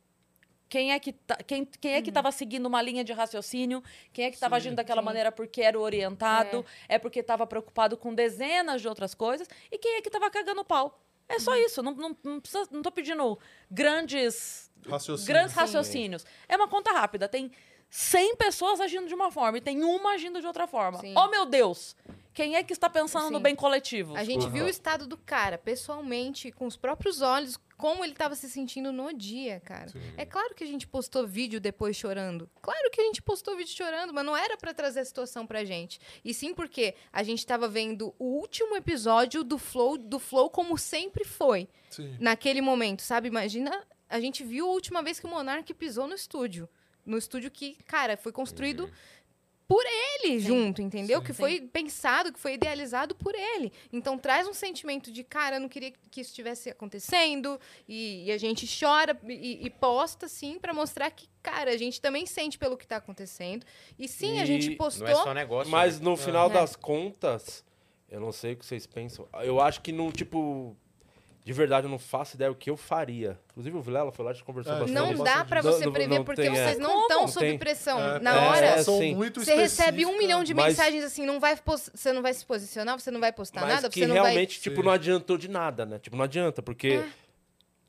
B: Quem é que tá, quem, quem é que
D: Uhum.
B: tava seguindo uma linha de raciocínio? Quem é que estava agindo daquela maneira porque era orientado? É. porque estava preocupado com dezenas de outras coisas? E quem é que tava cagando pau? É
D: Uhum.
B: só isso. Não, não, não, precisa, não tô pedindo grandes
F: Raciocínio.
B: grandes raciocínios. É uma conta rápida. Tem 100 pessoas agindo de uma forma e tem uma agindo de outra forma.
D: Sim.
B: Oh, meu Deus! Quem é que está pensando no
D: Sim.
B: bem coletivo?
D: A gente
C: Uhum.
D: viu o estado do cara, pessoalmente, com os próprios olhos, como ele tava se sentindo no dia, cara. É claro que a gente postou vídeo depois chorando. Claro que a gente postou vídeo chorando, mas não era pra trazer a situação pra gente. E sim porque a gente tava vendo o último episódio do Flow, do Flow como sempre foi.
F: Sim.
D: naquele momento, sabe? Imagina, a gente viu a última vez que o Monark pisou no estúdio. No estúdio que, cara, foi construído por ele junto, entendeu? que foi pensado, que foi idealizado por ele. Então traz um sentimento de, cara, eu não queria que isso estivesse acontecendo. E, e a gente chora e, e posta, sim, pra mostrar que, cara, a gente também sente pelo que tá acontecendo. E sim, a
C: E
D: gente
C: não é
D: postou.
E: Não é só negócio.
C: Mas
E: né?
C: no final
D: É.
C: das contas, eu não sei o que vocês pensam. Eu acho que não, tipo. De verdade, eu não faço ideia o que eu faria. Inclusive, o Vilela foi lá, a gente conversou
F: É,
C: bastante.
F: Não
C: sobre
F: dá
C: isso.
D: pra
C: Não-
D: você
C: não-
D: prever,
C: não
D: porque
C: tem, é.
D: vocês não estão
C: Não
D: sob
C: tem.
D: pressão.
F: É,
D: Na
F: é,
D: hora,
F: são
C: sim.
F: muito
D: você recebe um
F: específicas.
D: milhão de
C: Mas-
D: mensagens assim, não vai, pos- você não vai se posicionar, você não vai postar
C: Mas
D: tá nada,
C: que
D: você não vai... É.
C: realmente, tipo,
F: Sim.
C: não adiantou de nada, né? Tipo, não adianta, porque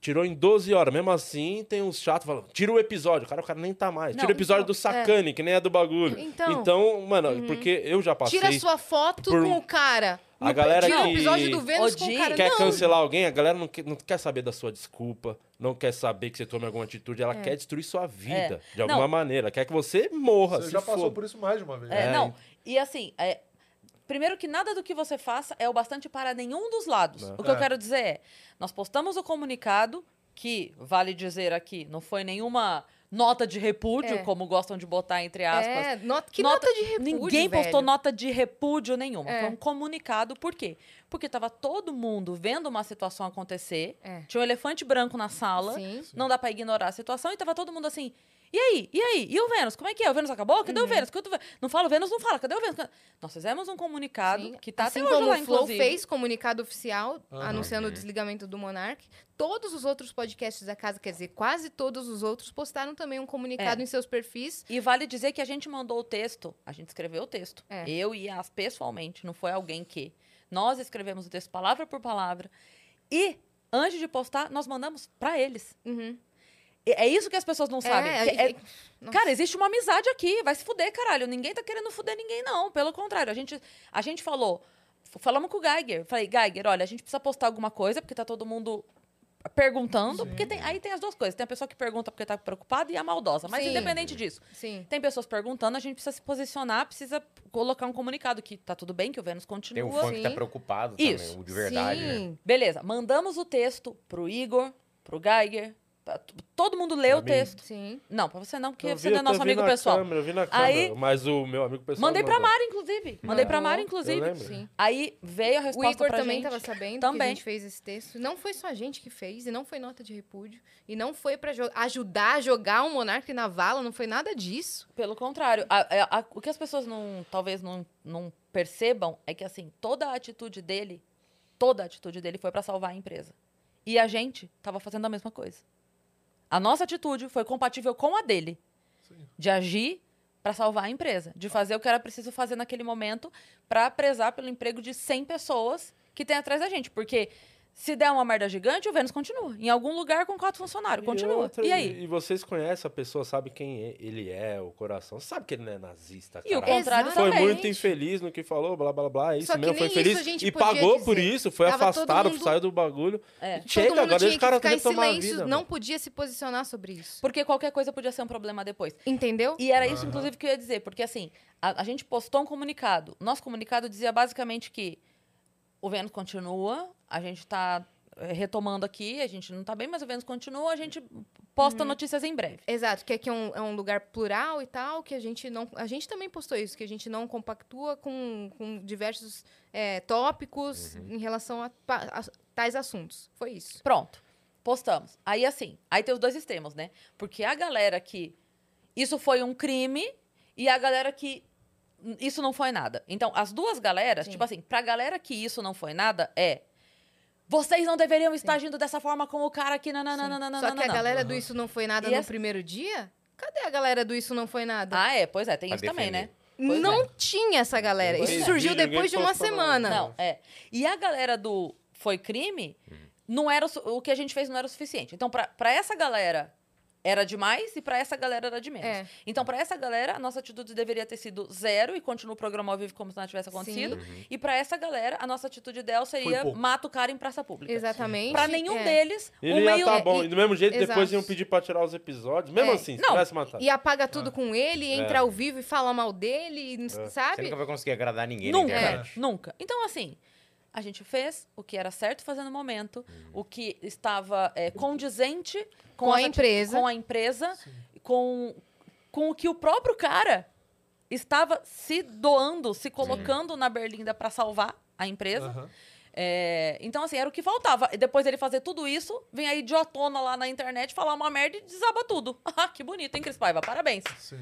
C: tirou em 12 horas. Mesmo assim, tem uns chatos falando, tira o episódio. Cara, o cara nem tá mais.
B: Não,
C: tira o episódio
D: então,
C: do Sacane, que nem é do bagulho.
D: Então.
C: mano, porque eu já passei...
D: Tira sua foto
C: por- um
D: com o cara.
C: A galera
D: Tira o
C: que-
D: episódio do Vênus com o
B: Odia.
D: cara.
C: Quer
D: não,
C: cancelar alguém, a galera não que- não quer, saber da sua desculpa, não quer saber que você tome alguma atitude,
D: É.
C: ela quer destruir sua vida, de alguma
B: Não.
C: maneira. Quer que você morra,
F: Você
C: se
F: já passou
C: foda.
F: por isso mais de uma vez.
B: É,
C: É,
B: não. E assim, é, primeiro que nada do que você faça é o bastante para nenhum dos lados. O que eu
F: É.
B: quero dizer é, nós postamos o comunicado, que, vale dizer aqui, não foi nenhuma nota de repúdio,
D: É.
B: como gostam de botar entre aspas.
D: É, not- que nota, de repúdio,
B: Ninguém postou
D: velho.
B: nota de repúdio nenhuma.
D: É.
B: Foi um comunicado. Por quê? Porque tava todo mundo vendo uma situação acontecer.
D: É.
B: Tinha um elefante branco na sala.
D: Sim.
B: Não dá pra ignorar a situação. E tava todo mundo assim... E aí? E aí? E o Vênus? Como é que é? O Vênus acabou? Cadê
D: Uhum.
B: o Vênus? Cadê o Vênus? Não fala, o Vênus não fala. Cadê o Vênus? Nós fizemos um comunicado
D: Sim,
B: que tá
D: assim
B: até hoje
D: como
B: lá,
D: o Flow
B: inclusive.
D: fez comunicado oficial
F: Aham.
D: anunciando o desligamento do Monark, todos os outros podcasts da casa, quer dizer, quase todos os outros postaram também um
B: É.
D: comunicado em seus perfis.
B: E vale dizer que a gente mandou o texto, a gente escreveu o texto.
D: É.
B: Eu e as pessoalmente, não foi alguém que. Nós escrevemos o texto palavra por palavra. E, antes de postar, nós mandamos pra eles.
D: Uhum.
B: E é isso que as pessoas não sabem.
D: É,
B: que é-
D: e- Nossa.
B: Cara, existe uma amizade aqui, vai se fuder, caralho. Ninguém tá querendo fuder ninguém, não. Pelo contrário, a gente, a gente falou. f- Falamos com o Geiger. Falei, Geiger, olha, a gente precisa postar alguma coisa, porque tá todo mundo perguntando. Porque tem, aí tem as duas coisas. Tem a pessoa que pergunta porque tá preocupada e a maldosa. Mas
D: Sim.
B: independente disso,
D: Sim.
B: tem pessoas perguntando, a gente precisa se posicionar, precisa colocar um comunicado que tá tudo bem, que o Vênus
E: Tem
B: continua.
E: um fã que tá
D: Sim.
E: preocupado também,
B: Isso.
E: o de verdade, né?
D: Sim.
B: Beleza, mandamos o texto pro Igor, pro Geiger. pra t- Todo mundo lê
C: Pra
B: o
C: mim.
B: texto.
D: Sim.
B: Não, pra você não, porque
C: Eu
B: você
C: vi,
B: não é
C: eu
B: nosso
C: vi
B: amigo
C: na
B: pessoal.
C: câmera, eu vi na
B: Aí-
C: câmera, mas o meu amigo pessoal...
B: Mandei pra
C: mandou.
B: Mari, inclusive. Mandei pra Mari,
C: Eu
B: inclusive.
C: lembro.
D: Sim.
B: Aí veio a
D: O
B: resposta
D: Igor
B: pra
D: também
B: gente.
D: estava sabendo que a
B: Também.
D: gente fez esse texto. Não foi só a gente que fez, e não foi nota de repúdio, e não foi pra jo- ajudar a jogar o Monark na vala, não foi nada disso.
B: Pelo contrário, a- a- a- o que as pessoas não, talvez não, não percebam é que assim, toda a atitude dele, toda a atitude dele foi pra salvar a empresa. E a gente tava fazendo a mesma coisa. A nossa atitude foi compatível com a dele.
F: Sim.
B: De agir pra salvar a empresa, de fazer o que era preciso fazer naquele momento pra prezar pelo emprego de 100 pessoas que tem atrás da gente, porque se der uma merda gigante, o Vênus continua. Em algum lugar com quatro funcionários, continua.
C: outra,
B: e aí?
C: E vocês conhecem a pessoa, sabe quem é- ele é, o coração. Sabe que ele não é nazista,
B: E o
C: caralho.
B: contrário
C: Foi
B: também.
C: muito infeliz no que falou, blá blá blá, é isso
D: Só que
C: mesmo, foi
D: nem isso
C: infeliz
D: a gente
C: e
D: podia
C: pagou por
D: dizer.
C: isso, foi
D: Tava todo
C: afastado,
D: mundo-
C: saiu do bagulho.
B: É.
D: Todo
C: Chega,
D: mundo
C: agora
D: tinha
C: esse cara
D: que ficar
C: tem
D: em
C: que tomar a
D: silêncio,
C: vida.
D: não
C: mano.
D: podia se posicionar sobre isso.
B: Porque qualquer coisa podia ser um problema depois.
D: Entendeu?
B: E era isso, inclusive, que eu ia dizer, porque assim, a, a gente postou um comunicado. Nosso comunicado dizia basicamente que o Vênus continua, a gente está retomando aqui, a gente não está bem, mas o Vênus continua, a gente posta notícias em breve.
D: Exato, que aqui é um, é um lugar plural e tal, que a gente não. A gente também postou isso, que a gente não compactua com, com diversos é, tópicos
C: Uhum.
D: em relação a, pa- a tais assuntos. Foi isso.
B: Pronto. Postamos. Aí assim, aí tem os dois extremos, né? Porque a galera que isso foi um crime e a galera que "Hum, isso não foi nada. Então, as duas galeras,
D: Sim.
B: tipo assim, pra galera que isso não foi nada é vocês não deveriam estar agindo dessa forma com o cara aqui, nananana.
D: Sim. Só que a galera do Isso Não Foi Nada
B: E
D: no
B: essa-
D: primeiro dia? Cadê a galera do Isso Não Foi Nada?
B: Ah, é, pois é, tem
E: Pra
B: isso também, né?
E: defender.
B: pois
D: não tinha essa galera.
C: Pois
D: Isso
C: é.
D: surgiu
C: Ninguém
D: depois de uma
C: postou nada.
D: semana.
B: Não, é. E a galera do Foi Crime, não era o, su- o que a gente fez não era o suficiente. Então, pra, pra essa galera era demais e pra essa galera era de menos.
D: É.
B: Então, pra essa galera, a nossa atitude deveria ter sido zero e continua o programa ao vivo como se nada tivesse acontecido. E pra essa galera, a nossa atitude ideal seria
F: pouco.
B: mata o cara em praça pública.
D: Exatamente.
B: Pra nenhum
D: é.
B: deles,
C: Ele
B: o
C: ia
B: meio
C: tá
D: é,
C: bom,
D: e-
C: e do mesmo jeito depois
D: exato.
C: iam pedir pra tirar os episódios, mesmo
D: É,
C: assim, se
B: não,
C: tivesse matado.
D: E apaga tudo com ele, entra ao vivo e fala mal dele, e
E: Você
D: sabe?
E: nunca vai conseguir agradar ninguém
B: Nunca,
E: na internet.
B: nunca. Então, assim, a gente fez o que era certo fazer no momento, o que estava é, condizente com,
D: Com a
B: as ati-
D: empresa.
B: com a empresa, com, com o que o próprio cara estava se doando, se colocando na berlinda para salvar a empresa.
F: Aham.
B: É, então, assim, era o que faltava. E Depois ele fazer tudo isso, vem a [laughs] idiotona lá na internet falar uma merda e desaba tudo. Ah, que bonito, hein, Cris Paiva? Parabéns.
F: Sim.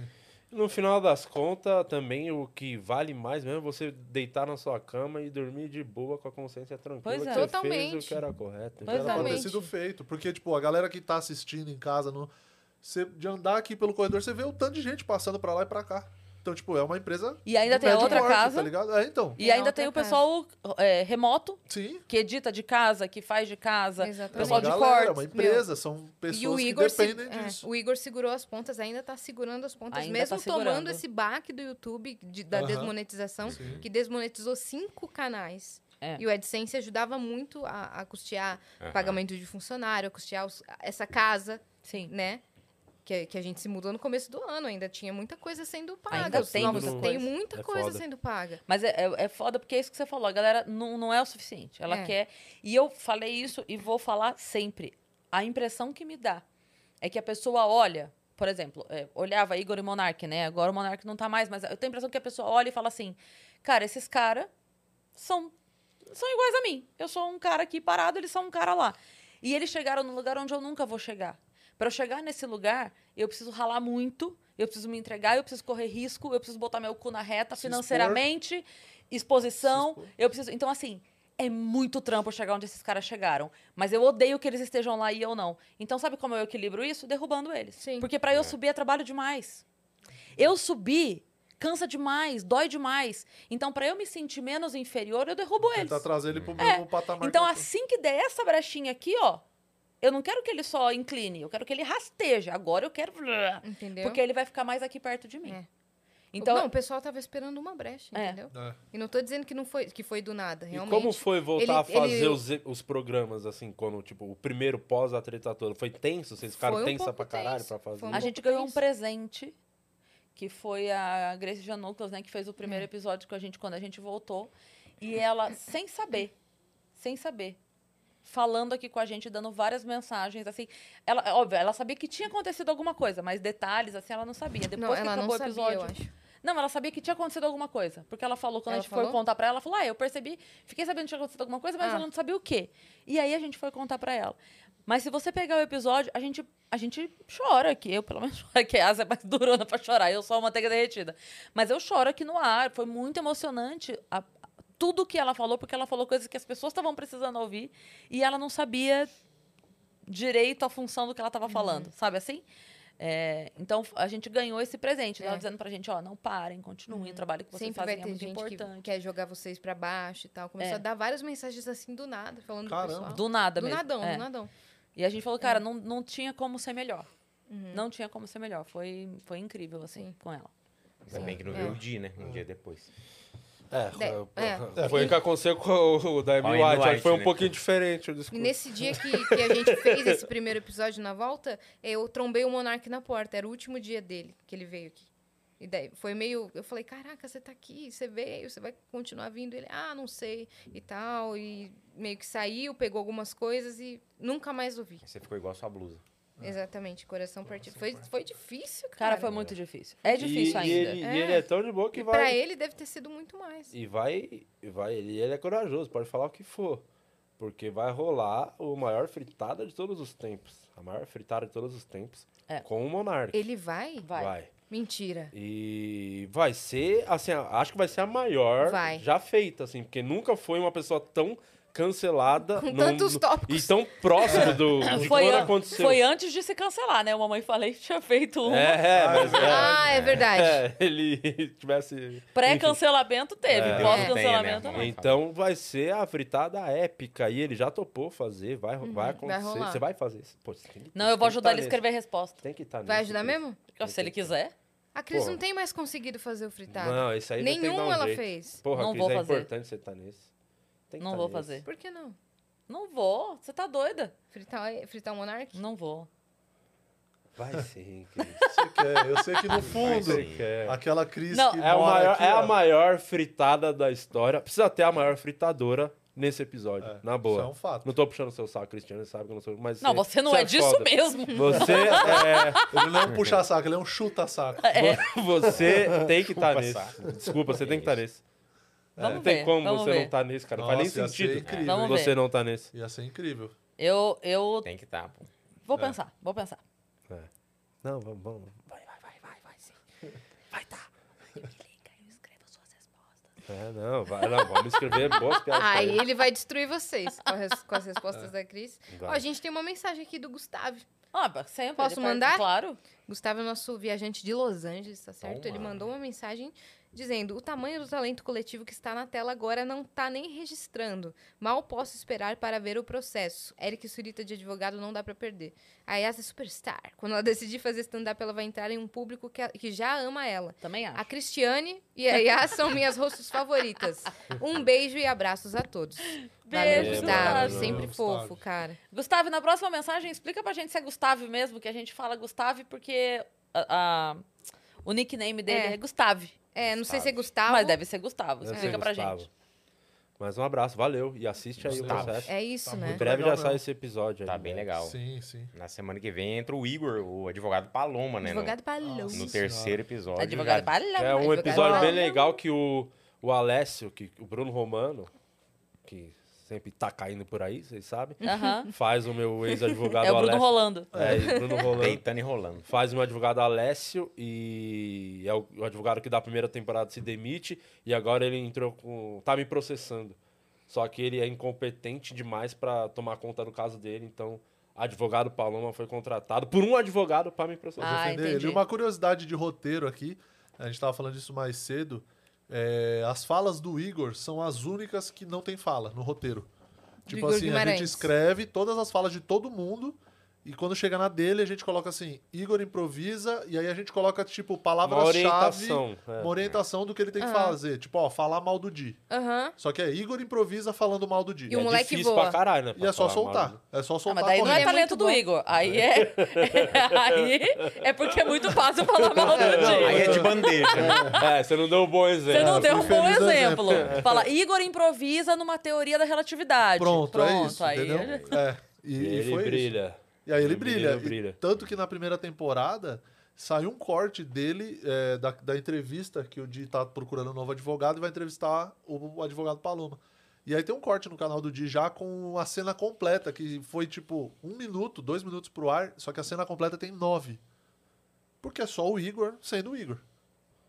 C: No final das contas, também o que vale mais mesmo é você deitar na sua cama e dormir de boa com a consciência tranquila.
B: Pois
C: que
B: é.
C: você fez
D: Totalmente. é.
C: o que era
B: Pois
C: correto. Então,
F: Era pra ter
D: Exatamente.
F: sido feito. Porque, tipo, a galera que tá assistindo em casa, no, cê- de andar aqui pelo corredor, você vê o tanto de gente passando pra lá e pra cá. Então, tipo, é uma empresa.
B: E ainda
F: um
B: tem a
F: pé de
B: outra
F: porta,
B: casa.
F: Tá ligado? É, então.
B: E ainda
D: Não,
B: tem o
D: tá
B: pessoal é, remoto,
F: Sim.
B: que edita de casa, que faz de casa.
D: Exatamente.
B: Pessoal
F: é
B: de
F: uma galera, é
B: cortes,
F: uma empresa, são pessoas que
D: se-
F: dependem
D: é,
F: disso.
D: o Igor segurou as pontas, ainda tá segurando as pontas,
B: Ainda
D: mesmo
B: tá segurando.
D: tomando esse baque do YouTube de- da
F: Aham.
D: desmonetização,
F: Sim.
D: que desmonetizou cinco canais.
B: É.
D: E o AdSense ajudava muito a, a custear
E: Aham.
D: pagamento de funcionário, a custear os- essa casa,
B: Sim.
D: né? Que, que a gente se mudou no começo do ano, ainda tinha muita coisa sendo paga.
B: Ainda
D: os
B: tem
D: novos-
B: muita
D: tem
B: coisa.
D: muita
C: É
D: coisa
C: foda.
D: sendo paga.
B: Mas é, é, é foda porque é isso que você falou. A galera não, não é o suficiente. Ela
D: É.
B: quer. E eu falei isso e vou falar sempre. A impressão que me dá é que a pessoa olha, por exemplo, é, olhava Igor e Monark, né? Agora o Monark não tá mais, mas eu tenho a impressão que a pessoa olha e fala assim: cara, esses caras são, são iguais a mim. Eu sou um cara aqui parado, eles são um cara lá. E eles chegaram num lugar onde eu nunca vou chegar. Para eu chegar nesse lugar, eu preciso ralar muito, eu preciso me entregar, eu preciso correr risco, eu preciso botar meu cu na reta
F: Se
B: financeiramente, exposição,
F: Se expor.
B: eu preciso. Então, assim, é muito trampo eu chegar onde esses caras chegaram. Mas eu odeio que eles estejam lá e eu não. Então, sabe como eu equilibro isso? Derrubando eles.
D: Sim.
B: Porque para eu subir é trabalho demais. Eu subir cansa demais, dói demais. Então, para eu me sentir menos inferior, eu derrubo eles.
F: Tentar trazer ele pro mesmo patamar.
B: Então,
F: que eu tô.
B: assim que der essa brechinha aqui, ó, eu não quero que ele só incline, eu quero que ele rasteje. Agora eu quero.
D: Entendeu?
B: Porque ele vai ficar mais aqui perto de mim.
D: É.
B: Então,
D: Não, o pessoal tava esperando uma brecha,
B: É.
D: entendeu?
F: É.
D: E não tô dizendo que não foi, que foi do nada,
C: E
D: realmente.
C: como foi voltar
D: Ele-
C: a fazer
D: ele-
C: os, os programas, assim, quando, tipo, o primeiro pós a treta toda? Foi tenso? Vocês ficaram
D: Foi um
C: tensa
D: pouco
C: pra caralho
D: tenso,
C: pra fazer?
D: foi um
B: a gente
D: pouco
B: ganhou um
D: tenso.
B: presente, que foi a Grace Janouclas, né, que fez o primeiro
D: É.
B: episódio com a gente quando a gente voltou. E ela, sem saber, sem saber, falando aqui com a gente, dando várias mensagens, assim. Ela, óbvio, ela sabia que tinha acontecido alguma coisa, mas detalhes, assim, ela não sabia. Depois
D: não,
B: que
D: ela não
B: acabou
D: sabia,
B: o episódio.
D: eu acho.
B: Não, ela sabia que tinha acontecido alguma coisa. Porque ela falou, quando
D: Ela
B: a gente foi
D: falou?
B: contar pra ela, ela falou: Ah, eu percebi, fiquei sabendo que tinha acontecido alguma coisa, mas
D: Ah.
B: ela não sabia o quê. E aí a gente foi contar pra ela. Mas se você pegar o episódio, a gente, a gente chora aqui. Eu, pelo menos, [laughs] choro aqui. A Asa é mais durona pra chorar. Eu sou uma manteiga derretida. Mas eu choro aqui no ar. Foi muito emocionante a- a- tudo que ela falou, porque ela falou coisas que as pessoas estavam precisando ouvir e ela não sabia direito a função do que ela
D: Uhum.
B: estava falando, sabe assim? É, então f- a gente ganhou esse presente, ela
D: É. Uhum.
B: dizendo pra gente, ó, não parem, continuem, o trabalho que vocês
D: Sempre vai
B: fazem é
D: ter
B: muito
D: gente que
B: importante.
D: quer jogar vocês pra baixo e tal. Começou
B: É.
D: a dar várias mensagens assim do nada, falando
F: Caramba.
D: do pessoal.
B: Do nada
D: Do
B: mesmo.
D: nadão, né?
B: é.
D: É. do nadão.
B: E a gente falou, cara, não, não tinha como ser melhor. Não tinha como ser melhor. Foi, foi incrível, assim,
D: Uhum. Sim.
B: com ela.
E: Ainda bem que não veio o dia, né? Um dia depois.
C: É,
D: É.
C: foi- foi o que aconteceu com o da Amy
E: Olha, no
C: White. acho que Foi um
E: White, né?
C: pouquinho diferente o
D: E
C: discurso.
D: nesse dia que, que a gente fez esse primeiro episódio na volta, eu trombei o Monark na porta. Era o último dia dele que ele veio aqui. E daí foi meio. Eu falei, caraca, você tá aqui, você veio, você vai continuar vindo. Ele, ah, não sei, e tal. E meio que saiu, pegou algumas coisas e nunca mais ouvi.
E: Você ficou igual a sua blusa.
D: Exatamente, coração partido. Foi, foi difícil, cara.
B: Cara, foi muito difícil. É difícil
C: e,
B: ainda.
C: E ele, e ele é tão de boa que
D: E
C: vai.
D: pra ele deve ter sido muito mais.
C: E vai, e vai, ele, ele é corajoso, pode falar o que for. Porque vai rolar o maior fritada de todos os tempos. A maior fritada de todos os tempos.
B: É.
C: Com o Monark.
D: Ele vai?
B: Vai.
D: Mentira.
C: E vai ser, assim, a- acho que vai ser a maior
D: Vai.
C: já feita, assim, porque nunca foi uma pessoa tão cancelada
D: Com
C: num-
D: tantos
C: num-
D: tópicos.
C: e tão próximo do de
B: Foi,
C: quando
B: an-
C: aconteceu.
B: foi antes de se cancelar, né? O Mamãe Falei que tinha feito um.
C: É, é, mas é,
D: Ah, é verdade.
C: é, ele [laughs] tivesse
B: Pré-cancelamento teve,
C: É.
B: pós-cancelamento
E: Tem,
B: não.
E: né?
C: Então vai ser a fritada épica e ele já topou fazer, vai, vai acontecer.
D: rolar.
C: você vai fazer isso. Pô, você tem que-
B: Uhum. Não,
C: você
B: eu vou
C: tem que
B: ajudar
C: tá
B: ele a
C: nesse.
B: escrever a resposta.
C: Tem que tá estar
D: Vai ajudar mesmo?
B: Se ele quiser.
D: A Cris
C: Porra.
D: não tem mais conseguido fazer o
B: Tá.
D: fritado.
C: Não, isso aí vai ter que dar
D: Nenhum
C: um
D: ela
C: jeito.
D: fez.
C: Porra,
B: Não
C: Cris,
B: vou
C: é
B: fazer.
C: importante você estar nesse. Tem que
B: Não
C: tá
B: vou
C: nesse.
B: fazer.
D: Por que não?
B: Não vou, você tá doida?
D: Fritar, fritar o Monark?
B: Não vou. [laughs]
C: Vai sim, Cris.
F: Você quer, É, eu sei que no fundo,
C: Você quer.
F: aquela crise
B: Não,
F: que
C: É, o
F: mora
C: maior-
F: aqui,
C: é a
F: ó,
C: maior fritada da história. Precisa ter a maior fritadora nesse episódio,
F: É,
C: na
F: Isso é
C: boa.
F: um fato.
C: Não tô puxando seu saco, Cristiano, você sabe que eu não sou. Mas
B: Não, você não é disso
C: foda.
B: mesmo.
C: Você
B: [laughs]
C: é.
F: Ele não é um puxa-saco, ele é um chuta-saco.
B: É.
C: Você tem que estar
E: Desculpa,
C: nesse.
E: saco.
C: Desculpa, você tem que estar nesse.
B: Vamos
C: não
B: ver.
C: É, tem como
B: vamos
C: você
B: ver.
C: não tá nesse, cara. não faz
F: Nossa, ia
C: nem
F: ser
C: sentido
F: incrível.
B: Vamos ver.
C: você não tá nesse.
F: Ia ser incrível.
B: Eu, eu
E: Tem que estar, pô.
C: é.
B: vou pensar, vou pensar.
C: Não, vamos, vamos. Vai, vai, vai, vai, vai, sim. [laughs] É, não, vai, não, vamos escrever boas piadas. pra
D: Aí
C: ele.
D: Ah, ele vai destruir vocês com as, com as
C: [laughs]
D: respostas da Cris. Ó,
C: É. Vai.
D: a gente tem uma mensagem aqui do Gustavo.
B: Ó, sempre.
D: Posso
B: ele
D: mandar?
B: Claro.
D: Gustavo é nosso viajante de Los Angeles, tá certo? Ele
C: Toma.
D: mandou uma mensagem dizendo: o tamanho do talento coletivo que está na tela agora não tá nem registrando. Mal posso esperar para ver o processo. Eric Surita de advogado não dá para perder. A Yas é superstar. Quando ela [laughs] decidir fazer stand-up, ela vai entrar em um público que, a- que já ama ela.
B: Também
D: A
B: acho.
D: Cristiane e a Yas são minhas rostos favoritas. Um beijo e abraços a todos. Valeu,
B: Beijo,
D: Gustavo.
B: Gustavo.
D: Sempre
F: Gustavo.
D: fofo, cara.
B: Gustavo, na próxima mensagem, explica pra gente se é Gustavo mesmo, que a gente fala Gustavo porque a- a- o nickname dele é,
D: É.
B: Gustavo.
D: É, não sei se é Gustavo.
B: Mas deve ser Gustavo.
C: Deve ser
B: Explica pra
C: Gustavo.
B: gente.
C: Mas um abraço, valeu. E assiste aí o
F: Gustavo.
C: processo.
D: É isso,
F: Tá
D: né?
C: Em breve já
F: Legal,
C: sai
F: não.
C: esse episódio aí.
E: Tá bem
C: né?
E: legal.
F: Sim, sim.
E: Na semana que vem entra o Igor, o advogado Paloma, né? no-
D: Advogado Palou.
E: No,
F: Nossa
E: terceiro episódio.
B: Advogado
E: já-
B: Paloma.
C: É um
D: Advogado
C: episódio bem
D: Paloma.
C: legal que o, o Alessio, que, o Bruno Romano, que sempre tá caindo por aí, vocês sabem,
B: Aham.
C: faz o meu ex-advogado
B: É o Bruno
C: Alessio.
B: Rolando.
C: É, e Bruno Rolando.
E: Deitando e rolando.
C: Faz o meu advogado Alessio e é o, o advogado que da primeira temporada se demite e agora ele entrou com. tá me processando. Só que ele é incompetente demais pra tomar conta do caso dele, então advogado Paloma foi contratado por um advogado pra me processar.
B: Ah,
F: Entendeu?
B: entendi.
F: E uma curiosidade de roteiro aqui, a gente tava falando disso mais cedo. é, as falas do Igor são as únicas que não tem fala no roteiro. Tipo
D: Igor
F: assim, a
D: Guimarães.
F: gente escreve todas as falas de todo mundo e quando chega na dele a gente coloca assim, Igor improvisa e aí a gente coloca tipo
C: uma
F: palavra-chave,
C: orientação. é.
F: uma orientação do que ele tem que
D: Aham.
F: fazer, tipo, ó, falar mal do Di.
D: Aham.
F: Só que é Igor improvisa falando mal do Di.
D: E um o moleque
C: É difícil
D: voa.
C: pra caralho, né?
F: E
C: pra
F: é só
C: falar mal,
F: soltar.
C: né?
F: É só
B: Ah,
F: soltar
B: mas daí não é
D: correndo.
B: talento
D: É muito
B: do
D: bom.
B: Igor. Aí é... [laughs] aí é porque é muito fácil falar mal do Diego.
E: Aí é de bandeja. né?
C: É, você não deu um bom exemplo.
B: Você não deu um bom
F: infeliz
B: exemplo.
F: exemplo.
B: Fala, Igor improvisa numa teoria da relatividade.
F: Pronto, é isso,
B: aí.
F: entendeu? É.
C: [laughs]
F: E,
C: E
F: e
C: ele
F: foi isso.
C: brilha.
F: E aí ele
C: O
F: brilha.
C: menino
F: E
C: brilha.
F: tanto que na primeira temporada saiu um corte dele é, da, da entrevista que o Di tá procurando um novo advogado e vai entrevistar o, o advogado Paloma. E aí tem um corte no canal do Di já com a cena completa, que foi tipo um minuto, dois minutos pro ar, só que a cena completa tem nove. Porque é só o Igor sendo o Igor.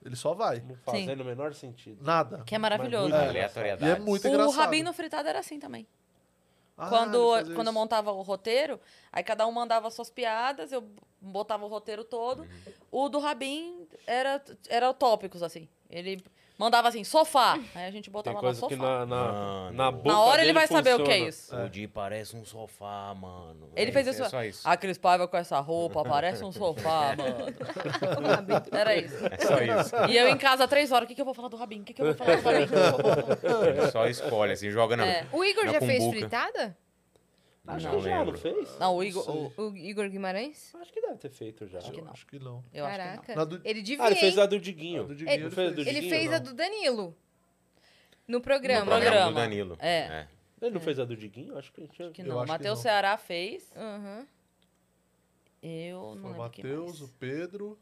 F: Ele só vai.
C: Não fazendo o menor sentido.
F: Nada.
B: Que é maravilhoso.
C: Mas muito
F: E
E: Aleatoriedade.
F: é muito
B: o
F: engraçado.
B: Rabino Fritado era assim também.
F: Ah,
B: quando
F: ele fazia
B: quando eu
F: isso.
B: montava o roteiro, aí cada um mandava suas piadas, eu botava o roteiro todo. O do Rabin era, era tópicos, assim. Ele mandava assim, sofá. Aí a gente
C: Tem
B: botava lá
C: coisa
B: sofá.
C: que na, na,
E: Mano.
C: na
E: Na
C: boca
B: Na hora ele
C: dele
B: vai saber o que é
C: funciona.
B: isso.
E: O Di parece um sofá, mano.
B: Ele fez isso. Ah,
E: É só isso.
B: A Cris Paiva com essa roupa, parece um sofá, mano. Era isso.
E: É só isso.
B: E eu em casa, três horas, o que, que eu vou falar do Rabin? O que, que eu vou falar do Rabin? O que que eu vou falar do
E: [laughs]
B: Rabin?
E: Ele só escolhe, assim, joga na.
B: É.
D: O Igor
E: Na
D: já fez
E: cumbuca.
D: fritada?
C: Acho
E: Não
C: que já, não
E: lembro.
C: fez?
B: Não, o Igor. o-
D: O Igor Guimarães?
C: Acho que deve ter feito já.
B: Acho que não.
F: Acho que não.
B: eu acho que não.
D: Caraca.
F: Na do-
D: Ele devia.
C: Ah, ele fez
D: hein?
C: a do Diguinho.
F: A do Diguinho
C: Não
F: ele
C: fez a do
F: fez.
C: Diguinho?
D: Ele fez a
C: não?
D: do Danilo. No um programa. né?
B: No programa.
E: Do Danilo.
B: É.
C: Ele não fez a do Diguinho? Acho que ele tinha.
B: Acho que
F: Eu
B: não. O
F: acho que
B: Matheus
F: não.
B: Ceará fez.
D: Aham.
B: Eu
F: Foi
B: não
F: o
B: lembro quem
F: Matheus, o
B: mais.
F: Pedro,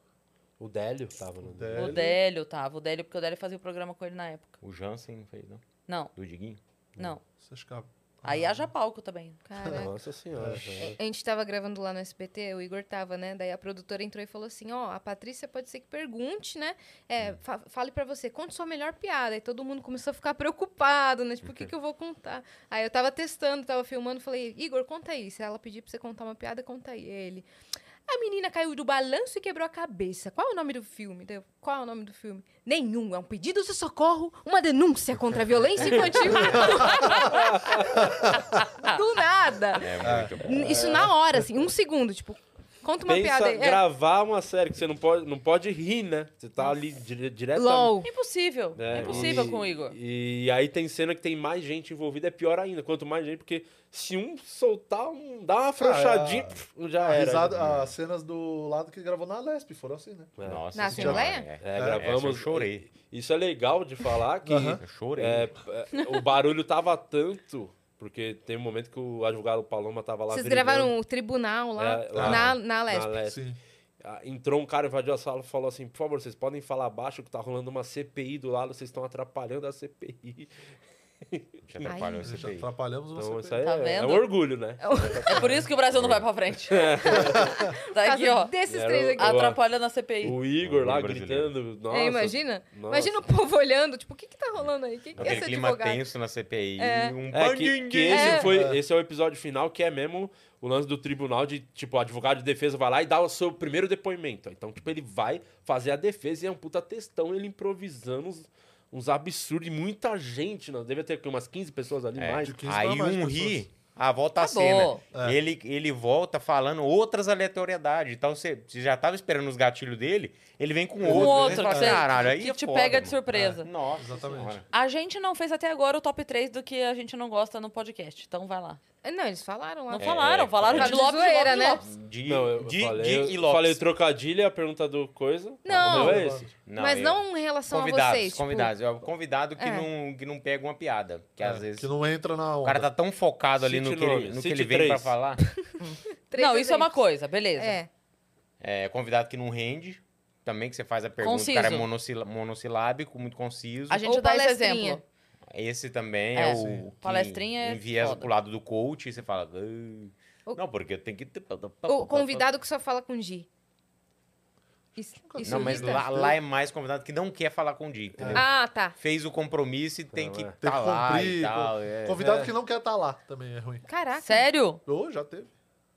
C: O Délio tava no.
F: né? o Délio.
B: O Délio tava. O Délio, porque o Délio fazia o programa com ele na época.
E: O Jansen não fez, não?
B: Não,
E: Do Diguinho?
B: não.
F: Acho que a- Ah.
B: Aí haja palco também.
D: Caraca.
C: Nossa
F: É.
C: senhora. velho.
D: A gente tava gravando lá no SBT, o Igor tava, né? Daí a produtora entrou e falou assim: Ó, a Patrícia pode ser que pergunte, né? É, fa- fale pra você, conte sua melhor piada. E todo mundo começou a ficar preocupado, né? Tipo, o que, que eu vou contar? Aí eu tava testando, tava filmando, falei: Igor, conta aí. Se ela pedir pra você contar uma piada, conta aí. Ele. A menina caiu do balanço e quebrou a cabeça. Qual é o nome do filme? Daí eu, Qual é o nome do filme? Nenhum. É um pedido de socorro, uma denúncia contra a violência infantil. [laughs] do nada.
E: É muito bom.
D: N- Isso na hora, assim, um segundo, tipo, conta uma
C: Pensa
D: piada aí. É,
C: gravar uma série que você não pode, não pode rir, né? Você tá ali dire, diretamente.
D: LOL.
B: Impossível.
C: né?
B: Impossível
C: E-
B: É com o Igor.
C: E aí tem cena que tem mais gente envolvida, é pior ainda. Quanto mais gente, porque se um soltar, um dá uma afrouxadinha,
F: Ah, é.
C: pff, já
F: a
C: era.
F: risada- as cenas do lado que gravou na Lesp foram assim, né?
C: É.
E: Nossa
D: Na
E: senhora,
D: Assembleia?
E: É,
C: É,
E: Essa eu
C: gravamos.
E: chorei.
C: Isso é legal de falar que
F: Aham.
E: Eu chorei.
C: é, é, o barulho tava tanto, porque tem um momento que o advogado Paloma tava lá.
D: Vocês
C: brigando
D: gravaram o tribunal lá,
C: É, lá.
D: na, na Lesp.
C: na Lesp.
F: Sim.
C: Ah, Entrou um cara, invadiu a sala e falou assim: por favor, vocês podem falar baixo que tá rolando uma CPI do lado, vocês estão atrapalhando a CPI.
E: Já atrapalhou
D: Ai.
E: esse
F: Já
E: CPI.
F: atrapalhamos
C: Então
F: você.
C: isso aí
B: Tá
C: é, é
B: vendo?
C: um orgulho, né?
B: É por isso que o Brasil não vai pra frente. tá aqui, ó.
D: Desses
C: Era
D: três
C: o-
D: aqui.
C: a-
B: Atrapalhando a CPI.
C: O Igor lá
E: Orgulho brasileiro.
C: gritando. Nossa,
D: É, imagina?
C: nossa.
D: Imagina o povo olhando, tipo, o que que tá rolando aí? Quem que é
E: Aquele
D: esse
E: clima
D: advogado?
E: tenso na CPI. Um
C: É que,
E: bandinho.
C: que esse,
D: É.
C: Foi, esse é o episódio final que é mesmo o lance do tribunal de, tipo, o advogado de defesa vai lá e dá o seu primeiro depoimento. Então, tipo, ele vai fazer a defesa e é um puta textão, ele improvisando uns, uns absurdos e muita gente, não, deve ter o quê? umas 15 pessoas ali
E: É,
C: mais.
F: de 15 pra
E: Aí
F: mais
E: um
F: pessoas. É.
E: ri, ah, volta a
B: Acabou.
E: cena. Ele, ele volta falando outras aleatoriedades. Então você, você já tava esperando os gatilhos dele, ele vem com
B: Um
E: outro. né? Você
B: outro
E: fala,
B: que, você-
E: Caralho, aí
B: que
E: é
B: te
E: foda,
B: pega de
E: mano." É.
B: surpresa.
E: Nossa,
F: Exatamente.
E: senhora.
B: A gente não fez até agora o top 3 do que a gente não gosta no podcast. Então vai lá.
D: É, Não, eles falaram lá.
B: Não falaram, falaram
D: Tá
B: de
D: de
B: Lopes, de
D: zoeira,
B: Lopes,
D: né?
B: né? Lopes.
E: De,
C: Não, eu
E: de,
C: falei,
E: de e
C: eu
E: Lopes.
C: falei trocadilho e a pergunta do coisa.
D: Não.
C: O meu é esse.
D: Mas
E: eu-
D: não em relação a
E: Convidados,
D: vocês. tipo,
E: convidados. É o convidado que,
D: É.
E: não, que não pega uma piada. Que às vezes
F: É, Que não entra na
E: o
F: onda.
E: cara tá tão focado ali no
C: Cite
E: que ele,
C: nomes,
E: no que
C: cite
E: ele vem pra
C: três.
E: falar.
D: três
B: não, isso é uma
D: exemplos.
B: coisa, beleza.
D: É.
E: É, convidado que não rende. Também que você faz a pergunta,
B: Conciso.
E: o cara é monossila- monossilábico, muito conciso.
B: A gente
D: Ou
B: dá esse
D: palestrinha.
B: exemplo.
E: Esse também
B: É.
E: é,
F: Sim.
E: o que
B: Palestrinha é
E: enviesa
B: foda.
E: pro lado do coach e você fala... "Ah,
D: O-
E: Não, porque eu tenho que...
D: O convidado que só fala com G. Isso, isso
E: Não, mas
D: irrita?
E: lá, lá é mais convidado que não quer falar com o Di, entendeu?
D: Ah, tá.
E: Fez o compromisso e tem
C: Não,
E: que
C: é.
E: estar
F: Tem que
E: lá e
F: cumprir,
E: tal.
F: co-
E: é.
F: Convidado que não quer estar lá também é ruim.
D: Caraca.
B: Sério?
F: Ou já teve.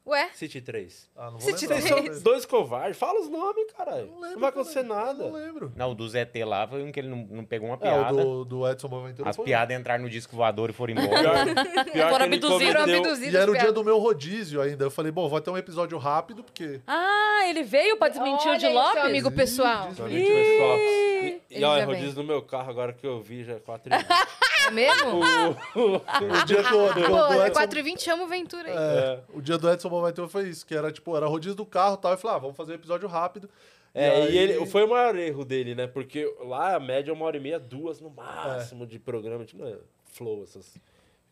D: Ué?
C: City 3.
F: Ah, não vou
D: Se te
F: lembrar.
C: Vocês são dois covardes, fala os nomes, caralho.
F: Não
C: Não,
F: lembro.
C: vai acontecer
F: cara. Não
C: nada.
F: lembro.
E: Não, o do ZT lá foi um que ele não, não pegou uma
F: É, o
E: piada.
F: do, do Edson Boaventura.
E: As
F: foi.
E: piadas entraram no disco voador e foram embora.
C: Pior, pior que
B: Foram
C: ele
B: abduzidos.
D: Foram
C: cometeu,
D: abduzidas.
F: E era o dia
D: piada.
F: do meu rodízio ainda. Eu falei, bom, vai ter um episódio rápido, porque.
B: Ah, ele veio pra desmentir
D: Olha
B: o de
D: aí, seu
B: Lopes?
D: amigo pessoal.
F: Diz-
C: Pra
F: diz-
C: mim, tipo, é só- E, e
D: Ele
C: olha,
D: já vem.
C: rodízio no meu carro agora que eu vi já é 4 e meia.
D: É [laughs] mesmo?
F: [laughs] O dia do,
D: [laughs]
F: do,
D: Pô,
F: do
D: é
F: Edson.
D: 4h20 chama o Ventura aí.
F: É, o dia do Edson Boaventura foi isso, que era tipo, era rodízio do carro e tal. Eu falei, ah, vamos fazer um episódio rápido.
C: É,
F: aí-
C: e ele, foi o maior erro dele, né? Porque lá a média é uma hora e meia, duas no máximo de programa. Tipo, não é flow, essas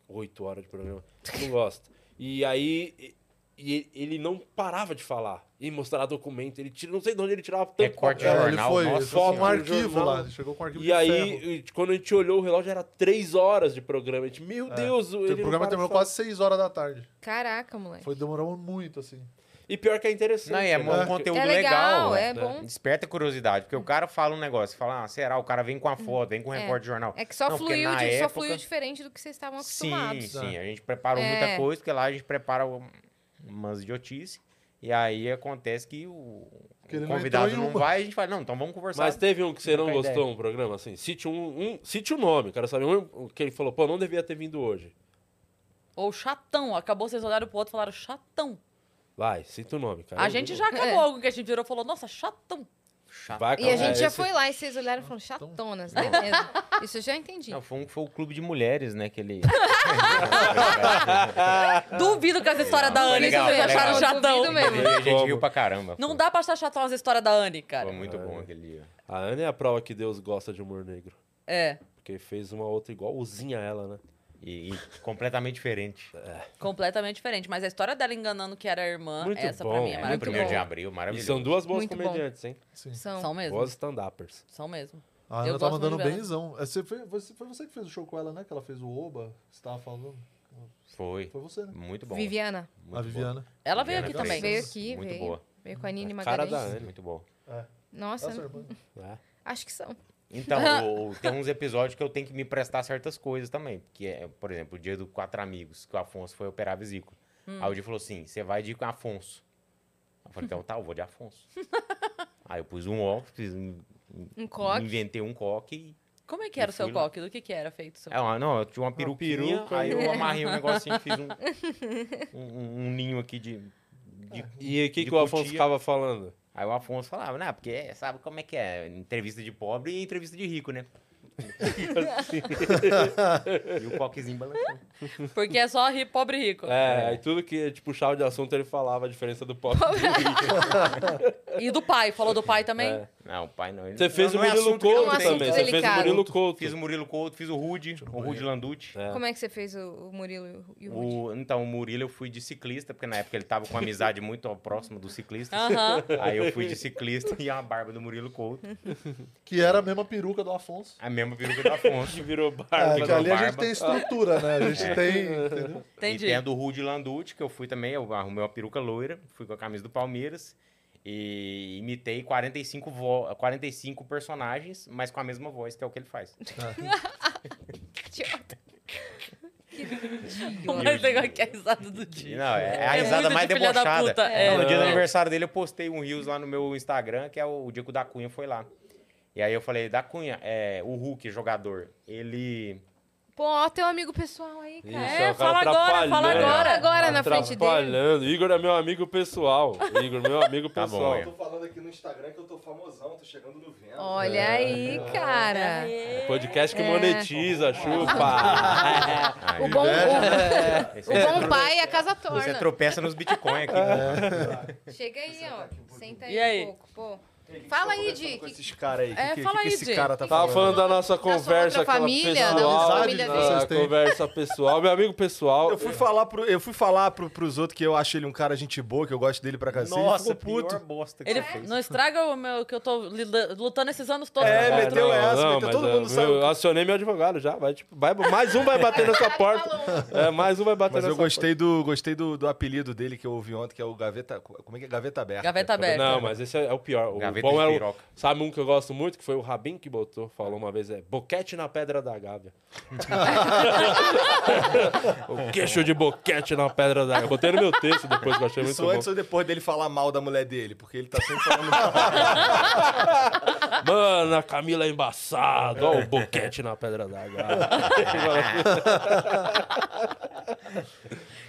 C: oito horas de programa. Não gosto. E aí e- e ele não parava de falar e mostrar documento. Ele tira, não sei de onde ele tirava tanto.
E: É corte de
F: É, ele
E: jornal.
F: foi,
E: nossa
F: ele foi com um
E: senhora.
F: arquivo
C: Jornal.
F: lá, ele chegou com um arquivo
C: E
F: de
C: aí,
F: ferro.
C: e quando a gente olhou o relógio, era três horas de programa. A gente, meu Deus, ele
F: O
C: não
F: É. programa
C: para
F: terminou
C: de falar.
F: quase 6 horas da tarde.
D: Caraca, moleque.
F: Foi, demorou muito, assim.
C: E pior que é interessante.
E: Não, é
C: né?
E: um
C: Porque-
E: conteúdo
D: É legal,
E: legal. né?
D: é bom.
E: Desperta a curiosidade, porque o cara fala um negócio, fala, ah, será? O cara vem com a foto, vem com o repórter de jornal.
D: É que só,
E: Não, porque
D: fluiu,
E: na
D: de- só
E: época-
D: fluiu diferente do que vocês estavam
E: Sim,
D: acostumados.
E: sim. A gente preparou
D: É.
E: muita coisa, porque lá a gente prepara um- umas idiotices. E aí acontece que o,
F: Que
E: o
F: ele não
E: convidado
F: entrou em
E: não,
F: uma.
E: vai, a gente fala, não, então vamos conversar.
C: Mas teve um que você não
E: Trocar
C: gostou,
E: ideia.
C: um programa assim? Cite um, um, cite o nome, quero saber um que ele falou, pô, não devia ter vindo hoje.
B: Ou chatão. Acabou, vocês olharam pro outro e falaram chatão.
C: Vai, cita o nome, cara.
B: a
C: Eu-
B: gente já acabou
D: É.
B: algo que a gente virou e falou, nossa, chatão.
C: Vai
D: E a
C: acabar
D: gente já
C: esse-
D: foi lá e vocês olharam e falaram, chatonas, beleza. [laughs] Isso eu já entendi.
E: Não, foi, um- foi o clube de mulheres, né? Que ele.
B: Duvido que as histórias da Anne
E: legal,
B: vocês
E: foi legal.
B: acharam chatão.
D: Duvido mesmo.
E: a gente
C: Como?
E: viu pra caramba.
B: Não
E: foi-
B: dá pra achar chatão as histórias da Anne, cara.
E: Foi muito bom aquele dia.
C: A Ana é a prova que Deus gosta de humor negro.
B: É,
C: Porque fez uma outra igualzinha a ela, né?
E: E, e completamente diferente.
B: completamente diferente. Mas a história dela enganando que era a irmã,
C: Muito
B: essa pra
C: bom,
B: mim é
C: muito
E: no primeiro
B: maravilhosa.
E: de abril,
C: E
E: maravilhoso.
C: são duas boas
D: Muito bom.
C: comediantes, hein?
F: Sim.
D: São.
B: São mesmo,
C: Boas stand-uppers.
B: são mesmo.
F: A
B: Eu
F: Ana tá
B: gosto
F: mandando
B: muito dela.
F: benzão. É, Você foi, você- foi você que fez o show com ela, né? Que ela fez o Oba, que você tava falando.
E: Foi.
F: Foi você, né?
E: Muito bom.
D: Viviana,
E: Muito
F: a
E: bom.
F: Viviana.
B: Ela veio
E: Viviana
B: aqui também.
E: Freitas.
D: Veio aqui,
E: Muito
D: veio.
E: boa. é
D: veio com a Nini
C: A cara
D: Magalhães.
C: da Ana.
E: Muito boa.
D: Nossa,
F: É a sua irmã.
C: É.
D: acho que são.
E: Então, o- o- tem uns episódios que eu tenho que me prestar certas coisas também. Que é, por exemplo, o dia do Quatro Amigos, que o Afonso foi operar a vesícula. Aí o dia falou assim: você vai de Afonso. Eu falei, então tá, eu vou de Afonso. Aí eu pus um óculos, fiz um-
D: Um coque.
E: inventei um coque. e-
B: Como é que era
E: Eu
B: o seu
E: fui lá.
B: coque? Do que que era feito o seu
E: É, uma- não, eu tinha uma peruquinha,
C: peruca,
E: aí eu amarrei um negocinho e fiz um, um- um- um ninho aqui de. de-
C: E o que,
E: De
C: que o Afonso
E: cutia.
C: ficava falando?
E: Aí o Afonso falava, né? Porque é, sabe como é que é? Entrevista de pobre e entrevista de rico,
C: [laughs]
E: né? e o coquezinho balançando.
B: Porque é só ri, pobre e rico.
C: É, aí tudo que te puxava de assunto, ele falava a diferença do pop.
B: E do pai, falou do pai também?
C: É.
E: Não, o pai não. ele-
C: Você fez
E: não-
C: o
E: não é
C: Murilo
E: assunto que ele
C: Couto
E: não tem.
C: também. Você fez o
D: delicado.
C: Murilo Couto.
E: Fiz É, o Murilo Couto, fiz o Rude, o Rude Landucci.
D: Como é que você fez o, o Murilo [laughs] e o- e o Rudy?
E: O- então, o Murilo eu fui de ciclista, porque na época ele tava com uma amizade muito próxima dos ciclistas.
B: Aham.
E: Aí eu fui de ciclista e a barba do Murilo Couto.
L: Que era a mesma peruca do Afonso.
E: A mesma peruca do Afonso.
C: Que virou
L: É,
C: barba.
L: que
E: da
L: ali a gente
E: barba. É.
L: tem estrutura, né? A gente tem. entendeu?
E: E
B: Entendi.
E: tem a do Rude Landucci, que eu fui também, eu arrumei uma peruca loira, fui com a camisa do Palmeiras e imitei 45, vo- 45 personagens, mas com a mesma voz, que é o que ele faz.
B: O mais legal é que é a risada do dia.
E: Não, é, é a
B: É
E: risada
B: muito de
E: mais
B: filha da
E: debochada.
B: puta, é.
E: Não, no dia do aniversário dele, eu postei um Rios lá no meu Instagram, que é o, o dia que o da Cunha foi lá. E aí eu falei, da Cunha, é, o Hulk, jogador, ele.
D: Pô, ó, teu amigo pessoal aí,
C: Isso,
D: cara.
B: É,
C: o cara
B: fala agora,
C: atrapalhando. né?
B: fala agora.
C: é
D: Agora
C: um
D: na frente dele.
C: Atrapalhando. Igor é meu amigo pessoal. Igor, meu amigo
E: Tá bom,
C: pessoal.
E: é.
F: Tô falando aqui no Instagram que eu tô famosão, tô chegando no vento.
D: Olha aí,
B: é
D: cara.
C: Podcast que
D: É. [laughs]
C: monetiza, chupa.
E: Ah,
D: O bom, o,
E: esse- é
D: o bom pai é a casa
E: Você
B: né?
D: torna.
E: tropeça nos Bitcoin aqui. né?
D: Chega aí, ó. Senta aí,
B: E aí?
D: um pouco, pô. Fala aí,
F: Tô
D: Dick.
F: com esses caras aí.
B: É,
F: que, que,
B: fala
F: que
B: aí,
F: esse
B: Di.
F: cara tá
C: Tava
F: falando?
C: falando da nossa
D: sua
C: conversa
D: outra
C: aquela
D: família, da
C: pessoal,
D: família
C: da
L: dele.
C: conversa pessoal, meu amigo pessoal.
F: Eu fui falar, pro, eu fui falar pro, pros outros que eu acho ele um cara gente boa, que eu gosto dele pra cacete.
E: Nossa,
F: ele ficou puto.
E: pior bosta que
B: Ele
E: ele fez.
B: não estraga o meu que eu tô lida- lutando esses anos todos.
F: É,
B: né?
F: meteu essa, meteu
C: mas,
F: todo
C: é,
F: mundo, saiu.
C: Eu acionei meu advogado já, vai tipo, vai,
F: [laughs]
C: mais um vai bater na sua porta. É, mais um vai bater
F: Mas
C: na
F: eu
C: sua
F: gostei do, gostei do, do apelido dele que eu ouvi ontem, que é o Gaveta. Como é que é? Gaveta aberta.
B: Gaveta
C: porta.
B: aberta.
C: Não, mas esse é o pior. O
E: Gaveta
C: bom
E: de
C: é o,
E: piroca.
C: sabe um que eu gosto muito, que foi o Rabin que botou, falou uma vez, é boquete na pedra da Gávea. [laughs] o queixo de boquete na pedra da Gávea. Botei no meu texto depois, que eu achei muito
F: Isso
C: bom.
F: antes ou depois dele falar mal da mulher dele, porque ele tá sempre falando mal.
C: [laughs] Mano, a Camila é embaçada. Ó, o boquete na pedra da
F: [laughs]
C: Gávea.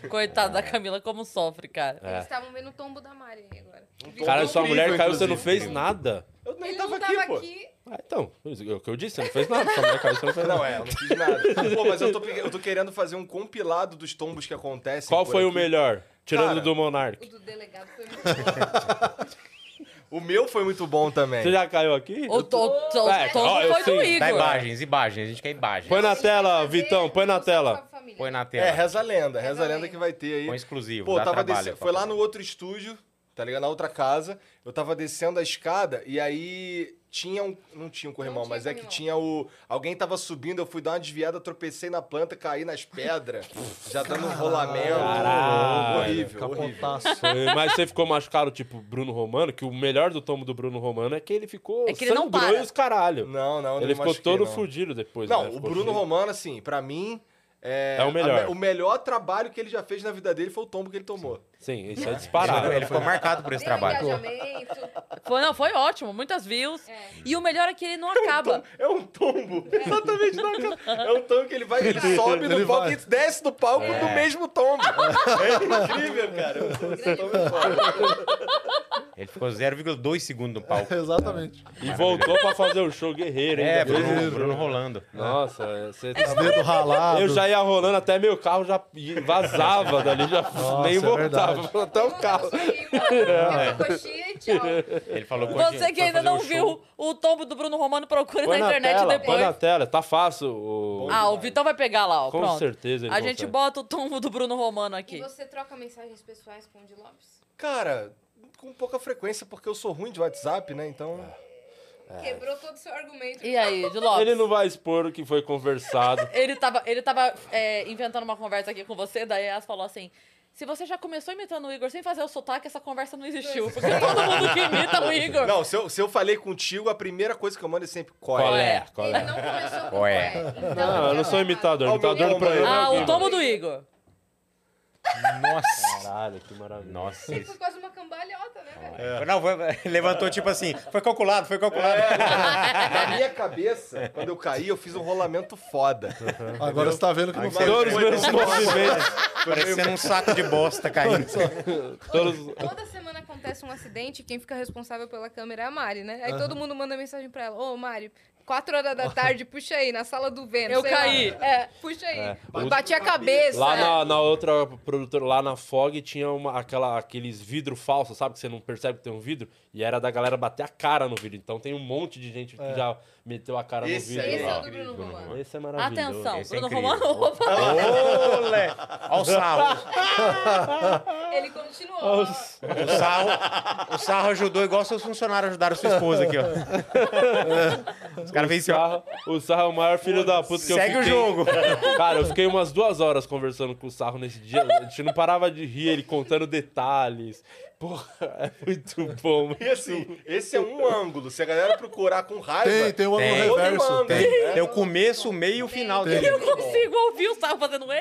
B: Coitada da Camila, como sofre, cara.
D: Eles estavam vendo o tombo da Mari aí agora.
C: Cara, sua mulher
F: incrível,
C: caiu, você não
F: inclusive.
C: fez nada.
F: Eu nem
D: Ele
F: tava,
D: não tava
F: aqui, pô.
D: aqui.
C: Ah, então, é o que eu disse, você não fez nada. Sua mulher caiu, você não fez nada.
F: Não, é, eu não fiz nada. Pô, mas eu tô, pe- eu tô querendo fazer um compilado dos tombos que acontecem.
C: Qual
F: por
C: foi o
F: aqui.
C: melhor? Tirando
F: Cara,
C: do
D: O
C: Monark.
D: do delegado foi muito bom.
F: O meu foi muito bom também.
C: Você já caiu aqui?
B: O to- to-
C: É,
B: tombo
C: ó, eu
B: foi do
C: sim.
E: Dá
B: Igor.
E: imagens, imagens, a gente quer imagens.
C: Põe na tela,
D: Fazer
C: Vitão, põe na
D: um
C: tela.
D: Salve Família.
E: Põe na tela.
F: É, reza a
D: Reza
F: lenda, reza
D: a
F: a lenda
D: lenda.
F: que vai ter aí.
E: Põe exclusivo,
F: Pô,
E: dá
F: tava
E: trabalho
F: descendo.
E: pra
F: Foi lá
E: fazer.
F: no outro estúdio, tá ligado? Na outra casa. Eu tava descendo a escada e aí tinha um. Não tinha um corrimão,
D: tinha
F: mas é que
D: corrimão.
F: tinha o. Alguém tava subindo, eu fui dar uma desviada, tropecei na planta, caí nas pedras. já dando um rolamento.
C: Caralho.
F: horrível, horrível.
L: Capotaço.
C: É, Mas você ficou machucado, tipo Bruno Romano, que o melhor do tombo do Bruno Romano é que ele ficou
B: É que ele não
C: sangrou
B: para.
C: e os caralho.
F: Não, não, não
C: ele ficou
F: machuquei,
C: todo
F: não.
C: fudido depois. né?
F: Não, o
C: Ficou
F: Bruno
C: fudido.
F: Romano, assim, pra mim. É,
C: É o melhor.
F: a me- o melhor trabalho que ele já fez na vida dele foi o tombo que ele tomou.
C: Sim, isso é
E: Ele,
C: disparado.
E: ele ficou marcado por esse
D: Deu
C: [laughs]
E: trabalho.
D: engajamento.
B: Foi, não, foi ótimo, muitas views.
D: É.
B: E o melhor é que ele não acaba.
F: É um tombo. Exatamente na cara. É um tombo que ele vai, ele sobe
L: Ele
F: do palco
L: vai.
F: e desce do palco do mesmo tombo. É incrível, cara. Esse tombo é foda.
E: Ele ficou 0,2 segundos no
F: [laughs]
E: palco.
L: Exatamente.
C: E voltou pra fazer o show guerreiro, hein?
E: É, Bruno, Bruno rolando.
C: Nossa, é, você.
L: Dedo ralado.
C: Eu já ia rolando até meu carro já vazava dali, já nem
L: é
C: voltava. até o carro.
D: Coxinha e
C: [laughs]
D: tchau.
E: Ele falou que hoje-
B: Você que
E: pra
B: ainda
E: fazer
B: não
E: um
B: viu
E: show,
B: o tombo do Bruno Romano, procura
C: Põe
B: na
C: na,
B: internet
C: tela, põe
B: depois.
C: na tela, tá fácil. o-
B: Ah, o Vitão vai pegar lá, ó.
C: Com
B: pronto.
C: certeza ele
B: A gente
C: consegue.
B: bota o tombo do Bruno Romano
D: E
B: aqui.
D: você troca mensagens pessoais com o de Lopes?
F: Cara, com pouca frequência, porque eu sou ruim de WhatsApp, né? Então.
E: É.
D: Quebrou todo o seu argumento.
B: E aí, de Lopes?
C: Ele não vai expor o que foi
B: [laughs]
C: conversado.
B: Ele tava, ele tava é, inventando uma conversa aqui com você, daí elas falou assim: se você já começou imitando o Igor sem fazer o sotaque, essa conversa não
D: [laughs]
B: existiu. Porque todo mundo que imita o Igor.
F: Não, se eu, se eu falei contigo, a primeira coisa que eu mando é sempre qual
C: Qual
F: é.
C: é? Qual
D: Ele
C: é?
D: não começou com
E: Ué.
D: ué. Então,
C: Não, eu não sou imitador.
F: Olha o meu
C: Imitador do
F: tombo
C: programa.
F: aí,
C: é
B: Ah,
C: alguém.
B: o tombo do Igor.
E: Nossa.
C: Caralho, que maravilha.
E: Nossa.
D: Sempre foi quase uma cambalhota, né, velho?
E: Não, foi, levantou tipo assim, foi calculado, foi calculado.
F: Na minha cabeça, quando eu caí, eu fiz um rolamento foda.
L: Agora você tá vendo que não foi.
C: Todos os meus movimentos.
E: Parecendo um saco de bosta caindo.
C: Todos...
D: Toda semana acontece um acidente e quem fica responsável pela câmera é a Mari, né? Aí todo mundo manda mensagem pra ela: Ô, Mari, Quatro horas da tarde, puxa aí, na sala do Vênus.
B: Eu
D: sei lá.
B: caí.
D: É, puxa aí.
C: É, o-
D: Bati é a cabeça.
C: Lá na, na outra produtora, lá na Fog, tinha uma, aquela, aqueles vidro falso, sabe? Que você não percebe que tem um vidro. E era da galera bater a cara no vidro. Então tem um monte de gente
E: É.
C: que já meteu a cara
H: Esse
C: no
D: Esse
C: vidro.
D: é
C: lá.
D: o do Bruno Romano.
C: Esse é maravilhoso.
B: Atenção,
E: Esse é
B: Bruno
E: incrível.
B: Romano, [laughs] opa,
E: Olé! Olha o sarro.
D: Ele continuou.
E: O sarro, o sarro ajudou igual seus funcionários ajudaram sua esposa aqui, ó. Os caras vêm assim, ó.
C: Sarra- o Sarra é o maior filho da puta que eu
E: Segue o
C: fiquei.
E: jogo.
C: Cara, eu fiquei umas duas horas conversando com o Sarro nesse dia. A gente não parava de rir, ele contando detalhes. Porra, é muito bom.
H: E assim, esse é um ângulo. Se a galera procurar com raiva.
F: Tem, tem o
E: Tem.
F: ângulo reverso.
H: Tem.
E: Tem, tem o começo, o meio e o final dele.
B: eu consigo ouvir o Sarro fazendo. "Ê".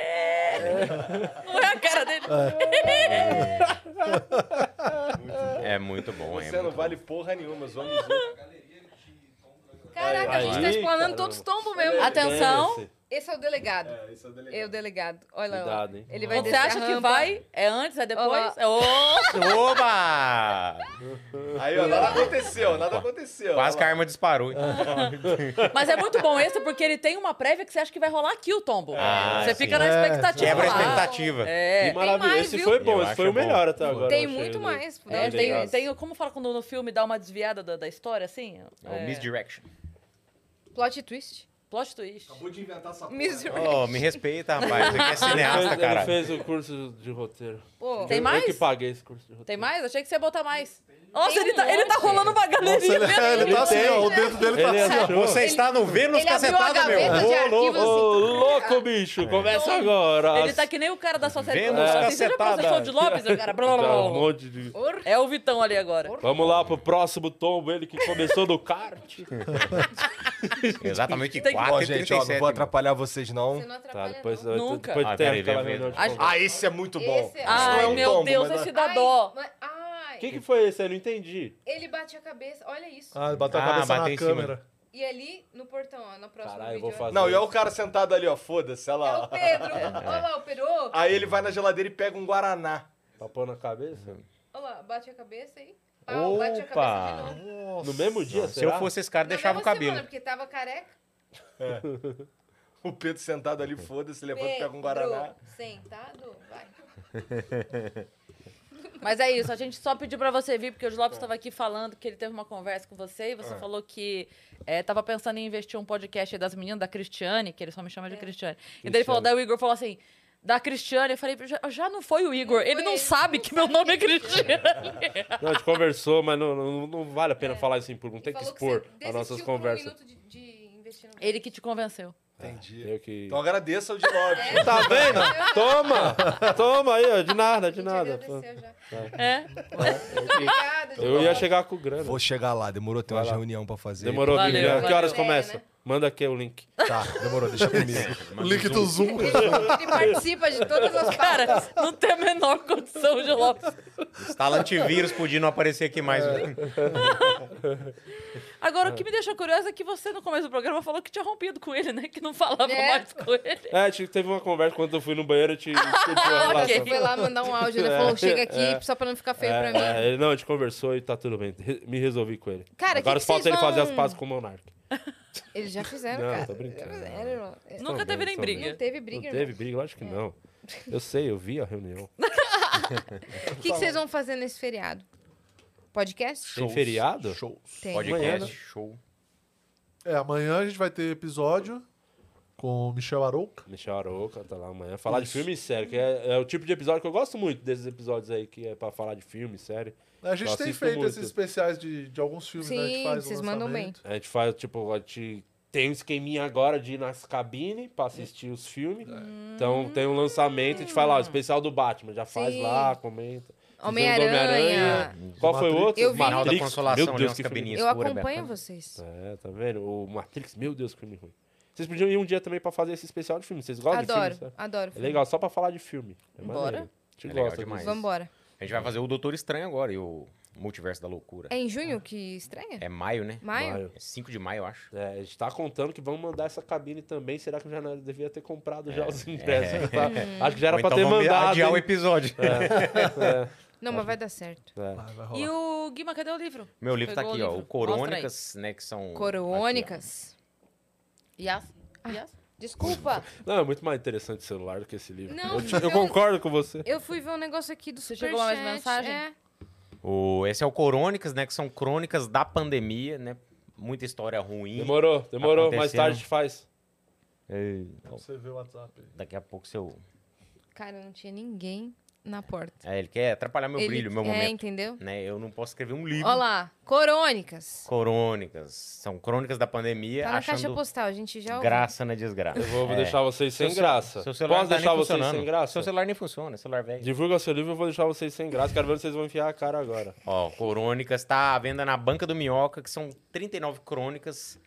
B: Não é a cara dele.
E: É muito bom, é.
H: Você não
E: muito
H: vale porra nenhuma, zoando os outros.
D: Caraca, a gente tá
C: Aí,
D: explanando
C: caramba.
D: todos os tombos mesmo.
B: Atenção.
C: Esse.
D: Esse é o delegado.
H: É, isso é delegado.
D: É o delegado. Olha lá.
C: Cuidado, hein?
D: Ele vai
B: Você
D: descer a
B: acha que
D: rampa.
B: vai? É antes, é depois?
D: Olá.
B: É o.
E: bom. Oba!
H: Aí, ó, nada aconteceu, nada aconteceu.
E: Quase que
H: Olha
E: a
H: lá.
E: arma disparou.
B: Mas é muito bom esse, porque ele tem uma prévia que você acha que vai rolar aqui o tombo.
E: Ah,
B: você
E: sim.
B: fica na expectativa.
E: Quebra a
B: lá.
E: expectativa.
B: É.
C: que maravilha.
D: mais,
C: esse
D: viu?
C: foi bom,
E: Eu
C: esse foi o
E: acho é
C: melhor
E: bom.
C: até agora.
D: Tem
C: eu achei
D: muito
C: do-
D: mais.
C: É,
B: É,
D: Não,
B: tem,
C: legal.
B: tem- como fala quando no filme dá uma desviada da, da história, assim?
E: É o misdirection.
D: um Plot twist.
B: Plot twist.
I: de inventar essa
D: Misery.
E: Ô, me respeita, rapaz. Você é
C: Ele fez-
E: cineasta, cara.
C: Ele fez o curso de roteiro.
D: Pô,
B: Tem
C: eu,
B: mais?
C: Eu que paguei esse curso de roteiro.
B: Tem mais? Achei que você ia botar mais. Nossa,
D: Tem
B: ele
D: um
B: tá, ele tá
D: monte.
B: rolando uma
F: Nossa,
B: galeria.
F: ele, ele tá assim, ó. O dedo dele tá
C: Ele
H: é
F: assim, ó.
C: achou.
E: Você está no Vênus
D: Ele abriu a
E: Cacetada, meu.
D: gaveta de
C: Ô,
D: arquivos
C: ô,
D: assim.
C: louco,
E: É.
C: bicho! Começa agora!
B: Ele tá que nem o cara da sua série.
E: Vênus
B: Fala assim, você já
E: cacetada.
B: processou de Lopes? O cara. blá, blá, blá,
C: Dá
B: blá.
C: um monte de...
B: É o Vitão ali agora.
C: Vamos lá pro próximo tombo, ele que começou no
E: [laughs]
C: kart.
E: Exatamente
B: Tem-
H: Ó,
E: 4 e
H: gente, ó, não
E: 37.
H: vou atrapalhar vocês, não.
D: Você não
C: Tá,
D: atrapalha,
C: depois,
D: não.
B: Nunca.
C: depois tem
E: Ah, peraí,
C: aquela
E: vem
C: reunião de
B: vendo?
C: tombo.
H: Ah, esse é muito bom.
D: Esse é-
H: Isso não
B: Ai,
H: é um
B: meu
H: tombo,
B: Deus,
H: mas
B: esse
H: é-
B: dá dó.
D: Ai, ai,
C: O que, que foi esse? Eu não entendi.
D: ele bate a cabeça, olha isso.
F: Ah, ele bateu a
E: Ah,
F: cabeça
E: bateu em
F: na
E: cima.
F: câmera.
D: E ali no portão, ó, no próximo
C: Caralho,
D: vídeo.
C: eu vou fazer.
H: Não, e olha o cara sentado ali, ó, foda-se, olha
D: ó. É
H: lá. ó.
D: o
C: [laughs]
D: Pedro. Olha lá, operou.
H: Aí ele vai na geladeira e pega um Guaraná.
C: Papou na cabeça?
D: Olha lá, bate a cabeça aí. Pau, bate a
E: Opa.
D: cabeça de novo.
C: No mesmo dia,
E: Se eu
C: será?
E: fosse esse cara,
D: Na
E: deixava
D: mesma
E: o cabelo.
D: semana, porque tava careca.
H: O Pedro sentado ali, foda-se, levanta e pega um Guaraná.
D: É, Pedro, Sentado, vai.
B: Mas é isso, a gente só pediu pra você vir, porque o Lopes estava aqui falando que ele teve uma conversa com você e você falou que é, tava pensando em investir um podcast aí das meninas, da Cristiane, que ele só me chama de Cristiane. E daí ele falou, daí o Igor falou assim. Da Cristiane, eu falei, já, já não foi o Igor. Ele
D: foi
B: não
D: ele,
B: sabe que meu nome é Cristiane.
C: Não, a gente conversou, mas não, não, não vale a pena falar isso em público. Tem que
D: Falou
C: expor
D: você
C: as
D: desistiu
C: nossas
D: por um
C: conversas.
D: minuto de- de investir no-
B: ele que te convenceu.
H: Entendi.
C: Eu que...
H: Então agradeça ao de Lopes.
D: É.
C: Tá vendo? Toma! Toma aí, ó. De nada, de
D: Gente,
C: nada.
D: agradeceu já.
B: É?
D: Obrigada, gente.
C: Eu ia chegar com grana.
H: Vou chegar lá, demorou, tem uma
C: Vai lá.
H: reunião pra fazer.
C: Demorou,
B: Valeu,
C: Viviane. Que
B: valeu.
C: horas
D: É,
C: começa?
D: né?
C: Manda aqui o link.
H: Tá, demorou, deixa comigo.
F: O link do Zoom.
H: É
D: Ele participa de todas as
B: Cara, não tem a menor condição de Lopes.
E: Instala antivírus, podia não aparecer aqui mais.
C: É.
E: um.
B: Agora, o que me deixou curiosa é que você, no começo do programa, falou que tinha rompido com ele, né? Que não falava
D: É.
B: mais com ele.
C: É, te- teve uma conversa quando eu fui no banheiro, eu
D: [laughs]
C: te discutiu a
D: Ela
C: relação.
D: foi lá mandar um áudio, né? Falou, chega aqui, só pra não ficar feio pra mim.
C: É, é, não, a gente conversou e tá tudo bem. Re- Me resolvi com ele.
D: Cara,
C: Agora
D: que que
C: falta
D: vocês
C: ele fazer
D: vão-
C: as pazes com o Monark.
D: Eles já fizeram,
C: Não,
D: cara.
C: tô brincando.
D: Era- era-
B: Nunca teve
C: bem,
B: nem
C: tão bem.
B: briga.
D: Não teve
C: Não
D: briga,
C: teve
D: irmão. É.
C: briga? Lógico que não. Eu sei, eu vi a reunião.
D: O que, que vocês vão fazer nesse feriado? Podcast?
C: Tem feriado?
F: Shows.
D: Tem.
C: Amanhã,
E: Podcast,
C: né?
E: show.
F: É, amanhã a gente vai ter episódio com o Michel Arouca.
C: Michel Aroca tá lá amanhã. Falar de filme e série, que é, é o tipo de episódio que eu gosto muito desses episódios aí, que é pra falar de filme, série.
F: A gente
C: Eu
F: tem
C: assisto
F: feito
C: muito.
F: esses especiais de, de alguns filmes, né? A gente
D: Sim,
F: faz o
D: vocês mandam bem.
F: lançamento.
C: A gente faz, tipo, a gente tem um esqueminha agora de ir nas cabines pra assistir os filmes.
E: É.
C: Então tem um lançamento, a gente fala, ó, especial do Batman, já faz
D: Hum. Sim.
C: lá, comenta. Fizemos
D: Homem-Aranha.
C: Qual foi o outro?
D: Eu vi.
E: Final da
C: Matrix.
E: consolação,
C: Meu
E: ali
C: Deus,
E: umas
C: que filme
E: cabininhas
D: Eu
E: escuras,
D: acompanho
E: Beto.
D: vocês.
C: É, tá vendo? O Matrix, meu Deus, que filme ruim. Vocês podiam ir um dia também pra fazer esse especial de filme. Vocês gostam de
D: Adoro,
C: filme? sabe?
D: adoro.
C: É legal, só pra falar de filme. É
B: Bora.
C: maneiro. A gente
E: É legal
C: gosta
E: demais.
C: disso.
D: Vambora.
E: A gente vai fazer o Doutor Estranho agora e o Multiverso da Loucura.
D: É em junho que estreia?
E: É maio, né?
D: Maio?
C: Maio.
E: É 5 de maio, eu acho.
C: É, a gente tá contando que vão mandar essa cabine também. Será que eu já não- devia ter comprado já os
E: [laughs]
C: ingressos? Tá-
D: Uhum.
C: Acho que já era
E: É, Ou
C: pra
E: então
C: ter
E: vamos
C: mandado. É.
E: adiar o
C: hein? [laughs]
E: episódio.
D: Não, mas vai dar certo.
C: É.
F: Ah, vai rolar.
B: E o o Guima, cadê o livro?
E: [laughs] Meu livro
B: Pegou
E: tá
B: o
E: aqui, ó.
B: livro.
E: O Corônicas, né? Que são.
D: Corônicas.
B: Yas? Yas?
D: Desculpa,
C: Não, é muito mais interessante o celular do que esse livro.
D: Não,
C: eu, te- eu
D: não.
C: concordo com você.
D: eu fui ver um negócio aqui do
B: Você
D: Superchat.
B: chegou mais mensagem?
D: É.
E: Aqui, ó. O, esse é o Corônicas, né? Que são crônicas da pandemia, né? Muita história ruim.
C: Demorou, demorou. Mais
E: Acontecendo.
C: tarde faz.
E: Ei, ó,
F: Você vê o WhatsApp aí.
E: É, daqui a pouco seu.
D: Cara, não tinha ninguém na porta.
E: É, ele quer atrapalhar meu
D: Ele-
E: brilho, meu
D: é,
E: momento.
D: entendeu?
E: Né? Eu não posso escrever um livro.
D: Olha lá, Corônicas.
E: Corônicas. São crônicas da pandemia,
D: Tá na caixa
E: achando
D: postal, a gente já ouviu.
E: graça na desgraça.
C: Eu vou
E: É.
C: deixar vocês sem
E: Seu ce-
C: graça.
E: Seu celular
C: Posso
E: não tá
C: deixar
E: nem
C: vocês
E: funcionando.
C: sem graça?
E: Seu celular nem funciona, celular velho.
C: Divulga seu livro, eu vou deixar vocês sem graça. Quero ver onde vocês vão enfiar a cara agora.
E: Ó, Corônicas tá à venda na Banca do Minhoca, que são 39 crônicas,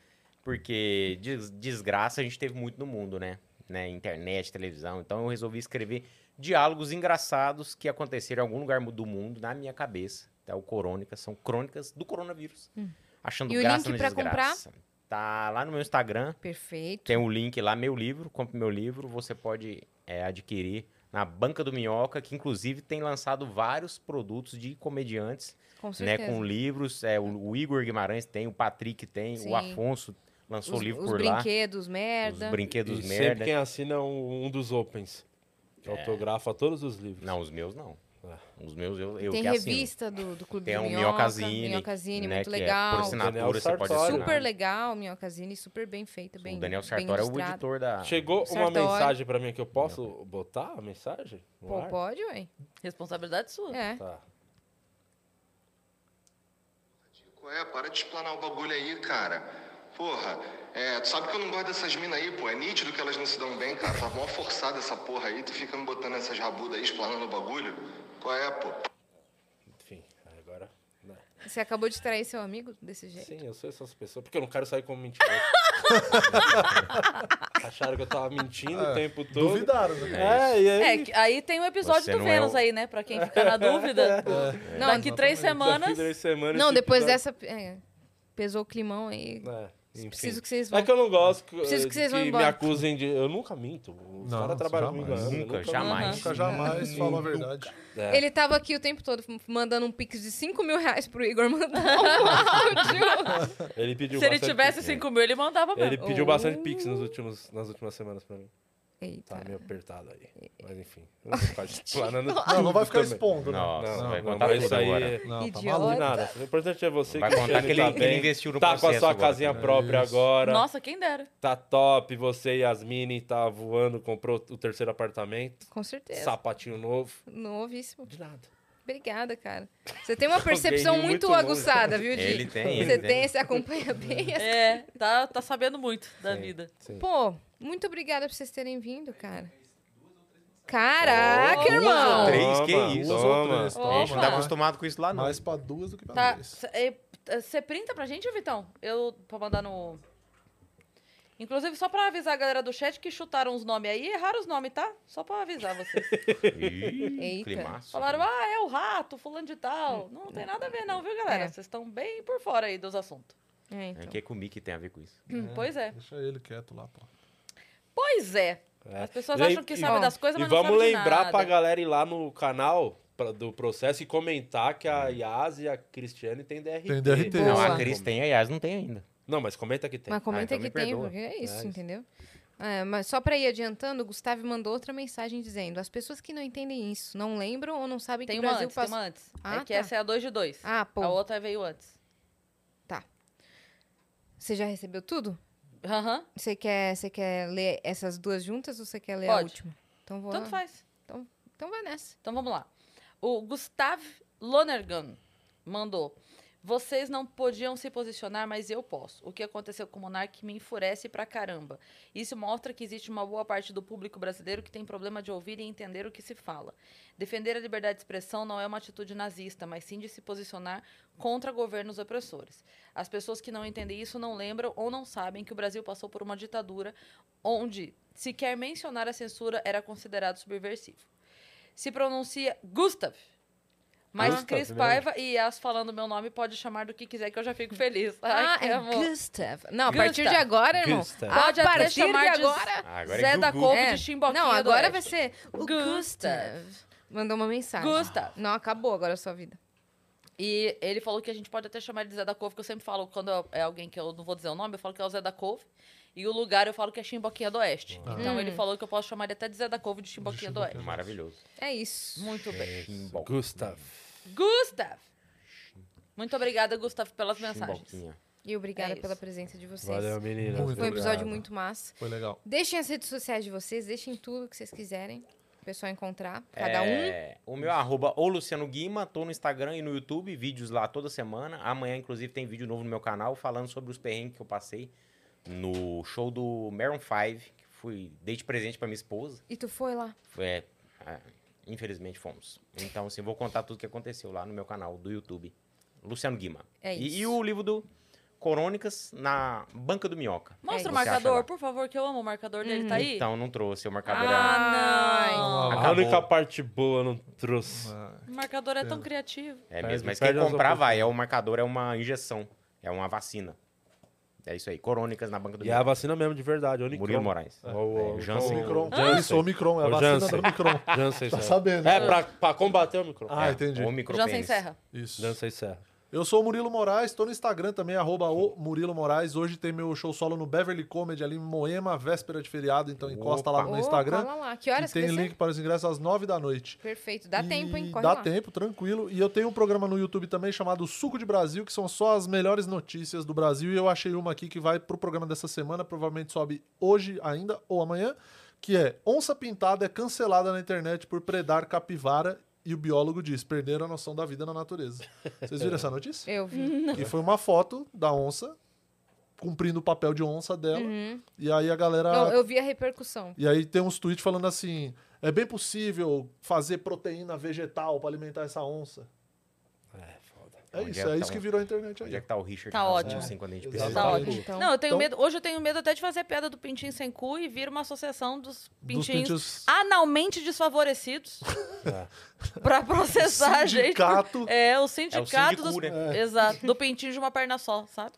E: porque des- desgraça a gente teve muito no mundo, né? né? Internet, televisão. Então eu resolvi escrever diálogos engraçados que aconteceram em algum lugar do mundo, na minha cabeça. Tá? O Corônicas são crônicas do coronavírus. Achando
D: Hum. E o
E: graça
D: link
E: na
D: pra
E: desgraça. Tá lá no meu Instagram,
D: Perfeito.
E: tem o link lá, meu livro, compre meu livro, você pode é, adquirir na Banca do Minhoca, que inclusive tem lançado vários produtos de comediantes,
D: Com
E: né,
D: certeza.
E: com livros, é, o, o Igor Guimarães tem, o Patrick tem,
D: Sim.
E: o Afonso lançou
D: os,
E: livro
D: os
E: por lá,
D: brinquedos, merda.
E: os
C: E
E: brinquedos
C: sempre
E: merda. É.
C: quem assina é um, um dos Opens. Que autografa todos os livros.
E: Não, os meus não.
C: Ah.
E: Os meus eu, eu
D: tem
E: que assino.
D: revista do, do Clube
E: Tem
D: do
E: um
D: Minhoca.
E: Minhocazine,
D: Minhocazine,
E: né,
D: muito
E: que é por
D: legal.
C: Daniel
E: assinatura, você pode
C: Sartori.
E: assinar.
D: super legal, Minhocazine, super bem feita, bem
E: o Daniel
D: bem
E: Sartori é o
D: ilustrada.
E: editor da...
C: Chegou uma
D: Sartori.
C: mensagem pra mim que eu posso botar a mensagem? no
D: Pô,
C: ar?
D: pode, ué.
B: Responsabilidade sua.
D: É.
C: Tá.
J: Qual é? Para de explanar o bagulho aí, cara. Porra, é, tu sabe que eu não gosto dessas minas aí, pô. É nítido que elas não se dão bem, cara. Tá mó forçada essa porra aí. Tu fica me botando essas rabudas aí, explanando o bagulho. Qual é, pô?
C: Enfim, agora. né.
D: Você acabou de trair seu amigo desse jeito?
C: Sim, eu sou essas pessoas. Porque eu não quero sair
D: [laughs]
C: como mentiroso. Acharam que eu tava mentindo o tempo todo.
F: É, Duvidaram, né?
C: É, e aí.
B: É, que- aí tem um episódio
E: Você
B: do
E: não é
B: Vênus
E: o-
B: aí, né? Pra quem fica na
C: [laughs]
B: dúvida.
C: É.
D: Não,
B: Daqui três
C: Daqui
B: semanas.
C: três semanas
D: é, Não,
C: esse
D: depois
C: episódio-
D: dessa. é, pesou o climão aí.
C: É, enfim.
D: Preciso que vocês vão.
C: É que eu não gosto que,
D: Preciso que vocês vão
C: que me
D: embora.
C: acusem de. Eu nunca minto. Os
F: Não,
C: caras trabalham
F: jamais.
C: comigo. há anos, eu
E: Nunca, jamais.
F: Nunca jamais falam a verdade.
C: É.
D: Ele tava aqui o tempo todo f- mandando um pix de 5 mil reais pro Igor mandar
E: [laughs]
D: um áudio.
C: Ele pediu
B: Se ele
C: bastante
B: tivesse
C: pix.
D: assim,
B: 5 mil, ele mandava mesmo.
C: Ele pediu bastante pix
D: Oh.
C: nos últimos, nas últimas semanas pra mim.
D: Eita.
C: Tá meio apertado aí. Mas
D: [laughs]
C: enfim. Eu não vou ficar explanando
F: Não, não vai ficar
C: tudo também.
F: expondo, né?
E: Nossa,
C: Não,
E: vai
C: não,
E: contar
C: mas
E: tudo
C: isso aí
E: agora.
C: é-
F: Não, tá
D: Idiota.
F: maluco.
C: De nada. O importante é você
E: Vai
C: que
E: contar
C: o
E: que ele,
C: tá
E: que ele
C: bem,
E: investiu no
C: tá
E: processo
C: com a sua
E: agora. né?
C: casinha própria agora,
B: Nossa, quem dera.
C: tá top, você e Yasmini tá voando, comprou o terceiro apartamento,
D: Com certeza.
C: sapatinho novo.
D: Novíssimo.
C: De nada.
D: Obrigada, cara. Você tem uma percepção
C: riu
D: muito,
C: muito longe.
D: aguçada, viu, Di?
E: Ele tem, ele
D: Você
E: tem.
D: [laughs] tem, você acompanha bem. as-
B: É, tá, tá sabendo muito da vida.
D: Pô, muito obrigada por vocês terem vindo, cara. Caraca, irmão!
E: três, que isso?
F: Duas ou
C: Toma.
F: três,
E: A gente não
B: Opa.
E: tá acostumado com isso lá, não.
F: né? Mais pra duas do que pra
B: Tá.
F: três.
B: Você printa pra gente, Vitão? Eu, pra mandar no. Inclusive, só pra avisar a galera do chat que chutaram os nomes aí, erraram os nomes, tá? Só pra avisar vocês.
C: [laughs]
E: Ih,
D: Eita.
E: climaço. né?
B: Falaram, ah, é o rato, fulano de tal. Não tem nada a ver, não, viu, galera?
D: É.
B: Vocês estão bem por fora aí dos assuntos.
D: É,
E: É
D: então.
E: que é comigo que tem a ver com isso.
B: Pois é.
F: Deixa ele quieto lá, pô.
B: Pois é.
C: É.
B: As pessoas
C: E aí-
B: acham que sabem
D: e-
B: das coisas,
C: E
B: mas não
C: vamos
B: sabem de nada.
C: lembrar pra galera ir lá no canal pra- do processo e comentar que a Yas e a Cristiane tem DRT.
F: Tem DRT.
E: Não,
D: Boa.
E: a Cris tem, aliás, não tem ainda.
C: Não, mas comenta que tem.
D: Mas comenta
E: então me
D: que tem,
E: perdoa.
D: porque é isso,
C: isso.
D: entendeu? É, mas só pra ir adiantando, o Gustavo mandou outra mensagem dizendo: as pessoas que não entendem isso, não lembram ou não sabem
B: Tem
D: que o
B: uma
D: Brasil
B: antes, tem
D: passou.
B: uma antes. é
D: Ah,
B: que
D: tá.
B: essa é a 2 de 2.
D: Ah, pô.
B: A outra veio antes.
D: Você já recebeu tudo?
B: Aham.
D: Você quer, você quer ler essas duas juntas ou você quer ler a
B: Pode.
D: última? Então vou.
B: Tanto faz.
D: Então vai nessa.
B: Então vamos lá. O Gustav Lonergan mandou. Vocês não podiam se posicionar, mas eu posso. O que aconteceu com o Monark me enfurece pra caramba. Isso mostra que existe uma boa parte do público brasileiro que tem problema de ouvir e entender o que se fala. Defender a liberdade de expressão não é uma atitude nazista, mas sim de se posicionar contra governos opressores. As pessoas que não entendem isso não lembram ou não sabem que o Brasil passou por uma ditadura onde sequer mencionar a censura era considerado subversivo se pronuncia Gustav. Mas
C: Gustav,
B: Cris
C: né?
B: Paiva e Yas falando meu nome pode chamar do que quiser que eu já fico feliz. Ai, que amor.
D: Ah, é Gustav. Não, a
B: Gustav.
D: partir de agora, irmão.
C: Gustav.
B: Pode
D: a
B: até
D: partir
B: chamar
D: de
B: de-
D: agora. é
E: Ah,
B: Zé da
E: Gugu.
B: Cor- Ovo de Chimboquinha
D: Não,
B: do
D: agora
B: Oeste.
D: vai ser o
B: Gustav.
E: Tá,
D: Gustav. Mandou uma mensagem.
B: Gustav.
D: Não, acabou agora a sua vida.
B: E ele falou que a gente pode até chamar ele de Zé da Couve, que eu sempre falo, quando é alguém que eu não vou dizer o nome, eu falo que é o Zé da Couve. E o lugar eu falo que é Chimboquinha do Oeste. Então
E: Hum.
B: ele falou que eu posso chamar ele até de Zé da Couve de Chimboquinha do Oeste.
E: Maravilhoso.
D: É isso.
B: Muito
C: É.
B: bem.
C: Gustav.
B: Gustav! Muito obrigada, Gustav, pelas mensagens.
E: Chimboquinha.
D: E obrigada
B: É isso.
D: pela presença de vocês.
C: Valeu, meninas.
F: Muito
D: Foi um episódio
C: Obrigado.
D: muito massa.
F: Foi legal.
D: Deixem as redes sociais de vocês, deixem tudo que vocês quiserem. O pessoal encontrar. Cada um.
E: É, O meu é arroba ou Luciano Guima, tô no Instagram e no YouTube, vídeos lá toda semana. Amanhã, inclusive, tem vídeo novo no meu canal falando sobre os perrengues que eu passei no show do Maroon 5, que fui, dei de presente pra minha esposa.
D: E tu foi lá.
E: Foi, é, ah, infelizmente fomos. Então, assim, vou contar tudo o que aconteceu lá no meu canal do YouTube. Luciano Guima.
D: É
E: E-
D: isso.
E: E, o livro do Corônicas na Banca do Minhoca.
B: Mostra
E: É, Você
B: o
E: acha né?
B: marcador,
E: lá.
B: por favor, que eu amo o marcador dele. Hum. Tá aí?
E: Então, não trouxe o marcador. é-
B: ah, não.
C: A
E: Acabou.
C: única parte boa eu não trouxe.
B: O marcador é tão criativo.
E: É
C: Perde-
E: mesmo, mas quem
C: perde as
E: comprar vai. É o marcador, é uma injeção, é uma vacina. É isso aí. Corônicas na banca do
C: E é a vacina mesmo, de verdade. é Onicron.
E: Murilo Moraes.
C: Ó, ó,
E: É,
F: Então, O
E: Janssen.
F: Omicron.
C: Janssen.
F: Isso, Omicron. É a
C: Ô,
F: vacina
C: Janssen.
F: do Omicron.
C: [laughs] Janssen
F: Tá
C: Serra.
F: sabendo?
C: É, pra, pra combater o micro.
F: Ah, entendi.
E: O micro
B: Jansen Serra.
F: Isso.
C: Janssen é. Serra.
F: Eu sou o Murilo Moraes, tô no Instagram também, arroba o Murilo Moraes. Hoje tem meu show solo no Beverly Comedy, ali em Moema, véspera de feriado, então encosta lá no meu
D: Ah, Ô,
F: Instagram.
D: cola lá. Que horas
F: e
D: que
F: tem
D: vai ser?
F: link para os ingressos às 9 da noite.
D: Perfeito. Dá
F: E
D: tempo, hein? Corre
F: Dá
D: lá.
F: tempo, tranquilo. E eu tenho um programa no YouTube também chamado Suco de Brasil, que são só as melhores notícias do Brasil. E eu achei uma aqui que vai pro programa dessa semana, provavelmente sobe hoje ainda ou amanhã, que é Onça Pintada é cancelada na internet por predar capivara e o biólogo diz, perderam a noção da vida na natureza. Vocês viram essa notícia?
D: Eu
C: Hum.
D: vi.
F: E foi uma foto da onça, cumprindo o papel de onça dela. E aí a galera.
D: Não, Uhum. eu vi a repercussão.
F: E aí tem uns tweets falando assim: é bem possível fazer proteína vegetal pra alimentar essa onça.
C: É, foda.
F: É
E: Onde
F: isso,
E: é
F: é,
E: que tá
F: isso que
E: um-
F: virou a internet
E: Onde é
F: aí.
E: que tá o Richard?
B: Tá
E: Rasmussen,
B: ótimo.
E: assim, quando a gente
F: Exato.
E: precisa?
B: Tá
F: Exatamente.
B: ótimo.
D: Então-
B: Não, eu tenho
F: Então-
B: medo. Hoje eu tenho medo até de fazer piada do pintinho sem cu e vir uma associação dos
F: Dos
B: pintinhos
F: tweets-
B: analmente
E: [laughs]
B: desfavorecidos pra processar [laughs] a gente. por-
F: Sindicato.
B: [laughs] É, o
E: É o
B: sindicato
E: sindicato,
B: dos...
E: né?
B: Exato, do pintinho de uma perna só, sabe?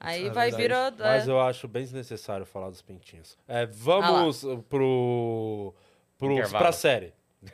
B: Aí
F: É
B: vai vir a...
F: verdade.
B: é.
C: Mas eu acho bem desnecessário falar dos pintinhos.
D: Ah
C: É, vamos pro, pro
E: Intervalo.
C: pra série.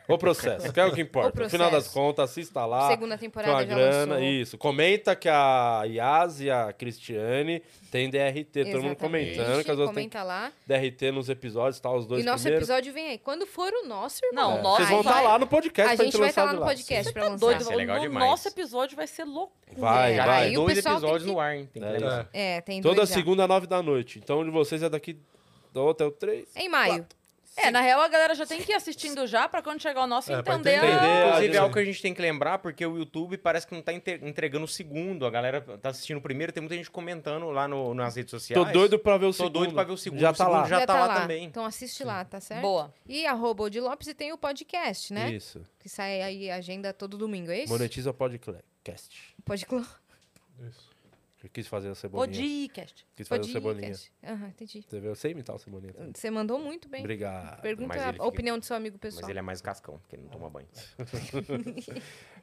C: O processo, que é o
D: [laughs]
C: que importa.
D: O
C: No final das
D: processo.
C: contas, assista lá.
D: Segunda temporada
C: tem uma
D: já
C: grana,
D: lançou.
C: isso. Comenta que a Yas e a Cristiane tem DRT. Todo mundo
D: Exatamente.
C: comentando que as outras têm
D: Comenta lá.
C: DRT nos episódios, tá? Os dois
D: E nosso
C: primeiros. É.
D: episódio vem aí. Quando for o nosso,
B: Não,
D: irmão.
B: o nosso
C: Vocês vão
B: Ai,
C: estar
B: vai.
C: lá no podcast
D: A
C: pra
D: gente
C: gente
D: vai
C: lançar
D: estar lá
C: de
D: no podcast pra lançar.
B: Doido,
E: Isso é
B: o
E: legal
B: no-
E: demais.
B: nosso episódio vai ser louco.
C: Vai,
D: É,
E: Cara,
C: vai.
D: aí o
E: dois
D: pessoal tem
E: episódios
D: que-
E: no ar, hein? Tem que
C: É.
E: lembrar.
C: É.
D: É, tem dois
C: Toda
D: já.
C: segunda, nove da noite. Então, um de vocês é daqui do outro é o três.
D: Em maio.
B: É, na real a galera já tem que ir assistindo já pra quando chegar o nosso
F: É, pra
B: entender,
C: entender.
B: a...
C: É,
E: Inclusive,
C: gente.
E: é algo que a gente tem que lembrar, porque o YouTube parece que não tá inte- entregando o segundo. A galera tá assistindo o primeiro, tem muita gente comentando lá no- nas redes sociais.
C: Tô doido pra ver o
E: é. Tô
C: segundo.
E: doido pra ver o segundo.
C: Já
E: O
C: tá
E: segundo
C: lá.
E: já tá lá também.
D: Então assiste lá, tá certo?
B: Boa.
D: E arroba Odi Lopes e tem o podcast, né?
C: Isso.
D: Que sai aí a agenda todo domingo, é isso?
C: Monetiza o podcast.
D: Pode clon-
C: Eu quis fazer o Cebolinha.
B: Podcast.
C: Quis fazer o Cebolinha.
D: Podcast. Aham, entendi.
C: Você viu? Eu sei imitar o Cebolinha. também.
D: Você mandou muito bem.
C: Obrigado.
D: Pergunta
E: Mas ele
D: a
E: fica-
D: opinião do seu amigo
E: Mas
D: pessoal.
E: ele é mais cascão, porque ele não toma banho.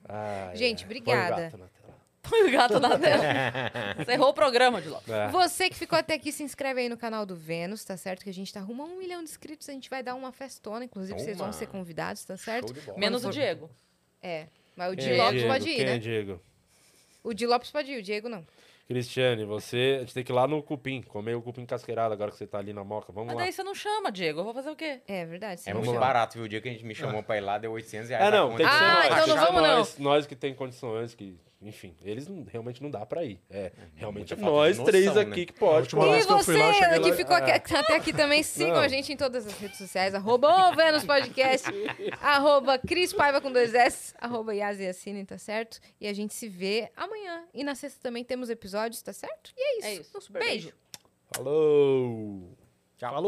C: Ai,
D: Gente,
C: ai.
D: obrigada.
C: Põe o gato na tela.
B: [laughs] Põe o gato na tela. Encerrou o programa de logo.
C: É.
D: Você que ficou até aqui, se inscreve aí no canal do Vênus, tá certo? Que a gente tá rumo a um milhão de inscritos, a gente vai dar uma festona, inclusive vocês vão
E: Toma.
D: ser convidados, tá certo?
E: Show de bola.
B: Menos o Diego.
D: É, mas o
C: Quem
D: Di
C: é
D: Lopes
C: Diego?
D: pode ir,
C: Quem é
D: né?
C: Diego?
D: O Di Lopes pode ir, o Diego não.
C: Cristiane, você... A gente tem que ir lá no cupim. Comer o cupim casqueirado agora que você tá ali na moca. Vamos
B: Mas
C: lá.
B: daí você não chama, Diego. Eu vou fazer o quê?
D: É verdade.
E: É
D: sim.
C: Vamos
E: muito
C: lá.
E: barato, viu? O dia que a gente me chamou pra ir lá, deu 800 reais.
C: Ah. É,
E: na
C: não,
E: conta.
C: tem que ser
D: Ah,
C: nós.
D: então não
C: Achar
D: vamos, não.
C: nós, nós que tem condições, que, enfim, eles não- realmente não dá pra ir. É, realmente
E: muita falta
C: nós
E: de noção,
C: três
E: né?
C: aqui que
F: A
C: pode.
F: última
C: pô.
D: E
F: vez que eu
D: você
F: fui lá, eu cheguei lá
D: que
F: e-
D: ficou aqui- tá até aqui também, sigam
C: Não.
D: a gente em todas as redes sociais. Arroba o Vênus [laughs] Podcast, arroba Cris Paiva com dois S, arroba Yasi Assine, tá certo? E a gente se vê amanhã. E na sexta também temos episódios, tá certo? E é isso.
B: É isso.
D: Um beijo.
C: Falou!
E: Tchau.